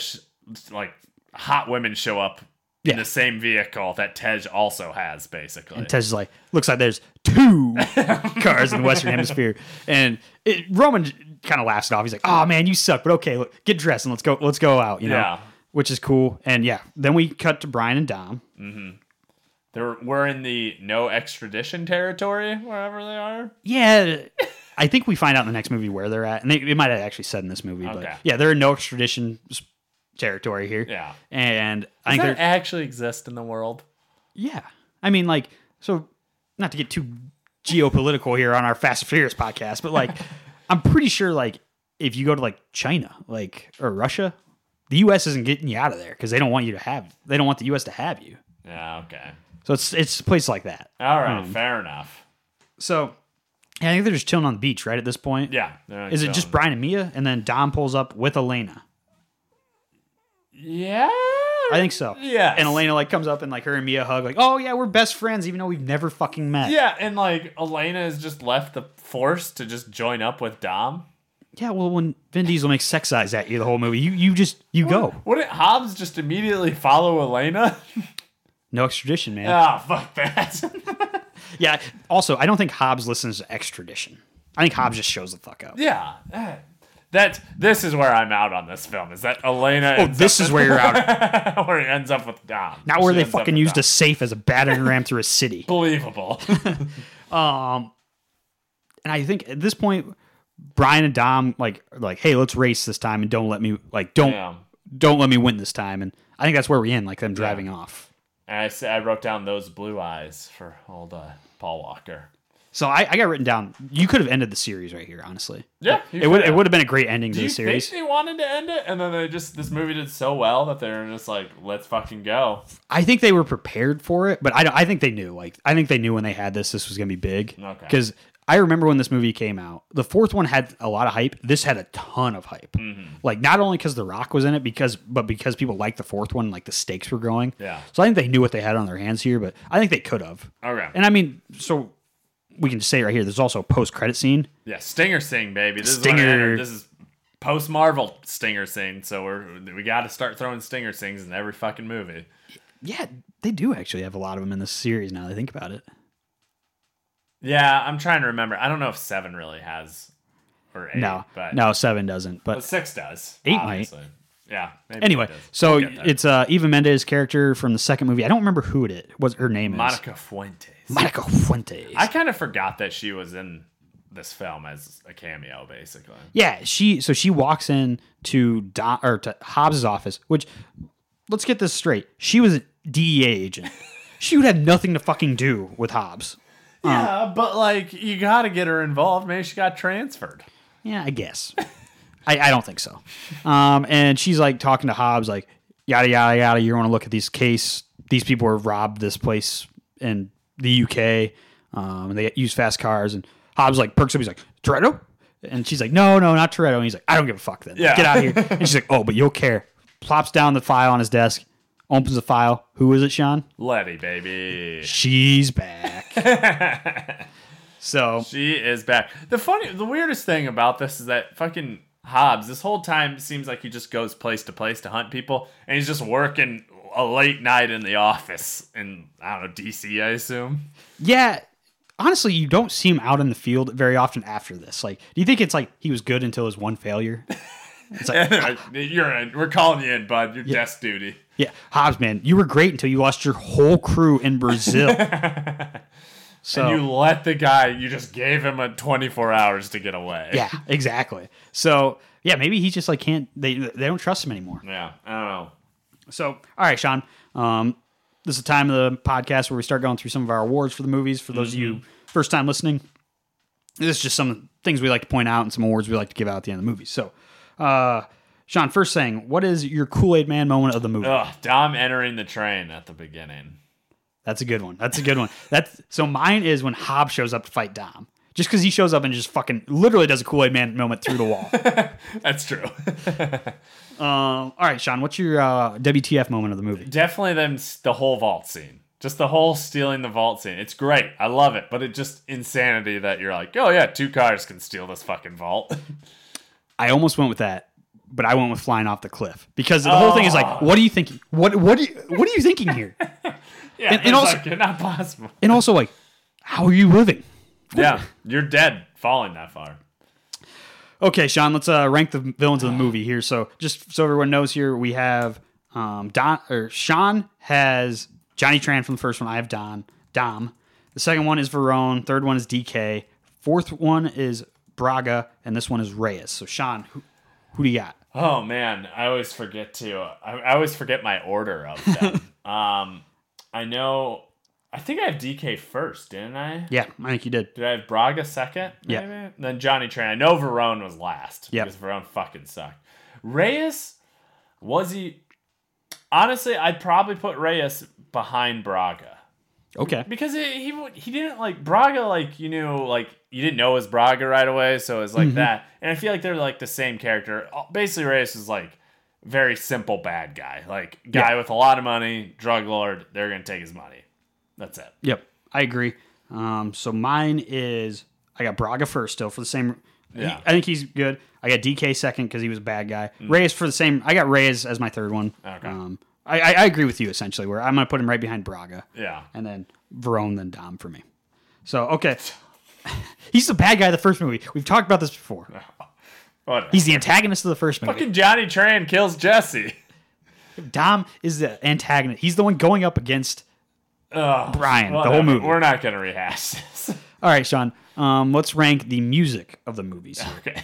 S3: like, hot women show up in
S2: Yeah.
S3: the same vehicle that Tej also has, basically.
S2: And Tej's like, looks like there's two cars in the Western Hemisphere. And it, Roman kind of laughs it off. He's like, oh man, you suck, but okay, look, get dressed and let's go, let's go out, you know?
S3: Yeah.
S2: Which is cool. And yeah, then we cut to Brian and Dom.
S3: They're, we're in the no extradition territory, wherever they are.
S2: Yeah. I think we find out in the next movie where they're at. And they, they might have actually said in this movie,
S3: Okay.
S2: but yeah, they're in no extradition s- territory here.
S3: Yeah.
S2: And I
S3: Does
S2: think
S3: that
S2: they're,
S3: actually exist in the world?
S2: yeah. I mean, like, so not to get too geopolitical here on our Fast and Furious podcast, but like, I'm pretty sure, like, if you go to like China, like, or Russia, the U.S. isn't getting you out of there because they don't want you to have, they don't want the U.S. to have you.
S3: Yeah, okay.
S2: So it's, it's a place like that.
S3: All right,
S2: Hmm.
S3: fair enough.
S2: So yeah, I think they're just chilling on the beach, right? At this point.
S3: Yeah. they're
S2: Is it just
S3: chilling.
S2: Brian and Mia, and then Dom pulls up with Elena?
S3: Yeah.
S2: I think so.
S3: Yes.
S2: And Elena like comes up and like her and Mia hug, like, oh yeah, we're best friends, even though we've never fucking met.
S3: Yeah, and like Elena has just left the force to just join up with Dom.
S2: Yeah. Well, when Vin Diesel makes sex eyes at you the whole movie, you you just you go.
S3: Wouldn't Hobbs just immediately follow Elena?
S2: No extradition, man.
S3: Ah, fuck that.
S2: yeah. Also, I don't think Hobbs listens to extradition. I think Hobbs just shows the fuck up.
S3: yeah. eh. That this is where I'm out on this film. Is that Elena?
S2: Oh, this is where you're out.
S3: where it ends up with Dom.
S2: Not where
S3: She
S2: they
S3: ends up
S2: fucking
S3: with
S2: used
S3: Dom.
S2: a safe as a battering ram through a city.
S3: Believable.
S2: and I think at this point, Brian and Dom like are like, hey, let's race this time, and don't let me like don't
S3: Yeah.
S2: don't let me win this time. And I think that's where we end, like them driving off.
S3: and I said I wrote down those blue eyes for old uh, Paul Walker.
S2: So I, I got written down. You could have ended the series right here, honestly.
S3: Yeah,
S2: It would it would have been a great ending to
S3: Do
S2: the
S3: you
S2: series.
S3: think they wanted to end it, and then they just this movie did so well that they were just like, let's fucking go.
S2: I think they were prepared for it, but I don't- I think they knew. Like I think they knew when they had this, this was gonna be big.
S3: Okay.
S2: Because I remember when this movie came out, the fourth one had a lot of hype. This had a ton of hype.
S3: Mm-hmm.
S2: Like not only because The Rock was in it, because but because people liked the fourth one, like the stakes were growing.
S3: Yeah.
S2: So I think they knew what they had on their hands here, but I think they could have.
S3: Okay.
S2: And I mean, so we can just say it right here. There's also a post credit scene.
S3: Yeah, Stinger Sing, baby. This Is
S2: Stinger.
S3: what I entered. this is post Marvel Stinger Sing, so we're we got to start throwing Stinger Sings in every fucking movie.
S2: Yeah, they do actually have a lot of them in this series. Now that I think about it.
S3: Yeah, I'm trying to remember. I don't know if seven really has or eight.
S2: No,
S3: but
S2: no, seven doesn't. But
S3: but six does.
S2: Eight might.
S3: obviously. Yeah. maybe it
S2: anyway,
S3: does.
S2: so
S3: We'll get there.
S2: it's uh, Eva Mendes' character from the second movie. I don't remember who it is. What her name is.
S3: Monica Fuentes.
S2: Monica Fuentes.
S3: I kind of forgot that she was in this film as a cameo, basically.
S2: yeah, she. So she walks in to Don, or to Hobbs's office. Which, let's get this straight. She was a DEA agent. she would have nothing to fucking do with Hobbs.
S3: Yeah, but like you got to get her involved. Maybe she got transferred.
S2: Yeah, I guess. I, I don't think so. Um, and she's like talking to Hobbs, like yada yada yada. You want to look at these case? These people have robbed this place in the UK, um, and they use fast cars. And Hobbs like perks up. He's like Toretto, and she's like, No, no, not Toretto. And he's like, I don't give a fuck. Then
S3: Yeah.
S2: get out of here. And she's like, Oh, but you'll care. Plops down the file on his desk, opens the file. Who is it, Sean?
S3: Letty, baby.
S2: She's back. so
S3: She is back. The funny, the weirdest thing about this is that fucking Hobbs. This whole time seems like he just goes place to place to hunt people, and he's just working a late night in the office in I don't know DC, I assume.
S2: Yeah. Honestly, you don't see him out in the field very often after this. Like, do you think it's like he was good until his one failure? It's like,
S3: You're in. We're calling you in, bud. You're desk duty.
S2: yeah, Hobbs, man, you were great until you lost your whole crew in Brazil. So
S3: You let the guy. You just gave him a 24 hours to get away.
S2: yeah, exactly. So yeah, maybe he just like can't. They they don't trust him anymore.
S3: Yeah. I don't know.
S2: So all right, Sean, um, this is the time of the podcast where we start going through some of our awards for the movies. For those of you first time listening, this is just some things we like to point out and some awards we like to give out at the end of the movie. So, uh, Sean, first thing, what is your Kool Aid Man moment of the movie?
S3: Ugh, Dom entering the train at the beginning.
S2: That's a good one. That's a good one. That's so mine is when Hob shows up to fight Dom. Just because he shows up and just fucking literally does a Kool Aid Man moment through the wall.
S3: That's true.
S2: um, all right, Sean, what's your uh, WTF moment of the movie?
S3: Definitely them s- the whole vault scene. Just the whole stealing the vault scene. It's great. I love it, but it just insanity that you're like, "Oh yeah, two cars can steal this fucking vault."
S2: I almost went with that, but I went with flying off the cliff because the whole thing is like, what are you thinking? What what do you, what are you thinking here?
S3: yeah,
S2: and
S3: it's
S2: also-
S3: like, you're not possible.
S2: and also like, how are you living?
S3: yeah, you're dead falling that far.
S2: Okay, Sean, let's uh, rank the villains of the movie here. So just so everyone knows, here we have um, Don or Sean has Johnny Tran from the first one. I have Don Dom. The second one is Verone. Third one is DK. Fourth one is Braga, and this one is Reyes. So Sean, who, who do you got?
S3: Oh man, I always forget to. I, I always forget my order of them. um, I know. I think I have DK first, didn't I?
S2: Yeah, I think you did.
S3: Did I have Braga second?
S2: Yeah.
S3: maybe? Then Johnny Train. I know Verone was last.
S2: Yep.
S3: Because Verone fucking sucked. Reyes, was he. Honestly, I'd probably put Reyes behind Braga.
S2: Okay.
S3: Because it, he w- he didn't like Braga like you knew like you didn't know it was Braga right away, so it was like that. And I feel like they're like the same character. Uh, Basically, Reyes is like very simple bad guy, like guy with a lot of money, drug lord. They're gonna take his money. That's it.
S2: Yep, I agree. Um, so mine is I got Braga first still for the same.
S3: Yeah.
S2: I think he's good. I got DK second because he was a bad guy. Reyes for the same. I got Reyes as my third one.
S3: Okay.
S2: Um, I, I, I agree with you essentially. Where I'm gonna put him right behind Braga,
S3: Yeah,
S2: and then Verone, then Dom for me. So okay, he's the bad guy of the first movie. We've talked about this before.
S3: whatever.
S2: He's the antagonist of the first movie.
S3: fucking Johnny Tran kills Jesse.
S2: Dom is the antagonist. He's the one going up against
S3: Ugh,
S2: Brian the whole
S3: whatever.
S2: movie.
S3: We're not gonna rehash this.
S2: All right, Sean. Um, let's rank the music of the movies.
S3: okay.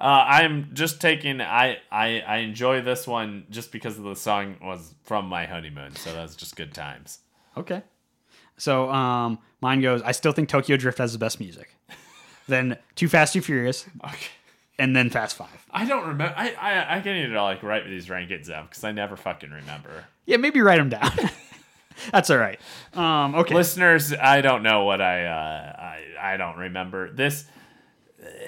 S3: Uh, I'm just taking. I, I I enjoy this one just because of the song was from my honeymoon, so that's just good times.
S2: Okay. So um, mine goes. I still think Tokyo Drift has the best music. then Too Fast, Too Furious,
S3: Okay.
S2: and then Fast Five.
S3: I don't remember. I, I I need to like write these rankings up because I never fucking remember.
S2: Yeah, maybe write them down. That's all right. Um, okay.
S3: Listeners, I don't know what I uh, I I don't remember this. uh,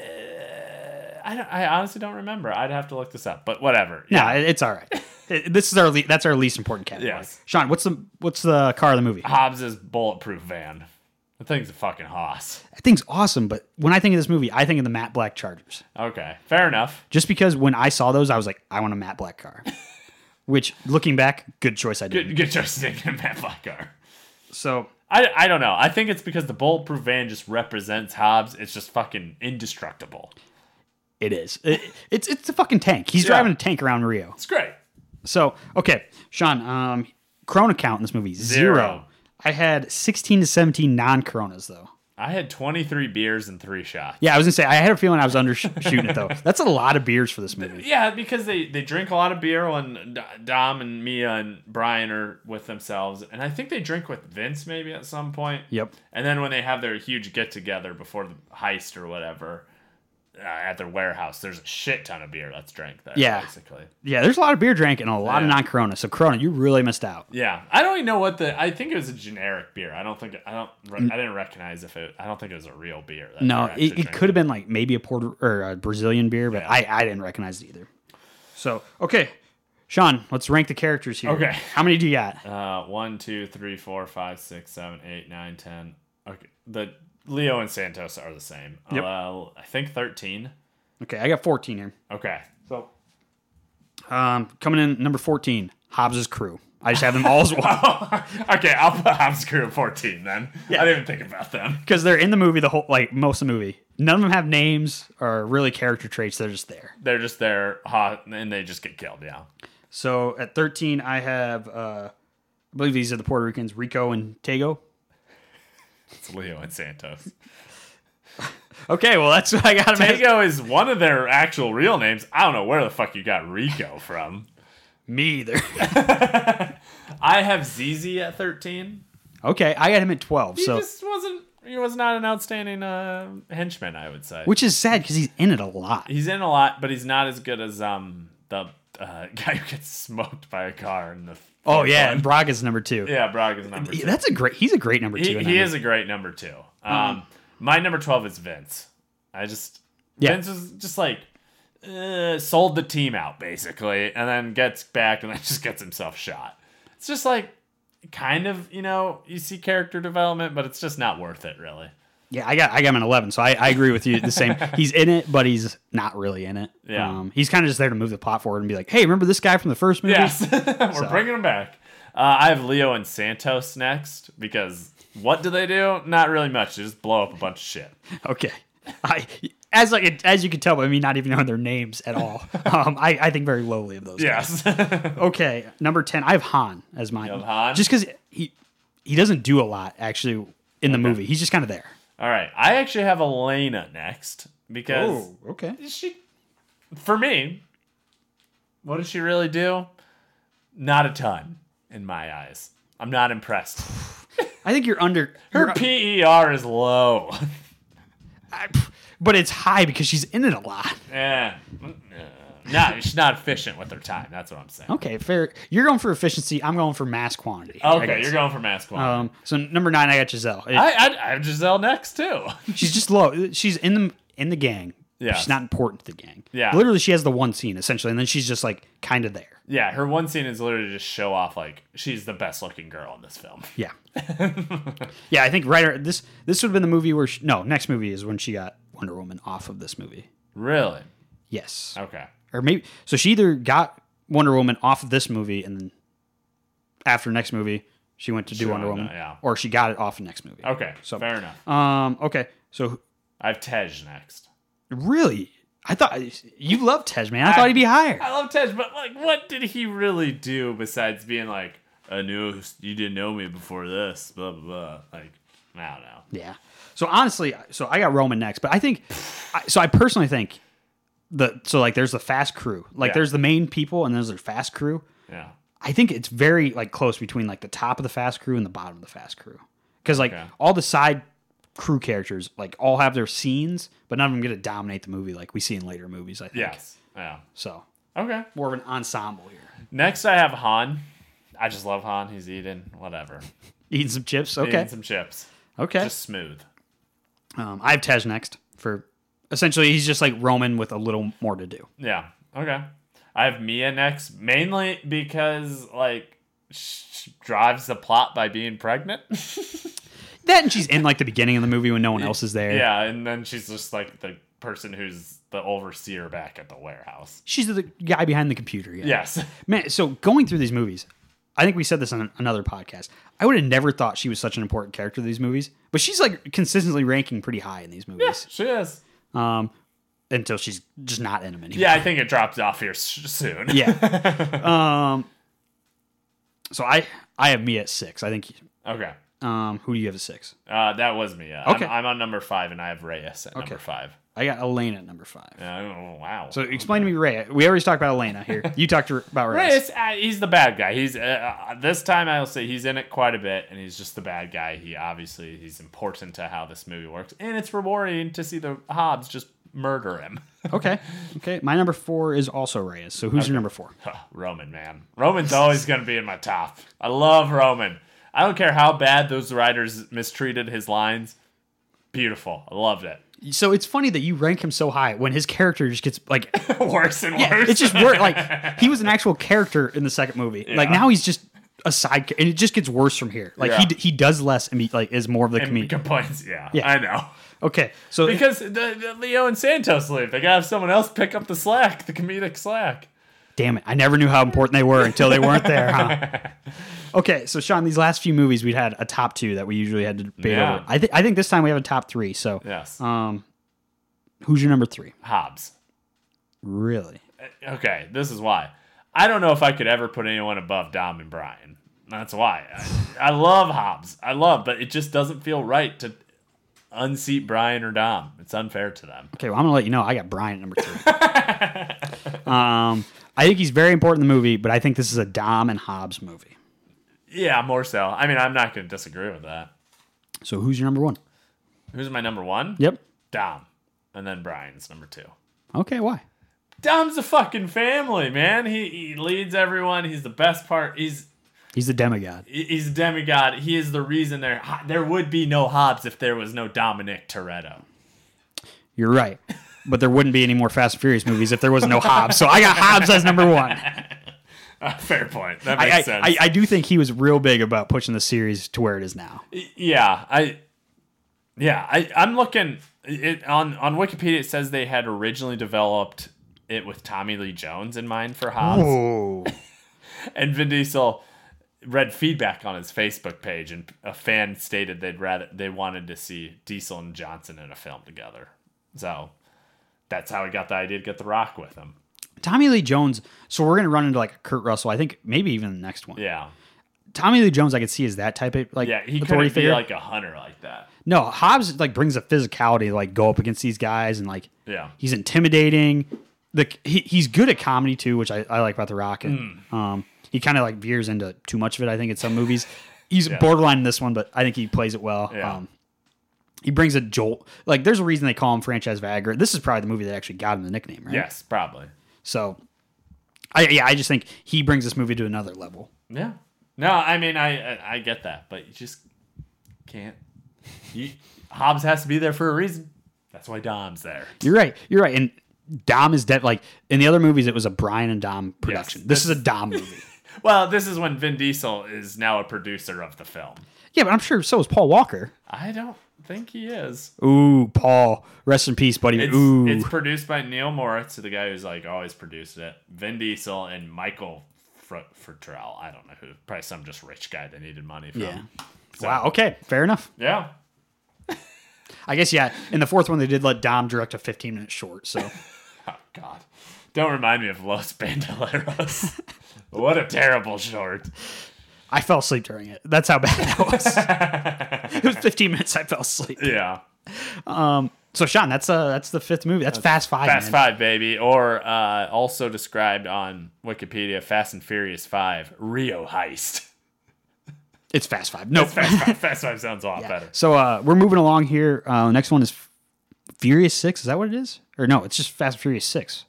S3: I don't, I honestly don't remember. I'd have to look this up, but whatever.
S2: No, it- it's all right. It- this is our le- that's our least important category.
S3: Yes.
S2: Sean, what's the what's the car of the movie?
S3: Hobbs's bulletproof van. The thing's a fucking hoss.
S2: That thing's awesome, but when I think of this movie, I think of the matte black Chargers.
S3: Okay, fair enough.
S2: Just because when I saw those, I was like, I want a matte black car. Which, looking back, good choice I did.
S3: Good, good choice thinking about black car.
S2: So
S3: I, I don't know. I think it's because the bulletproof van just represents Hobbs. It's just fucking indestructible.
S2: it is. It, it's it's a fucking tank. He's
S3: Yeah.
S2: driving a tank around Rio.
S3: It's great.
S2: So okay, Sean, um, Corona count in this movie zero.
S3: Zero.
S2: I had sixteen to seventeen non-Coronas though.
S3: I had 23 beers and three shots.
S2: Yeah, I was gonna say I had a feeling I was undershooting it though. That's a lot of beers for this movie.
S3: Yeah, because they, they drink a lot of beer when D- Dom and Mia and Brian are with themselves. And I think they drink with Vince maybe at some point.
S2: Yep.
S3: And then when they have their huge get together before the heist or whatever uh, at their warehouse, there's a shit ton of beer that's drank there.
S2: Yeah.
S3: Basically.
S2: Yeah, there's a lot of beer drank and a lot of
S3: Yeah.
S2: non-Corona. So Corona, you really missed out.
S3: Yeah. I don't even know what the. I think it was a generic beer. I don't think. I don't. re- I didn't recognize if it. I don't think it was a real beer. that
S2: Mm.
S3: they
S2: No,
S3: were
S2: it,
S3: actually
S2: it could have been like maybe a porter or a Brazilian beer, but I, I didn't recognize it either. So okay, Sean, let's rank the characters here.
S3: Okay.
S2: how many do you got?
S3: Uh, one, two, three, four, five, six, seven, eight, nine, ten. Okay, the Leo and Santos are the same.
S2: Yep.
S3: Well, I think thirteen.
S2: Okay, I got fourteen here.
S3: Okay. So.
S2: Um, coming in number fourteen, Hobbs's crew. I just have them all as one.
S3: okay, I'll put Hobbs Crew at fourteen then. I didn't even think about them.
S2: because they're in the movie the whole like most of the movie none of them have names or really character traits they're just there
S3: They're just there, hot, and they just get killed. Yeah.
S2: so at 13 i have uh i believe these are the puerto ricans rico and tego
S3: It's Leo and Santos.
S2: okay well that's what i got him as.
S3: Tego is one of their actual real names. I don't know where the fuck you got Rico from.
S2: me either
S3: I have ZZ at thirteen.
S2: okay i got him at 12
S3: He
S2: so
S3: just wasn't he was not an outstanding uh, henchman, I would say.
S2: which is sad because he's in it a lot.
S3: he's in a lot, but he's not as good as um the uh, guy who gets smoked by a car in the.
S2: Oh yeah, and Brock is number two.
S3: Yeah, Brog is number
S2: Yeah,
S3: two.
S2: That's a great. He's a great number two. Mm.
S3: He,
S2: in
S3: he
S2: that
S3: is a great number two. Um, my number twelve is Vince. I just
S2: Yeah.
S3: Vince was just like uh, sold the team out basically, and then gets back and then just gets himself shot. It's just like kind of you know you see character development, but it's just not worth it really.
S2: Yeah, I got I got him an eleven, so I, I agree with you the same. he's in it, but he's not really in it. Um,
S3: Yeah.
S2: he's kind of just there to move the plot forward and be like, hey, remember this guy from the first movie?
S3: Yes, we're bringing them back. Uh, I have Leo and Santos next because what do they do? Not really much. They just blow up a bunch of shit.
S2: Okay. I as like as you can tell by me not even knowing their names at all. um, I I think very lowly of those.
S3: Yes.
S2: Okay, number ten. I have Han as mine.
S3: have Han?
S2: Just because he he doesn't do a lot actually in the movie. He's just kind of there.
S3: All right. I actually have Elena next because
S2: okay.
S3: she, for me, what does she really do? Not a ton in my eyes. I'm not impressed.
S2: I think you're under. you're
S3: Her
S2: un-
S3: PER is low.
S2: I- pff, but it's high because she's in it a lot.
S3: yeah. Not, she's not efficient with her time. That's what I'm saying.
S2: Okay, fair. You're going for efficiency. I'm going for mass quantity. I
S3: Okay,
S2: guess.
S3: you're going for mass quantity.
S2: Um, so number nine, I got Giselle. It-
S3: I, I, I have Giselle next too.
S2: she's just low. She's in the in the gang. but
S3: Yes.
S2: she's not important to the gang.
S3: Yeah.
S2: literally, she has the one scene essentially, and then she's just like kind of there.
S3: yeah, her one scene is literally just show off like she's the best looking girl in this film.
S2: Yeah, yeah. I think right this this would have been the movie where she, no next movie is when she got Wonder Woman off of this movie.
S3: Really?
S2: Yes,
S3: Okay.
S2: or maybe so she either got Wonder Woman off of this movie and then after next movie she went to do Wonder
S3: went,
S2: Woman,
S3: uh, yeah.
S2: or she got it off of next movie.
S3: Okay.
S2: So-
S3: fair enough.
S2: Um. Okay. So
S3: I have Tej next.
S2: really, I thought you loved Tej, man. I, thought he'd be higher.
S3: I love Tej, but like, what did he really do besides being like, I knew you didn't know me before this, blah blah blah. Like, I don't know.
S2: Yeah. So honestly, so I got Roman next, but I think, I, so I personally think the so like there's the fast crew, like
S3: Yeah.
S2: there's the main people, and there's the fast crew.
S3: Yeah.
S2: I think it's very like close between like the top of the fast crew and the bottom of the fast crew, because like all the side crew characters like all have their scenes, but none of them get to dominate the movie like we see in later movies. I think.
S3: Yes. Yeah.
S2: So
S3: Okay.
S2: more of an ensemble here.
S3: Next, I have Han. I just love Han. He's eating whatever.
S2: Eating some chips. Okay.
S3: Eating some chips.
S2: okay.
S3: Just smooth.
S2: um, I have Tej next for essentially he's just like Roman with a little more to do.
S3: Yeah. Okay. I have Mia next, mainly because like she drives the plot by being pregnant.
S2: That and she's in like the beginning of the movie when no one else is there.
S3: yeah, and then she's just like the person who's the overseer back at the warehouse.
S2: She's the guy behind the computer. Yeah.
S3: Yes.
S2: Man, so going through these movies, I think we said this on another podcast. I would have never thought she was such an important character to these movies, but she's like consistently ranking pretty high in these movies
S3: She is.
S2: um, until she's just not in them anymore.
S3: Yeah, I think it drops off here s- soon.
S2: Yeah. um, so I I have me at six. I think.
S3: Okay.
S2: Um, who do you have at six?
S3: Uh, that was Mia. I'm-
S2: Okay.
S3: I'm, on number five, and I have Reyes at number five.
S2: I got Elena at number five.
S3: Uh, oh, wow.
S2: So explain to me, Ray. We always talked about Elena here. You talked to- about Ray.
S3: Reyes, uh, he's the bad guy. He's uh, uh, this time I'll say he's in it quite a bit, and he's just the bad guy. He obviously he's important to how this movie works, and it's rewarding to see the Hobbs just murder him.
S2: Okay. Okay. My number four is also Reyes. So who's your number four?
S3: Roman, man, Roman's always gonna be in my top. I love Roman. I don't care how bad those writers mistreated his lines. Beautiful, I loved it.
S2: So it's funny that you rank him so high when his character just gets like
S3: worse and worse.
S2: it's just worse. Like he was an actual character in the second movie. Like now he's just a side, ca- and it just gets worse from here. Like he
S3: Yeah.
S2: d- he does less and be, like is more of the
S3: And
S2: comedian.
S3: complaints. Yeah,
S2: Yeah.
S3: I know.
S2: Okay. So
S3: Because the, the Leo and Santos leave, they gotta have someone else pick up the slack, the comedic slack.
S2: damn it, I never knew how important they were until they weren't there. Huh? Okay. So Sean, these last few movies we had a top two that we usually had to debate
S3: Yeah.
S2: over. I think I think this time we have a top three. So
S3: Yes,
S2: um, who's your number three?
S3: Hobbs.
S2: Really?
S3: Okay, this is why. I don't know if I could ever put anyone above Dom and Brian. That's why. I, I love Hobbs. I love, but it just doesn't feel right to unseat Brian or Dom. It's unfair to them.
S2: Okay, well, I'm gonna let you know. I got Brian at number three. um, I think he's very important in the movie, but I think this is a Dom and Hobbs movie.
S3: Yeah, more so. I mean, I'm not gonna disagree with that.
S2: So who's your number one?
S3: Who's my number one?
S2: Yep.
S3: Dom. And then Brian's number two.
S2: Okay, why?
S3: Dom's a fucking family, man. He, he leads everyone. He's the best part. He's
S2: He's the demigod.
S3: he's a demigod. He is the reason there there would be no Hobbs if there was no Dominic Toretto.
S2: You're right. But there wouldn't be any more Fast and Furious movies if there was no Hobbs. So I got Hobbs as number one.
S3: Uh, fair point. That
S2: I,
S3: makes
S2: I,
S3: sense.
S2: I, I do think he was real big about pushing the series to where it is now.
S3: yeah, I yeah, I I'm looking it on on Wikipedia it says they had originally developed it with Tommy Lee Jones in mind for Hobbs.
S2: Oh.
S3: And Vin Diesel read feedback on his Facebook page, and a fan stated they'd rather they wanted to see Diesel and Johnson in a film together. So that's how he got the idea to get The Rock with him.
S2: Tommy Lee Jones. So we're gonna run into like Kurt Russell. I think maybe even the next one.
S3: Yeah,
S2: Tommy Lee Jones, I could see is that type of like
S3: yeah, he
S2: authority
S3: couldn't be
S2: figure.
S3: like a hunter like that.
S2: no, Hobbs like brings a physicality to like go up against these guys and like
S3: Yeah,
S2: he's intimidating. The he, he's good at comedy too, which I, I like about The Rock. And,
S3: Hmm.
S2: Um, he kind of like veers into too much of it. I think in some movies, he's borderline in this one, but I think he plays it well.
S3: Yeah.
S2: Um, he brings a jolt. Like there's a reason they call him franchise Viagra. This is probably the movie that actually got him the nickname, right?
S3: yes, probably.
S2: So, I yeah, I just think he brings this movie to another level.
S3: Yeah. No, I mean I I- I get that, but you just can't. You, Hobbs has to be there for a reason. That's why Dom's there.
S2: You're right. You're right. And Dom is dead. Like in the other movies, it was a Brian and Dom production. this is a Dom movie.
S3: Well, this is when Vin Diesel is now a producer of the film.
S2: yeah, but I'm sure so is Paul Walker.
S3: I don't think he is.
S2: Ooh, Paul, rest in peace, buddy.
S3: It's,
S2: Ooh,
S3: it's produced by Neil Moritz, the guy who's like always produced it. Vin Diesel and Michael Fr- Fertrell. I don't know who. Probably some just rich guy that needed money from.
S2: yeah. Wow. Okay. Fair enough.
S3: Yeah.
S2: I guess yeah. In the fourth one, they did let Dom direct a 15 minute short. So
S3: Oh God. Don't remind me of Los Bandoleros. what a terrible short.
S2: I fell asleep during it. That's how bad that was. it was 15 minutes. I fell asleep.
S3: Yeah.
S2: So Sean, that's uh that's the fifth movie. That's Fast Five.
S3: Fast
S2: man.
S3: Five, baby, or uh, also described on Wikipedia, Fast and Furious Five, Rio heist.
S2: It's Fast Five. No.
S3: Fast Five, Fast Five sounds a lot better.
S2: So uh, we're moving along here. Uh, next one is Furious Six. Is that what it is? Or no, it's just Fast and Furious Six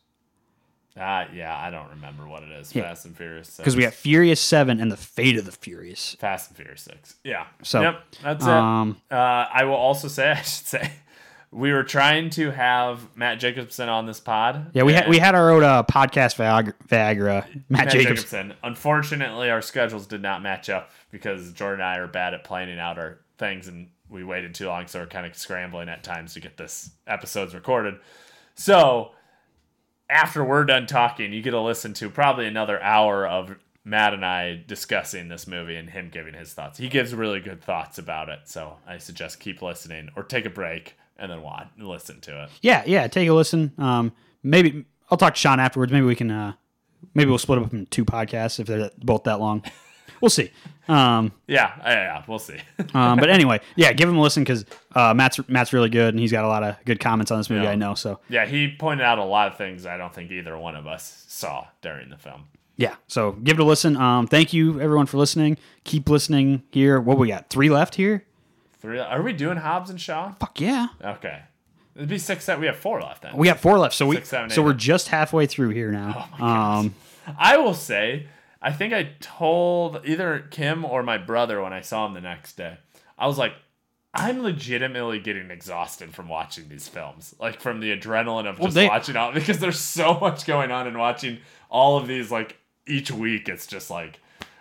S3: Uh, yeah, I don't remember what it is. Fast and Furious Six.
S2: because we have Furious Seven and the Fate of the Furious.
S3: Fast and Furious Six. Yeah.
S2: So,
S3: yep, that's
S2: um,
S3: it. Uh, I will also say, I should say, we were trying to have Matt Jacobson on this pod.
S2: Yeah, we had
S3: and
S2: we had our own uh, podcast Viagra, Viagra Matt,
S3: Matt
S2: Jacobs.
S3: Jacobson. Unfortunately, our schedules did not match up because Jordan and I are bad at planning out our things, and we waited too long, so we're kind of scrambling at times to get this episodes recorded. So after we're done talking, you get to listen to probably another hour of Matt and I discussing this movie and him giving his thoughts. He gives really good thoughts about it, so I suggest keep listening or take a break and then watch listen to it.
S2: Yeah, yeah. Take a listen. Um, maybe I'll talk to Sean afterwards. Maybe we can. Uh, maybe we'll split up into two podcasts if they're that- both that long. We'll see. Um,
S3: Yeah, yeah, yeah we'll see.
S2: um, but anyway, yeah, give him a listen because uh, Matt's Matt's really good and he's got a lot of good comments on this movie.
S3: Yeah.
S2: I know. So
S3: yeah, he pointed out a lot of things I don't think either one of us saw during the film.
S2: yeah, so give it a listen. Um, thank you everyone for listening. Keep listening here. What we got? Three left here.
S3: Three? Are we doing Hobbs and Shaw?
S2: Fuck yeah,
S3: Okay, it'd be six. That we have four left then.
S2: we got four left. So we
S3: Six, seven,
S2: so
S3: eight. Oh
S2: we're just halfway through here now. um,
S3: I will say, I think I told either Kim or my brother when I saw him the next day. I was like, I'm legitimately getting exhausted from watching these films, like from the adrenaline of just
S2: they-
S3: watching all because there's so much going on and watching all of these like each week. It's just like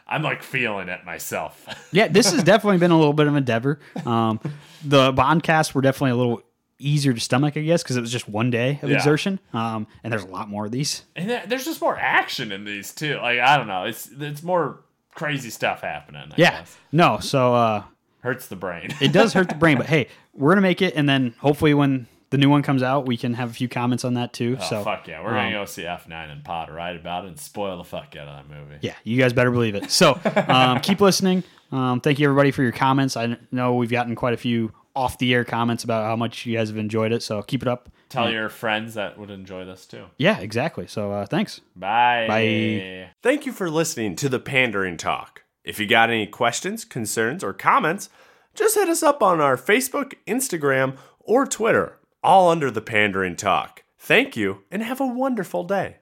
S3: I'm like feeling it myself.
S2: yeah, this has definitely been a little bit of an endeavor. Um, the bondcasts were definitely a little easier to stomach, I guess, because it was just one day of
S3: Yeah.
S2: exertion. Um, and there's a lot more of these.
S3: and there, there's just more action in these too. Like I don't know, it's it's more crazy stuff happening. I
S2: Yeah,
S3: guess.
S2: no, so uh,
S3: hurts the brain.
S2: it does hurt the brain, but hey, we're gonna make it, and then hopefully when the new one comes out, we can have a few comments on that too.
S3: Oh,
S2: so
S3: fuck yeah, we're
S2: um,
S3: gonna go see F9 and Pod right about it and spoil the fuck out of that movie.
S2: Yeah, you guys better believe it. So um, keep listening. Um, thank you everybody for your comments. I know we've gotten quite a few off the air comments about how much you guys have enjoyed it. So keep it up.
S3: Tell your friends that would enjoy this too.
S2: Yeah, exactly. So uh, thanks.
S3: Bye.
S2: Bye.
S1: Thank you for listening to the Pandering Talk. If you got any questions, concerns, or comments,
S3: just hit us up on our Facebook, Instagram, or Twitter, all under the Pandering Talk. Thank you, and have a wonderful day.